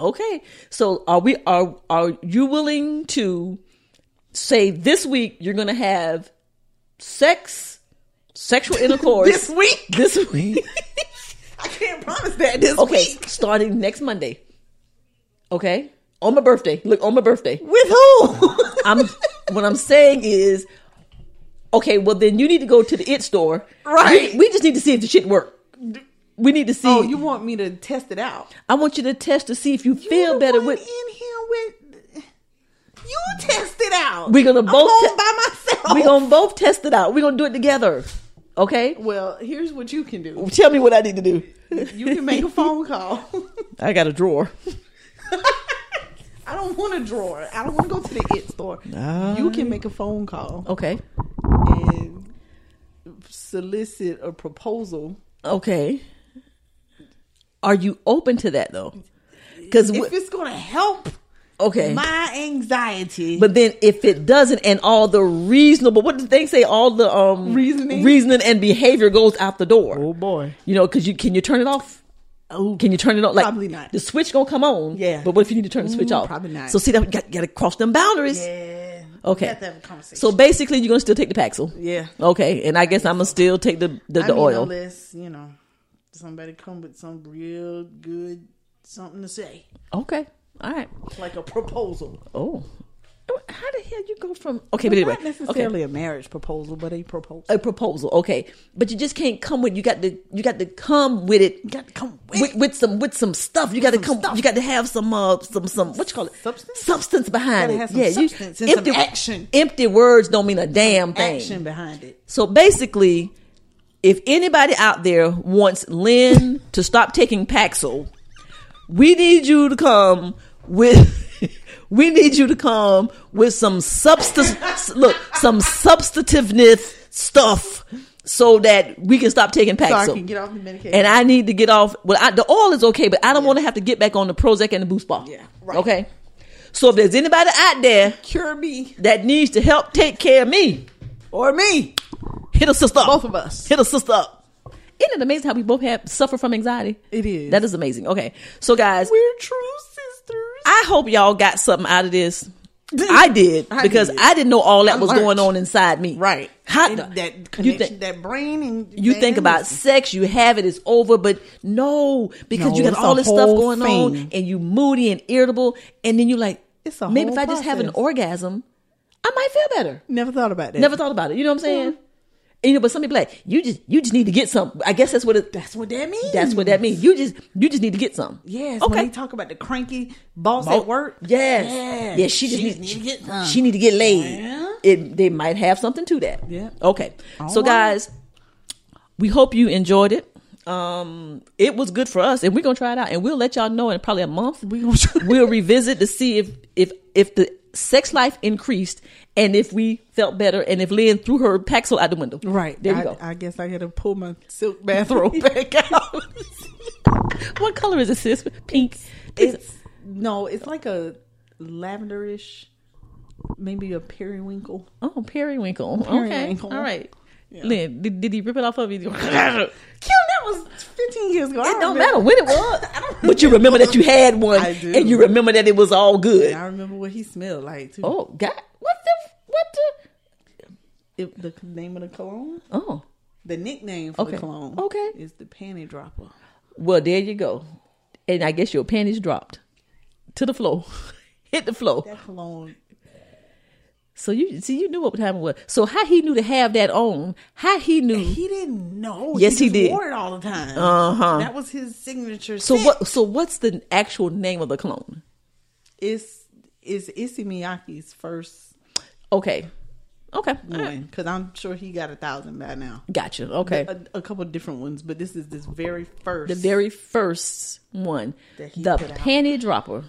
Okay. So are we are are you willing to say this week you're gonna have sex, sexual
[LAUGHS]
intercourse
This week?
This week.
[LAUGHS] I can't promise that this
okay.
week.
Starting next Monday. Okay? On my birthday. Look, on my birthday.
With who? [LAUGHS]
I'm what I'm saying is okay, well then you need to go to the it store.
Right.
We, we just need to see if the shit work. We need to see
oh, you want me to test it out?
I want you to test to see if you,
You
feel
the
better
one
with
in here with you test it out.
We're gonna
I'm
both
going
te-
by myself.
We're gonna both test it out. We're gonna do it together. Okay?
Well, here's what you can
[LAUGHS]
do.
Tell me what I need to do.
You can make a phone call.
I got a drawer.
I don't want a drawer. I don't want to go to the it store. You can make a phone call
Okay.
and solicit a proposal.
Okay. Are you open to that though? Because
If it's gonna help
okay,
my anxiety,
Eh. but then if it doesn't, and all the reasonable, what did they say? All the um
Reasoning? Oh,
reasoning and behavior goes out the door.
boy,
You know, because you can you turn it off.
oh,
Can you turn it on? Like,
Probably not.
The switch gonna come on.
Yeah.
But what if you need to turn the switch
Mm,
off?
probably not.
So see that you got, got to cross them boundaries.
yeah,
Okay.
We have to have a conversation.
So basically, you're gonna still take the Paxil.
yeah,
Okay, and I guess I'm gonna still take the the, the
I mean,
oil.
unless you know somebody come with some real good something to say,
Okay. All right.
like a proposal.
Oh. How the hell you go from Okay, but anyway.
not
Okay.
necessarily a marriage proposal, but a proposal.
A proposal, okay. But you just can't come with you got to you got to come with it
got to come with.
with, with some with some stuff. You got to come
some stuff.
you got to have some uh some some what you call it?
Substance?
Substance behind
Gotta
it.
have some substance and some action.
Empty words don't mean a damn thing.
action behind it.
So basically, if anybody out there wants Lynn to stop taking Paxil, we need you to come with. [LAUGHS] we need you to come with some substance. look, some substantiveness stuff, so that we can stop taking
So
Paxil.
I can get off the medication.
and I need to get off. Well, I, the oil is okay, but I don't want to have to get back on the Prozac and the Boost Bar.
Yeah, right.
Okay. So if there's anybody out there
cure me
that needs to help take care of me,
or me,
hit a sister. up.
both of us.
Hit a sister up. Isn't it amazing how we both have suffer from anxiety?
It is.
That is amazing. Okay. So guys,
We're true sisters.
I hope y'all got something out
[LAUGHS]
of this. I did
I
because
did.
I didn't know all that
I
was
learned.
going on inside me.
right.
How
And
the-
that
you
connection,
think
that brain, and
you think about sex, you have it, it's over, but no, because
No,
you got
it's
all
a
this stuff
whole
going on
thing.
and you moody and irritable and then you like
It's a
maybe
whole
if I just have an
process.
orgasm, I might feel better.
Never thought about that.
Never thought about it. You know what I'm saying? And, you know, but some people like, you just you just need to get some. I guess that's what it
That's what that means.
That's what that means. You just you just need to get some.
Yes. When
Okay.
they talk about the cranky boss
Oh,
at work.
Yes.
Yes.
Yeah. She just
She
needs
need to get some.
She need to get laid.
Yeah.
It, they might have something to that.
Yeah.
Okay. so
right.
guys, we hope you enjoyed it. Um, it was good for us, and we're gonna try it out, and we'll let y'all know in probably a month.
We gonna try-
we'll revisit to see if if if the sex life increased and if we felt better and if Lynn threw her Paxil out the window.
Right.
There
I,
you go.
I guess I gotta pull my silk bathrobe [LAUGHS] back out.
what color is it, sis? Pink.
it's no, it's like a lavenderish, maybe a periwinkle.
Oh, periwinkle.
Periwinkle.
Okay. All right. Lynn, did, did he rip it off
[LAUGHS]
of you?
Kim, that was 15 years ago. I
It don't
remember-
matter when
[LAUGHS]
it was. but you remember that you had one,
I do.
and you remember that it was all good.
I remember what he smelled like too.
Oh God! What the? What the?
It, the name of the cologne,
Oh,
the nickname for
Okay.
the cologne,
Okay.
is the panty dropper.
well, there you go. And I guess your panties dropped to the floor, [LAUGHS] hit the floor.
That cologne,
So you see, you knew what time it was. So how he knew to have that on? How he knew?
he didn't know.
Yes, he
just
did. Uh-huh.
Wore it all the time. Uh huh. That was his signature.
So
scent.
what? So what's the actual name of the clone?
It's it's Issey Miyake's first
Okay, okay, All right.
one because I'm sure he got a thousand by now.
gotcha. Okay,
A, a couple of different ones, but this is this very first.
the
[LAUGHS]
very first one,
That he
the
put out.
panty dropper.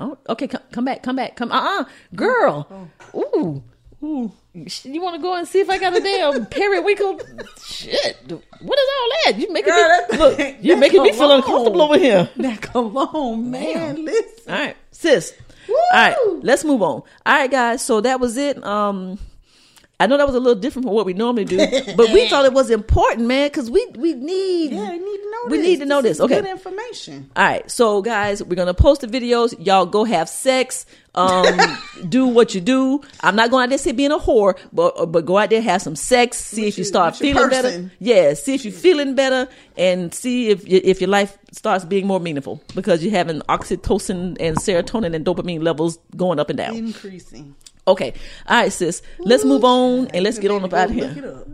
Oh, okay. Come, come back. Come back. Come. Uh, uh girl. Ooh,
Oh, Ooh,
Sh- you want to go and see if I got
[LAUGHS]
a damn periwinkle? Shit. What is all that? You making
Girl,
me
that- [LAUGHS]
look? You
that
making me feel
cologne.
uncomfortable over here.
that cologne, man.
Mm-hmm.
Listen,
All right, sis. All right, let's move on. All right, guys. So that was it. Um, I know that was a little different from what we
[LAUGHS]
normally do, but we thought it was important, man, because we we need
Yeah, you need to know.
we
this.
need to know this.
is
Okay.
good information.
All right, so guys, we're gonna post the videos. Y'all go have sex, um,
[LAUGHS]
do what you do. I'm not going out there say being a whore, but uh, but go out there have some sex. See if you start
your
feeling better.
person.
Yeah, see if you're feeling better, and see if you, if your life starts being more meaningful because you're having oxytocin and serotonin and dopamine levels going up and down.
Increasing.
Okay, all right, sis, let's move on and let's get on
Maybe
up
go
out of
look
here.
it up.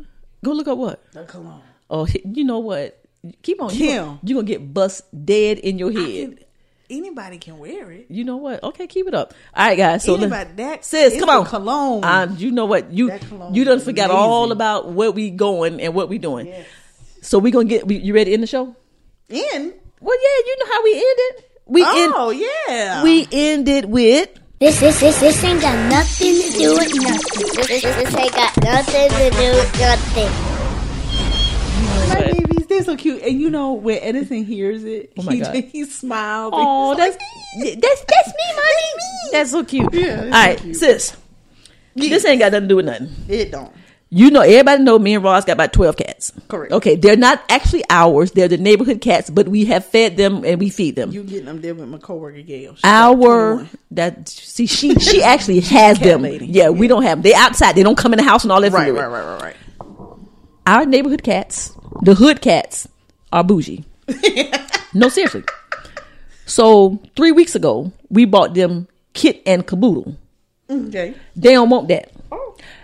Go look up what?
The cologne.
Oh, you know what? Keep on. You're gonna,
Kim.
you gonna get bust dead in your head.
Anybody can wear it.
You know what? Okay, keep it up. All right, guys. So
Anybody-
let-
that
sis,
is
come
the
on,
cologne.
Uh, you know what? You
That cologne
you done
is
forgot
amazing.
all about where we going and what we doing. So we gonna get. we- You ready to end the show?
In.
Well, yeah. You know how we ended. We
Oh
end.
yeah.
We ended with.
This, this, this, this ain't got nothing to do with nothing. This, this, this ain't got nothing to do with nothing.
My babies, they're so cute. And you know when Edison hears it,
Oh my
he,
God.
[LAUGHS] he smiled.
Oh, that's yeah, that's that's me, mommy. That's so cute. all right, sis. This ain't got nothing to do with nothing.
it don't.
You know, everybody know me and Ross got about twelve cats.
Correct.
Okay, they're not actually ours; they're the neighborhood cats, but we have fed them and we feed them.
You getting them there with my coworker Gail. She got
our
21.
that see she she actually has them.
lady.
Yeah, we don't have them. They outside. They don't come in the house and all that.
Right,
foolery.
right, right, right, right.
Our neighborhood cats, the hood cats,
[LAUGHS]
are bougie. no, seriously. So three weeks ago, we bought them kit and caboodle.
Mm-hmm. Okay.
They don't want that.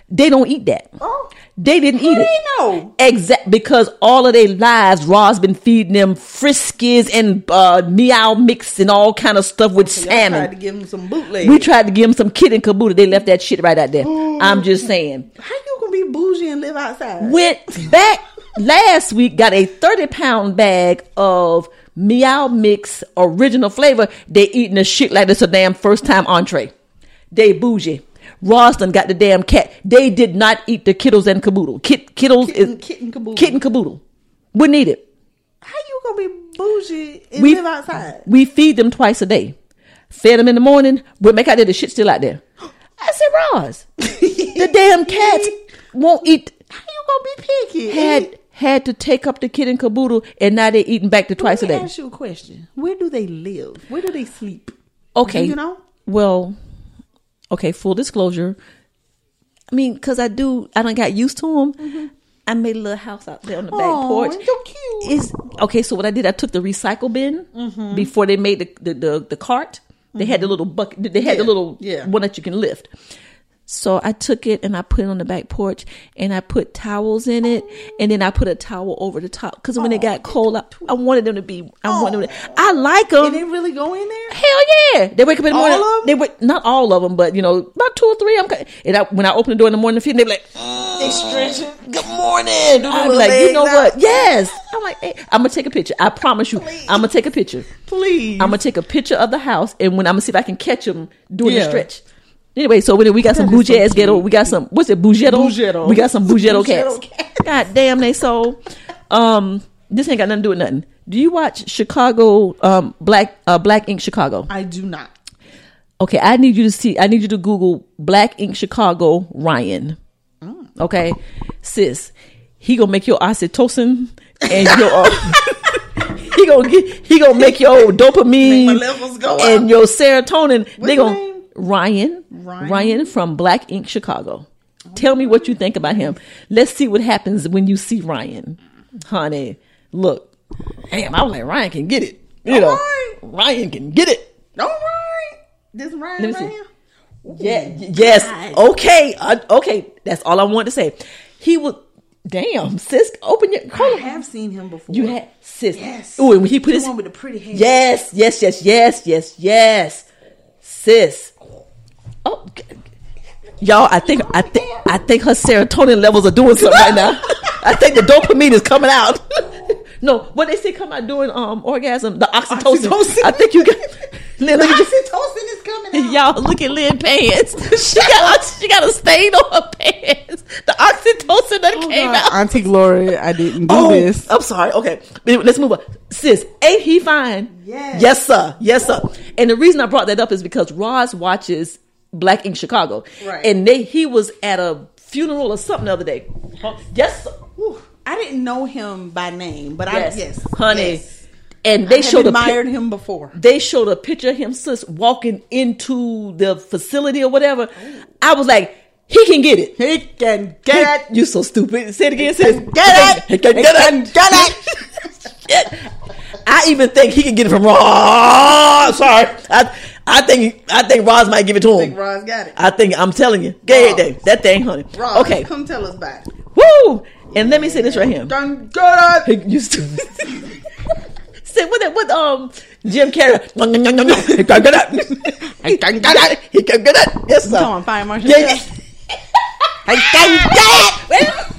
They don't eat that.
Oh.
They didn't eat
How
it.
they know?
Exact because all of their lives, Ra's been feeding them friskies and uh, meow mix and all kind of stuff with
I
salmon.
tried to give him some bootleg.
We tried to give them some kid and caboodle. They left that shit right out there. I'm just saying.
How you gonna be bougie and live outside?
Went back last week, got a 30 pound bag of Meow Mix original flavor. They eating a shit like this a damn first time entree. They bougie. Roston got the damn cat. They did not eat the kittles and caboodle. Kit, kittles
Kitten-
is
kitten caboodle.
Kitten caboodle. Wouldn't eat it.
How you gonna be bougie and
We-
live outside?
We feed them twice a day. Fed them in the morning. We make out that the shit's still out there. [GASPS] I said, Roz, [LAUGHS] the damn cats won't eat.
How you gonna be picky?
Had had to take up the kid and caboodle, and now they're eating back to twice a
Let me
day.
ask you a question. Where do they live? Where do they sleep?
Okay,
Do you know?
Well, okay. Full disclosure. I mean, because I do, I don't got used to them. I made a little house out there on the back
Aw,
porch.
so cute.
It's okay. So what I did, I took the recycle bin
Mm-hmm.
before they made the the the, the cart. They had the little bucket. They had the
Yeah,
little
yeah.
one that you can lift. So I took it and I put it on the back porch and I put towels in it and then I put a towel over the top because
Oh.
when it got cold, I, I wanted them to be. I wanted them. To, I like them.
And they really go in there?
Hell yeah! They wake up in the
All
morning.
of 'em?
They wake not all of them, but you know, about two or three. I'm ca- and I, when I open the door in the morning, they be like,
They stretch it. Good morning. Do
I'm like, you know what? Yes. I'm like, hey, I'm gonna take a picture. I promise you, I'm gonna take a picture.
Please.
I'm gonna take a picture of the house, and when I'm gonna see if I can catch them doing the
Yeah.
stretch. Anyway, so we, we got some bougie ass ghetto. We got some what's it bougetto?
Bougetto.
We got some bougetto cats.
Bougetto
God damn, they so. Um, this ain't got nothing to do with nothing. Do you watch Chicago? Um, black uh, Black Ink Chicago.
I do not.
Okay, I need you to see. I need you to Google Black Ink Chicago Ryan.
Mm.
Okay, sis, he gonna make your oxytocin and your.
[LAUGHS]
uh, he gonna get. He gonna make your
Make
dopamine
my levels go
and
up.
your serotonin. they
his
gonna
name?
Ryan, Ryan
Ryan?
from Black Ink Chicago. Tell me what you think about him. Let's see what happens when you see Ryan, honey. Look, damn, I was like Ryan can get it. You know,
Alright.
Ryan can get it.
All right. This Ryan
Let me
right
see.
here?
Yeah. y- Yes. Okay. I, okay. That's all I wanted to say. He was. Damn, sis. Open your.
I
Hold on.
have seen him before.
Mm-hmm. You had sis.
Yes.
Ooh, and when he put
the
his.
one with the pretty hair.
Yes. Yes. Yes. Yes. Yes. Yes. Sis. Oh. g- g- Y'all, I think I think I think her serotonin levels are doing something right now. I think the dopamine is coming out. [LAUGHS] no, what they say come out doing um orgasm, the oxytocin.
Oxytocin.
I think you [LAUGHS] got. Lynn, look at you.
Oxytocin is coming out.
Y'all look at Lynn pants. [LAUGHS] She got she got a stain on her pants. The oxytocin that came out.
Auntie Gloria, I didn't do
Oh, I'm sorry. Okay, Anyway, let's move on. Sis, ain't he fine?
Yes.
sir. Yes, sir. And the reason I brought that up is because Roz watches Black Ink Chicago,
Right.
and they he was at a funeral or something the other day. Yes,
Whew. I didn't know him by name, but
yes,
I yes,
honey.
yes.
And they
I have
showed a pic-
admired him before.
they showed a picture of him sis walking into the facility or whatever. I was like, he can get it.
Oh. He can
He-
get
You so stupid. Say it again, sis.
it, get it,
He can get
He [LAUGHS]
it. I even think he can get it from Roz. Sorry, I, I think I think Roz might give it to
I think
him.
Ron's got it.
I think I'm telling you, gay thing, that thing, honey.
Ron,
okay,
come tell us about it.
woo. And let me say this right here.
Done, get it.
He used to [LAUGHS] say what that what um Jim Carrey. He can get it. He can get it. He can get it. Yes, sir.
Come on, fire marshal.
Yeah, yeah. He can get it.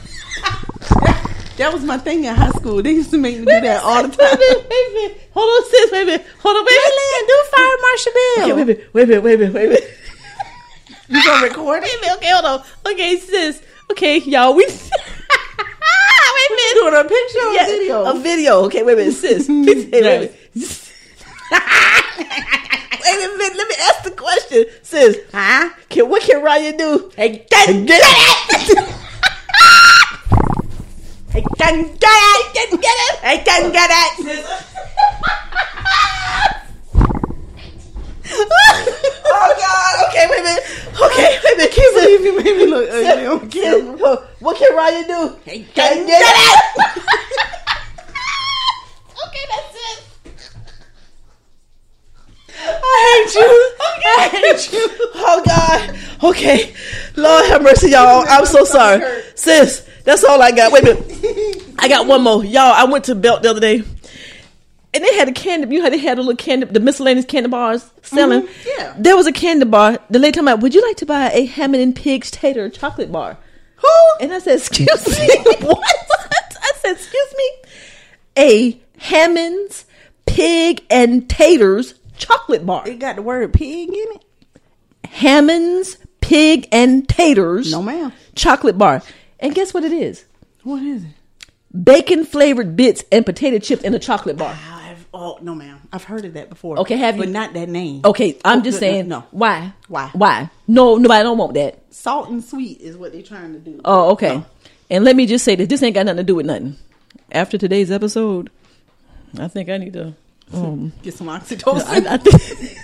That was my thing in high school. They used to make me do that all the time.
Wait a minute, wait a minute. Hold on, sis. Wait a minute. Hold on, wait a minute. Do fire marshal bill. Okay, wait a minute. Wait a minute. Wait a minute. Wait a minute. [LAUGHS] You gonna record it? Okay, hold on. Okay, sis. Okay, y'all. We. [LAUGHS] wait a minute. doing a picture
or video?
A video. Okay, wait a minute, [LAUGHS] sis. Please, hey, wait a minute. [LAUGHS] Wait a minute, let me ask the question, sis. Huh? Can what can Ryan do? Hey, can get [LAUGHS] it. Hey, can get it. Can get it. Hey, can get it. oh God. Okay, wait a minute. Okay, wait a minute. Can't believe you made me look ugly on camera. What can Ryan do? Hey, can get it. okay, that's it. I hate you. I hate you. Oh God. Okay. Lord have mercy, y'all. I'm so sorry, sis. That's all I got. Wait a [LAUGHS] minute. I got one more, y'all. I went to Belt the other day, and they had a candy. You had they had a little candy, the miscellaneous candy bars selling.
Mm-hmm. yeah.
There was a candy bar. The lady told me, "Would you like to buy a ham and pigs tater chocolate bar?"
Who?
And I said, "Excuse me, [LAUGHS] what?" I said, "Excuse me, a Hammond's pig and taters chocolate bar."
It got the word pig in it.
Hammond's Pig and Taters.
No, ma'am.
Chocolate bar. And guess what it is?
What is it?
Bacon flavored bits and potato chips in a chocolate bar.
I've, oh no, ma'am. I've heard of that before.
Okay, have you-
But not that name.
Okay, I'm
Oh,
just
no, no,
saying.
no.
Why?
Why?
Why? No, nobody don't want that.
Salt and sweet is what they're trying to do.
Oh, okay.
No.
And let me just say that this ain't got nothing to do with nothing. After today's episode, I think I need to. Um,
Get some
[LAUGHS] I,
oxytocin.
I think.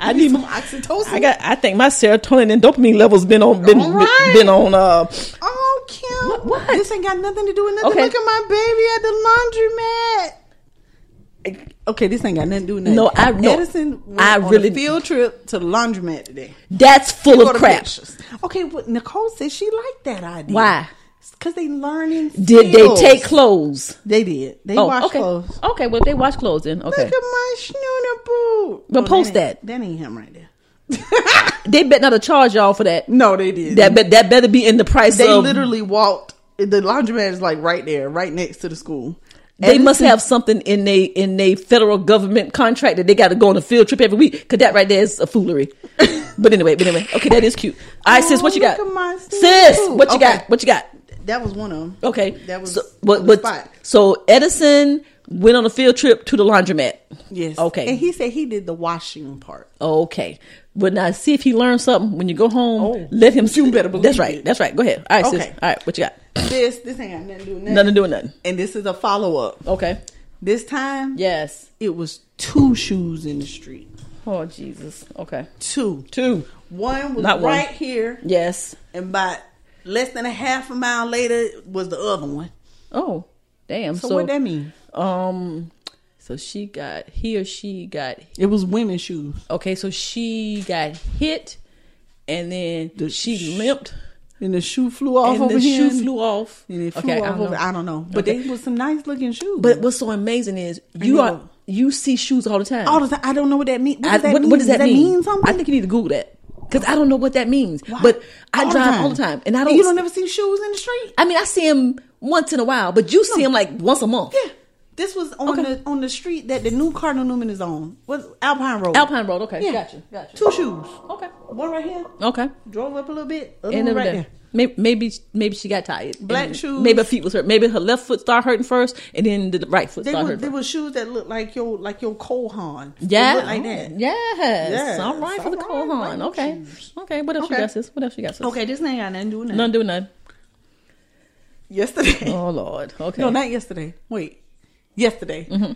I need
some
my.
oxytocin.
I got. I think my serotonin and dopamine levels been on. Been,
All right.
been on. Uh,
Oh, Kim.
What- what?
This ain't got nothing to do with nothing.
Okay.
Look at my baby at the laundromat. Okay, this ain't got nothing to do with nothing.
No, I- no.
Edison went
I
on
really-
a field trip to the laundromat today.
that's full
Go
of
to
crap.
pictures. Okay, but Nicole said she liked that idea.
Why?
Because they learning.
Did they
skills.
take clothes? Oh,
They did. They washed
okay.
clothes.
Okay, well, if they wash clothes, then okay.
Look at my schnooner boo.
But post
ain't-
that.
That ain't him right there.
They better not have charge y'all for that.
No, they did.
That bet that better be in the price.
they
of,
literally walked. The laundromat is like right there, right next to the school.
They
And
must
this-
have something in they in they federal government contract that they got to go on a field trip every week. Cause that right there is
[LAUGHS]
a foolery. but anyway, but anyway, okay, that is cute. All right,
Oh,
sis, what you
look
got?
at my sis.
Sis, what you
Okay.
got? What you got?
That was one of them.
Okay,
That was
so,
on
what,
the
what,
spot.
so Edison went on a field trip to the laundromat.
Yes.
Okay. Uh.
And he said he did the washing part.
Okay. But now see if he learns something when you go home.
Oh,
let him. [LAUGHS] You
better believe
That's right.
it.
That's right. Go ahead. All right, sis.
Okay.
All right, what you got?
This this ain't got nothing to do with nothing.
Nothing doing nothing.
And this is a follow up.
Okay.
This time,
Yes.
it was two shoes in the street.
Oh Jesus. Okay.
Two.
Two.
One was
Not one.
right here,
Yes.
and about less than a half a mile later was the other one.
Oh, damn.
So,
So,
what that mean?
Um. So she got he or she got
It was women's shoes.
okay. So she got hit, and then
The
she
sh-
limped,
And the shoe flew off
and
over
the
here.
shoe flew off.
And it flew off over. I don't know. But
Okay.
they was some nice looking shoes.
But what's so amazing is you
they
are
were-
you see shoes all the time.
all the time, I don't know what that mean. What
I-
does that
what,
mean?
what does that, mean?
something?
I think you need to Google that because I don't know what that means. But I
All the
drive
time.
all the time, and I don't.
You don't ever see shoes in the street?
I mean, I see him once in a while, but you see him like once a month.
Yeah. This was on the on the street that the new Cardinal Newman is on. Was Alpine Road.
Alpine Road. Okay,
Yeah.
gotcha, gotcha.
Two shoes.
Okay,
One right here.
okay.
Drove up a little bit. Other
End
one
of
right
the
there.
day. Maybe, maybe maybe she got tired.
Black
And
shoes.
Maybe her feet was hurt. Maybe her left foot started hurting first, and then the right foot
They
started
were,
hurting.
they were shoes that looked like your like your Kohan. They
yeah,
looked like that.
Yes.
Yes.
all right for the
All
cold
right.
on. Okay, okay. What else you
Okay.
got, sis? What else you got, sis?
Okay, this thing got nothing to do with nothing.
none do none.
yesterday.
Oh Lord. Okay.
No, not yesterday. Wait, yesterday.
Mm-hmm.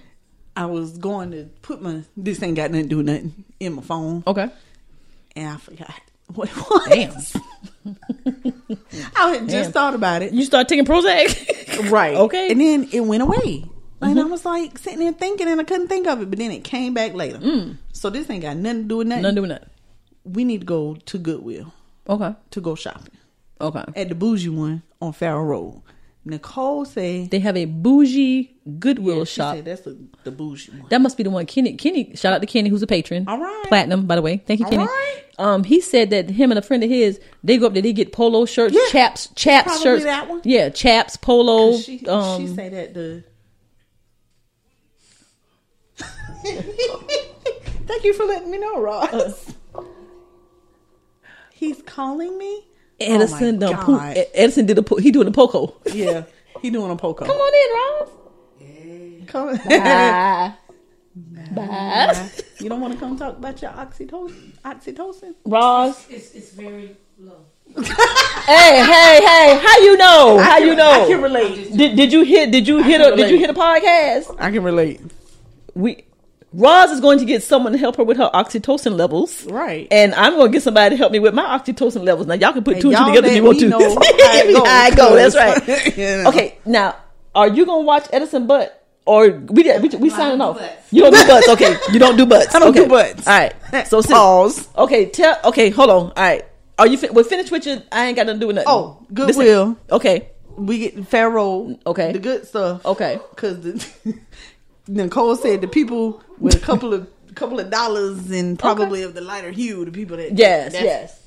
I was going to put my this ain't got nothing to do with nothing in my phone,
okay.
and I forgot [LAUGHS] what it was.
Damn.
[LAUGHS] I had
Damn.
just thought about it.
you start taking Prozac. [LAUGHS] Okay. Mm-hmm.
And then it went away. And I was like sitting there thinking, and I couldn't think of it. But then it came back later. So this ain't got nothing to do with nothing.
none Mm. do none.
we need to go to Goodwill
Okay.
to go shopping
Okay.
at the bougie one on Farrell Road. Nicole said,
They have a bougie Goodwill
she
shop.
said that's the, the bougie one.
That must be the one Kenny Kenny shout out to Kenny who's a patron.
All right.
Platinum, by the way. Thank you,
All
Kenny.
right.
Um he said that him and a friend of his, they go up there, they get polo shirts,
Yeah.
chaps, chaps
Probably
shirts.
that one.
Yeah, chaps, polo.
she,
um,
she said that the. [LAUGHS] Thank you for letting me know, Ross.
Uh.
He's calling me.
Edison
Oh my
done po-
God.
Ed- Edison did a po- he doing a poco.
Yeah, [LAUGHS] he doing a poco.
Come on in, Ross.
Come-
Bye. [LAUGHS] Bye.
[LAUGHS] you don't want to come talk about your oxytocin? Oxytocin?
Ross.
It's, it's very low.
[LAUGHS] Hey, hey, hey. How you know? How you know?
I can relate.
Did, did you hit did you hit
can
a did
relate.
you hit a podcast?
I can relate.
We Roz is going to get someone to help her with her oxytocin levels.
Right.
And I'm gonna get somebody to help me with my oxytocin levels. Now y'all can put
And
two and two
y'all
together
let
if you want
me
to.
know
[LAUGHS]
how it goes,
I go. That's
cause- [LAUGHS]
right.
You know.
Okay, now are you gonna watch Edison Butt or we did- we, we signing
do
off?
butts.
You don't do butts. Okay, you don't do
[LAUGHS]
butts.
I don't
okay.
do butts. Oh.
All
[LAUGHS]
right. So sis,
Pause.
Okay, tell. Okay, hold on. All right. Are you fin- well, finish with your? I ain't got nothing to do with nothing.
Oh,
This-
Goodwill.
Okay.
We get Pharaoh.
Okay.
The good stuff.
Okay.
Because the, [LAUGHS] Nicole said the people with a couple of couple of dollars and probably of the lighter hue, the people that
Yes.
that's-
yes.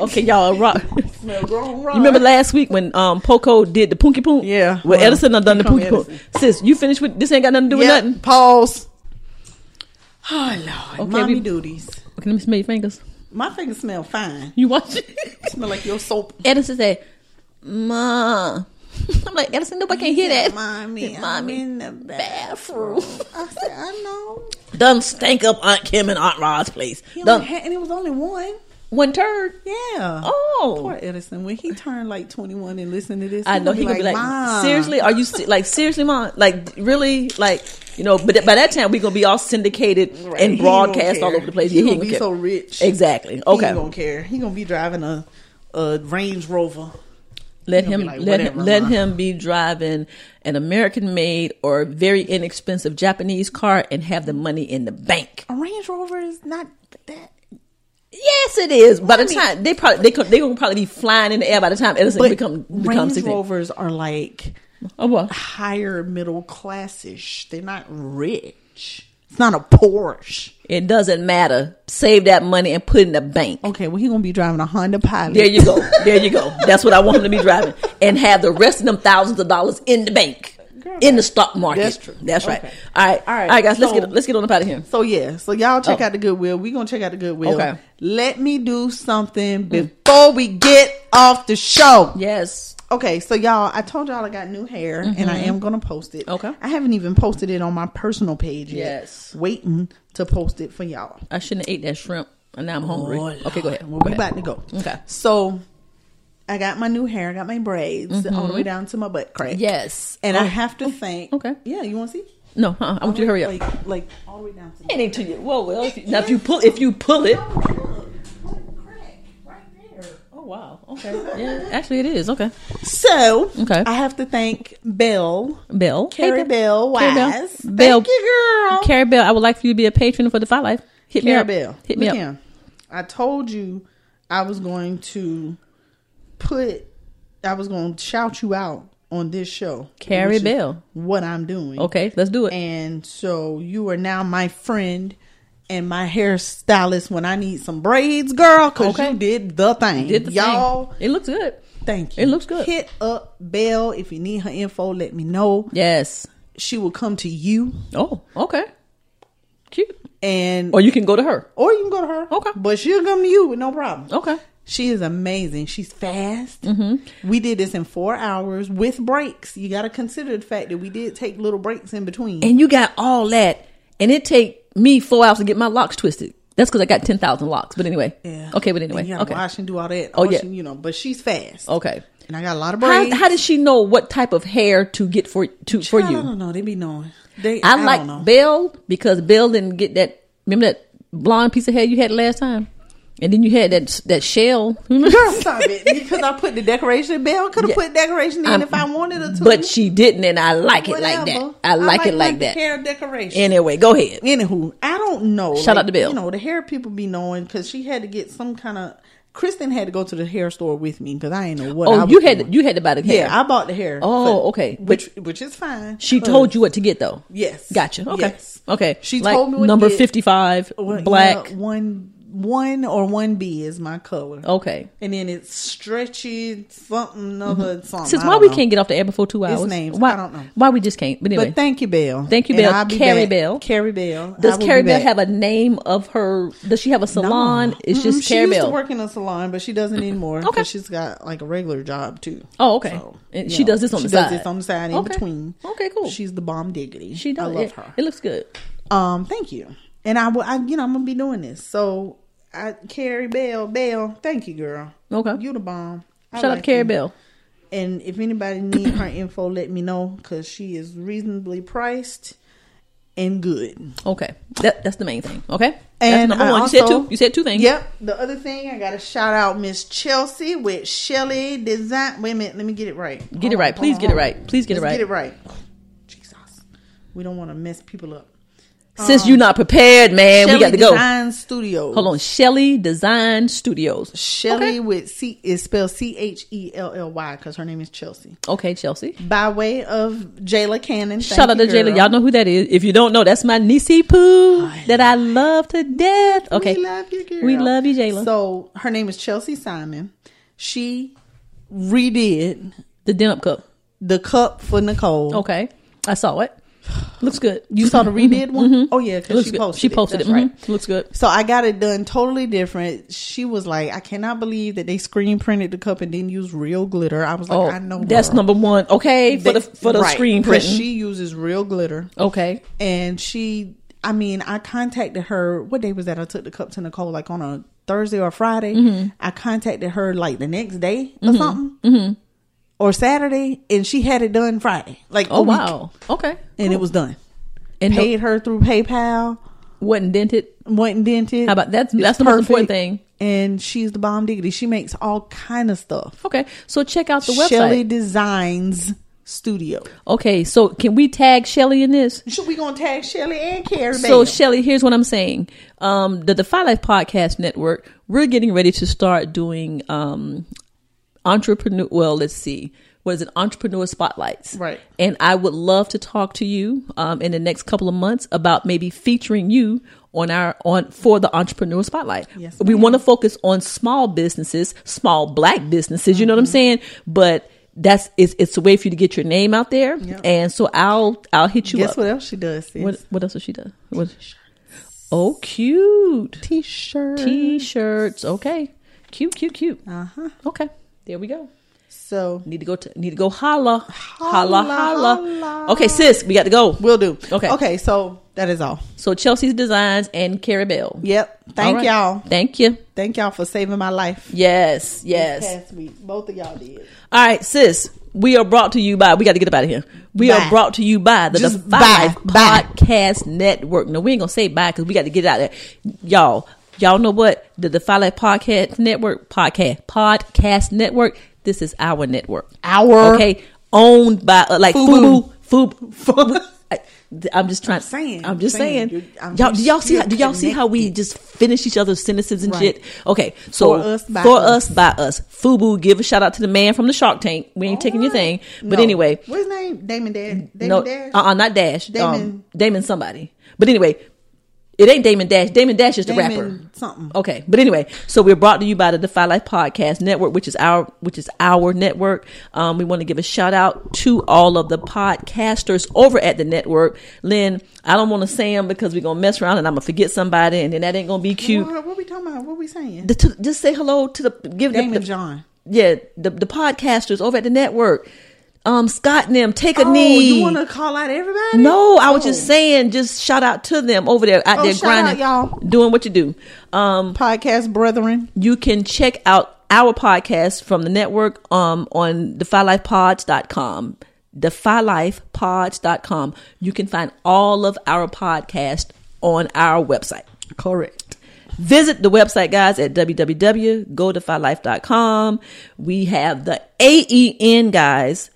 Okay, y'all. Rock.
[LAUGHS] smell grown
You remember last week when um Poco did the Punky Poon?
Yeah.
Well,
Well,
Edison done done the
here come
Punky Poon.
Edison.
Sis, you finished with this? Ain't got nothing to do with
Yep.
nothing.
Pause. Oh Lord,
Okay,
mommy
we-
duties.
Okay, let me smell your fingers.
My fingers smell fine.
You watch it.
[LAUGHS] Smell like your soap.
Edison said, "Ma." [LAUGHS] I'm like Edison. Nobody can hear that.
Mommy,
Mommy.
I'm in the bathroom. [LAUGHS] I said, I know.
Done stank up Aunt Kim and Aunt Rod's place.
He only
Done
had, and it was only one.
one turd.
Yeah.
Oh.
Poor Edison. When he turned like 21 and listened to this,
I know he
gonna
gonna be like,
"Mom."
seriously, are you se- like seriously, mom? Like really, like you know? But by that time, we gonna be all
Right. [LAUGHS]
syndicated
He
and
ain't gonna
broadcast
care.
all over the place.
He
Yeah, he
gonna
ain't
be
care.
so rich.
Exactly.
He
Okay,
ain't gonna care. He gonna be driving a a Range Rover.
let
gonna
him
be like,
let him
whatever,
let
Ma.
him be driving an American made or very inexpensive Japanese car and have the money in the bank.
A Range Rover is not that.
Yes, it is. By the time they probably they co- they gonna probably be flying in the air by the time Edison become becomes
Range
16.
Rovers are like
Oh well,
higher middle classish. They're not rich. It's not a Porsche.
it doesn't matter. Save that money and put it in the bank.
Okay, well he gonna be driving a Honda Pilot.
There you go. There you go. That's what I want him to be driving and have the rest of them thousands of dollars in the bank, in the stock market.
That's true.
That's right.
Okay.
All right. All
All
right.
right.
All right, guys. let's
So-
get let's get on up out of here.
So yeah, so y'all check
Oh.
out the Goodwill. We gonna check out the Goodwill.
Okay. Mm.
Let me do something before we get off the show.
Yes.
Okay, so y'all, I told y'all I got new hair and I am gonna post it.
Mm-hmm. Okay.
I haven't even posted it on my personal page yet.
Yes.
Waiting to post it for y'all.
I shouldn't have ate that shrimp, and now I'm hungry. okay, go ahead.
Well,
Go
we
ahead.
about to go.
Okay.
So I got my new hair, I got my braids all the way down to my butt crack.
Yes.
And
Mm-hmm. Oh,
I have to thank
okay.
Yeah, you wanna see?
no. Uh-uh. I want you to hurry up.
Like like all the way down to the
It ain't to you. Well, well. If you, now if you pull, if you pull it. Oh wow. Okay. Yeah. Actually, it is. Okay.
So
Okay.
I have to thank Belle.
Bell.
Carrie Bell
Carrie Bell.
Wise. Thank
Bell.
you, girl.
Carrie Bell. I would like for you to be a patron for the Fight Life. Hit me
Carrie
up.
Bell.
Hit me
Look
up.
him. I told you I was going to put I was going to shout you out on this show.
Carrie
which is
Bell.
What I'm doing.
Okay. Let's do it.
And so you are now my friend and my hairstylist when I need some braids, girl, because
Okay.
you did the thing.
Did the
Y'all,
thing. It looks good.
thank you.
It looks good.
Hit up Belle if you need her info. Let me know.
Yes.
she will come to you,
Oh, okay. Cute.
and
Or you can go to her.
or you can go to her.
Okay.
but she'll come to you with no problem.
Okay.
She is amazing. She's fast. Mm-hmm. We did this in four hours with breaks. You got to consider the fact that we did take little breaks in between.
And you got all that, and it take me four hours to get my locks twisted. That's because I got ten thousand locks. But anyway.
Yeah.
Okay. But
And
anyway.
you gotta
Okay.
wash and do all that.
Oh,
Oh yeah,
yeah.
you know. But she's fast.
Okay.
and I got a lot of braids.
How, how does she know what type of hair to get for to for
I
you?
don't know. They be knowing. They,
I,
I,
like
don't know.
Belle because Belle didn't get that. Remember that blonde piece of hair you had last time, and then you had that that shell. [LAUGHS] Remember?
Girl, stop
[LAUGHS]
it. Because I put the decoration. Bell could have
Yeah.
put decoration in
I'm-
if I wanted her to.
But she didn't, and I like it like that.
Whatever.
I like it like
the
that.
Hair decoration.
Anyway, go ahead.
Anywho, I don't know.
Shout out to Belle.
You know, the hair people be knowing because she had to get some kind of. Kristen had to go to the hair store with me because I ain't know what. I
Oh,
was
you had
doing.
you had to buy the hair.
Yeah, I bought the hair.
Oh, okay. But-
Which which is fine.
she told you what to get though.
Yes.
Gotcha. Okay.
Yes.
Okay.
She
Like
told me what to
number
get.
fifty five
Well,
black.
yeah, one one or one B is my color.
Okay.
And then it's stretchy something other something.
Mm-hmm. Since
I
why
don't
we
know.
can't get off the air before two
It's
hours?
names.
Why
I don't know.
Why we just can't? But anyway,
But thank you, Belle.
Thank you,
And
Belle.
I'll be
Carrie
back.
Bell.
Carrie Bell.
does Carrie Bell have a name of her? Does she have a salon? It's just
Mm-hmm. she
Carrie
used
Bell.
to work in a salon, but she doesn't anymore.
Okay.
because she's got like a regular job too.
Oh, okay. And
you
she does this on
she
the
does
side.
this on the side in
Okay.
between.
Okay, cool.
She's the bomb diggity.
she does.
I love
it,
her.
It looks good.
Um, thank you. And I will. I, you know, I'm gonna be doing this. So, I Carrie Bell, Bell, thank you, girl.
Okay.
you the bomb. I
Shout out to
like
Carrie
you.
Bell.
And if anybody need her info, let me know because she is reasonably priced and good.
Okay, that, that's the main thing. Okay, that's
And
number
I
one. you said
also-
two. You said two things.
Yep. The other thing I got to shout out Miss Chelsea with Shelly Design. Wait a minute, let me get it right.
Get it right. Please get it right. Please get it
Let's
right.
Get it right. Jesus, we don't want to mess people up.
Since you're not prepared, man, we got to go.
Design Studios.
Hold on, Shelly Design Studios.
Shelly
Okay.
with C is spelled C H E L L Y because her name is Chelsea.
Okay, Chelsea.
By way of Jayla Cannon. Thank
Shout out to
you,
Jayla.
girl.
Y'all know who that is. If you don't know, that's my niecey Pooh that I love to death. Okay,
We love you, girl.
We love you, Jayla.
So her name is Chelsea Simon. She redid
the dim up cup.
the cup for Nicole.
Okay, I saw it. Looks good.
You saw the redid one? Oh yeah,
Mm-hmm. It
because [SIGHS] she
looks good.
posted.
she posted it.
That's right.
Mhm. Looks good.
So I got it done totally different. She was like, "I cannot believe that they screen printed the cup and didn't use real glitter." I was like,
Oh,
"I know
that's
girl.
number one. Okay, for the
That-
for the
right,
screen
'cause
printing.
She uses real glitter,
okay,
and she. I mean, I contacted her. What day was that? I took the cup to Nicole like on a Thursday or Friday.
Mm-hmm.
I contacted her like the next day or something,
Mm-hmm.
or Saturday, and she had it done Friday, like
Oh
a week,
wow. Okay.
and it was done.
And no-
Paid her through PayPal.
wasn't dented.
wasn't dented.
How about- that's-
It's
that's the most important thing.
And she's the bomb diggity. She makes all kind of stuff.
Okay. So check out the website.
Shelly Designs Studio.
Okay. So can we tag Shelly in this?
Should we gonna tag Shelly and Carrie?
So
Bell?
Shelly, here's what I'm saying. Um, the Defy Life Podcast Network, we're getting ready to start doing um entrepreneur well, let's see. What is it? Entrepreneur spotlights.
Right.
And I would love to talk to you um in the next couple of months about maybe featuring you on our on for the entrepreneur spotlight.
Yes,
we want to focus on small businesses, small black businesses, you know
Mm-hmm.
what I'm saying? But that's it's it's a way for you to get your name out there. And so I'll I'll hit you
guess
up.
what else she does? Sis?
What what else does she do? What? Oh, cute
T-shirt.
t-shirts. Okay, cute, cute, cute. Uh huh. Okay, there we go.
so
Need to go to need to go holla, holla, holla.
Holla,
Okay, sis, we got to go.
we'll do.
Okay.
Okay. So that is all.
So Chelsea's designs and Carrie Bell.
Yep. Thank
All right.
y'all.
Thank you.
Thank y'all for saving my life.
Yes, yes.
Past week, both of y'all did.
All right, sis. We are brought to you by. We got to get up out of here. We
Bye.
are brought to you by the
Just
Defy
bye,
Life
bye.
Podcast Network. No, we ain't gonna say bye because we got to get out of there, y'all. Y'all know what the Defy Life Podcast Network podcast podcast network. This is our network.
Our
okay, owned by uh, like Fubu.
Fubu. [LAUGHS]
Fubu. I, am just trying. I'm,
saying,
I'm just
saying,
saying.
you're- I'm-
y'all, do y'all see?
you're
How, do y'all see how we
connected.
just finish each other's sentences and
Right.
shit? Okay, so
For us, by
for
us.
us, by us, Fubu. Give a shout out to the man from the Shark Tank. We ain't taking your thing, but
No.
anyway,
what's his name? Damon Dad. Damon
no, uh-uh,
Dash?
uh, uh not Dash. Damon. Um,
Damon.
Damon, somebody. But anyway, It ain't Damon Dash. Damon Dash is the rapper. Oh,
Damon Something.
Okay, but anyway, so we're brought to you by the Defy Life Podcast Network, which is our which is our network. Um, we want to give a shout out to all of the podcasters over at the network. Lynn, I don't want to say them because we're gonna mess around and I'm gonna forget somebody, and then that ain't gonna be cute.
What, what we talking about? What we saying?
The- to- just say hello to the give the,
Damon
the
John.
yeah the the podcasters over at the network. Um, Scott and them take a
oh,
knee.
you want to call out everybody?
No, I was
Oh.
just saying, just shout out to them over there out
Oh,
there
shout
grinding,
out, y'all.
doing what you do. Um,
podcast brethren.
you can check out our podcast from the network um, on defylifepods.com. Defylifepods.com. You can find all of our podcasts on our website.
Correct.
Visit the website, guys, at www.godefylife.com. We have the AEN, guys.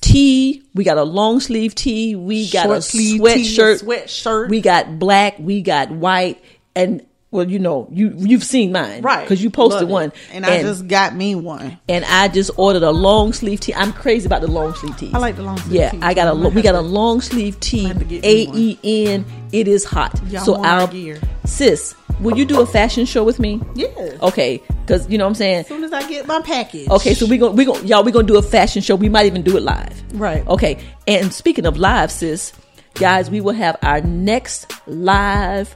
T. We got a long sleeve tee. We got a
Short sleeve tee, a
sweatshirt.
sweatshirt.
We got black. We got white. And well, you know, you you've seen mine,
Right.
Because you posted
Love it.
one,
And, I just got me one.
and I just ordered a long sleeve tee. I'm crazy about the long sleeve tees.
I like the long sleeve
Yeah,
tees.
I got a
I'm
lo-
gonna
we
have
got a
to-
long sleeve tee.
have to get me one.
A E N. It is hot.
Y'all
so
want
our
my gear.
sis, will you do a fashion show with me?
Yeah.
Okay, because you know what I'm saying.
As soon as I get my package.
Okay, so we going we going y'all we gonna do a fashion show. We might even do it live.
Right.
Okay. And speaking of live, sis, guys, we will have our next live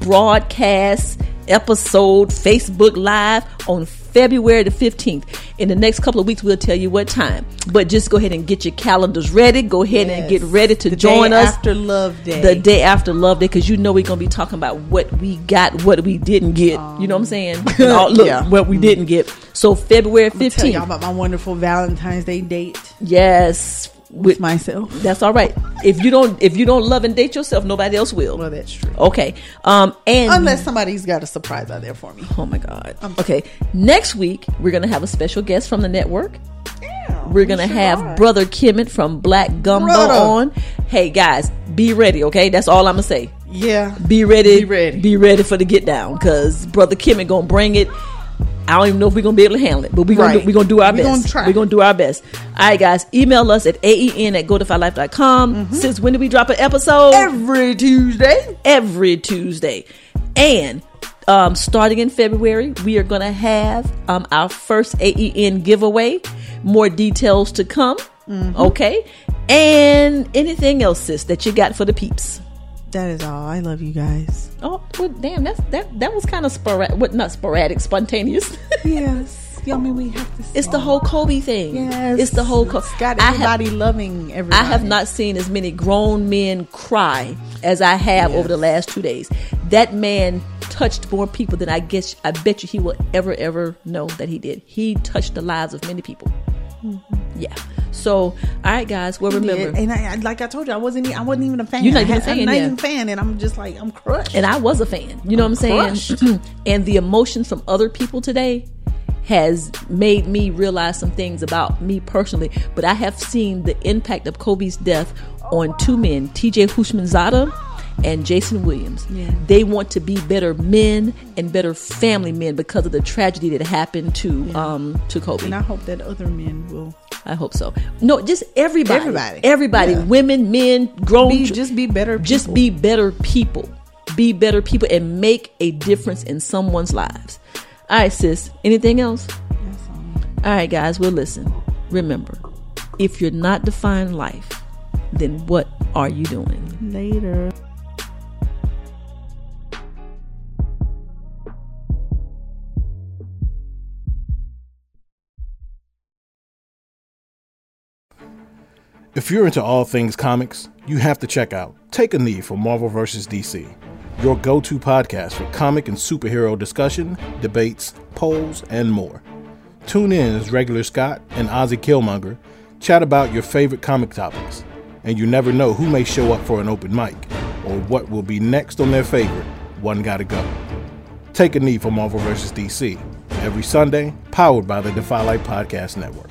broadcast episode, Facebook Live on February the 15th. In the next couple of weeks, we'll tell you what time. But just go ahead and get your calendars ready. Go ahead and get
Yes.
ready to
The
join
day
us
after Love Day.
The day after Love Day, because you know we're gonna be talking about what we got, what we didn't get. you know what
[LAUGHS]
I'm saying? And all- look,
Oh. yeah.
what we didn't get. So February
Tell y'all
15th.
about my wonderful Valentine's Day date
Yes.
with
With my
myself.
that's all right. If you don't if you don't love and date yourself, nobody else will.
Well, that's true.
Okay. Um and
Unless somebody's got a surprise out there for me.
Oh my god. Okay. Next week we're gonna have a special guest from the network. We're gonna have Brother Kimmett from Black Gumbo
Brother.
on. Hey guys, be ready, okay? That's all I'm gonna say.
Yeah.
Be ready,
Be ready.
be ready for the get down, cause Brother Kimmett gonna bring it. I don't even know if we're gonna be able to handle it, but we're gonna
Right.
do, we're gonna do our
We
best.
gonna try.
We're gonna do our best. All right, guys. Email us at aen at godifylife.com. Since when do we drop an episode?
Mm-hmm. Every Tuesday.
every Tuesday. And um, starting in February, we are going to have um, our first AEN giveaway. More details to come.
Mm-hmm.
Okay. And anything else, sis, that you got for the peeps?
That is all. I love you guys.
Oh, well, damn, that's, that, that was kind of sporadic. What, not sporadic, spontaneous. [LAUGHS]
Yes. Yeah, I mean, we have to see.
it's the whole Kobe thing.
Yes.
It's the whole Kobe.
It's got everybody loving everybody.
I have not seen as many grown men cry as I have over the last two days. That man touched more people than I guess I bet you he will ever ever know that he did. He touched the lives of many people. Yeah. So, all right, guys. Well, remember,
Mm-hmm. And I, I, like I told you, I wasn't. e- I wasn't even a fan.
You're not
I
even a
had-
fan,
I'm not
yeah.
even a fan, and I'm just like I'm crushed.
and I was a fan. You know what I'm saying? [CLEARS THROAT] and the emotions from other people today has made me realize some things about me personally. But I have seen the impact of Kobe's death on two men, TJ Hushmanzada and Jason Williams. They want to be better men and better family men because of the tragedy that happened to um to Kobe.
and I hope that other men will
I hope so. No, just everybody.
Everybody.
Everybody.
Yeah.
Women, men, grown.
Be-
chil-
just be better
Just
people.
be better people. Be better people and make a difference in someone's lives. All right, sis. Anything else? All right, guys. Well, listen. Remember, if you're not defining life, then what are you doing?
later.
If you're into all things comics, you have to check out Take a Knee for Marvel vs. DC, your go to podcast for comic and superhero discussion, debates, polls, and more. Tune in as regular Scott and Ozzy Killmonger chat about your favorite comic topics, and you never know who may show up for an open mic or what will be next on their favorite One Gotta Go. Take a Knee for Marvel vs. DC, every Sunday, powered by the Defy Light Podcast Network.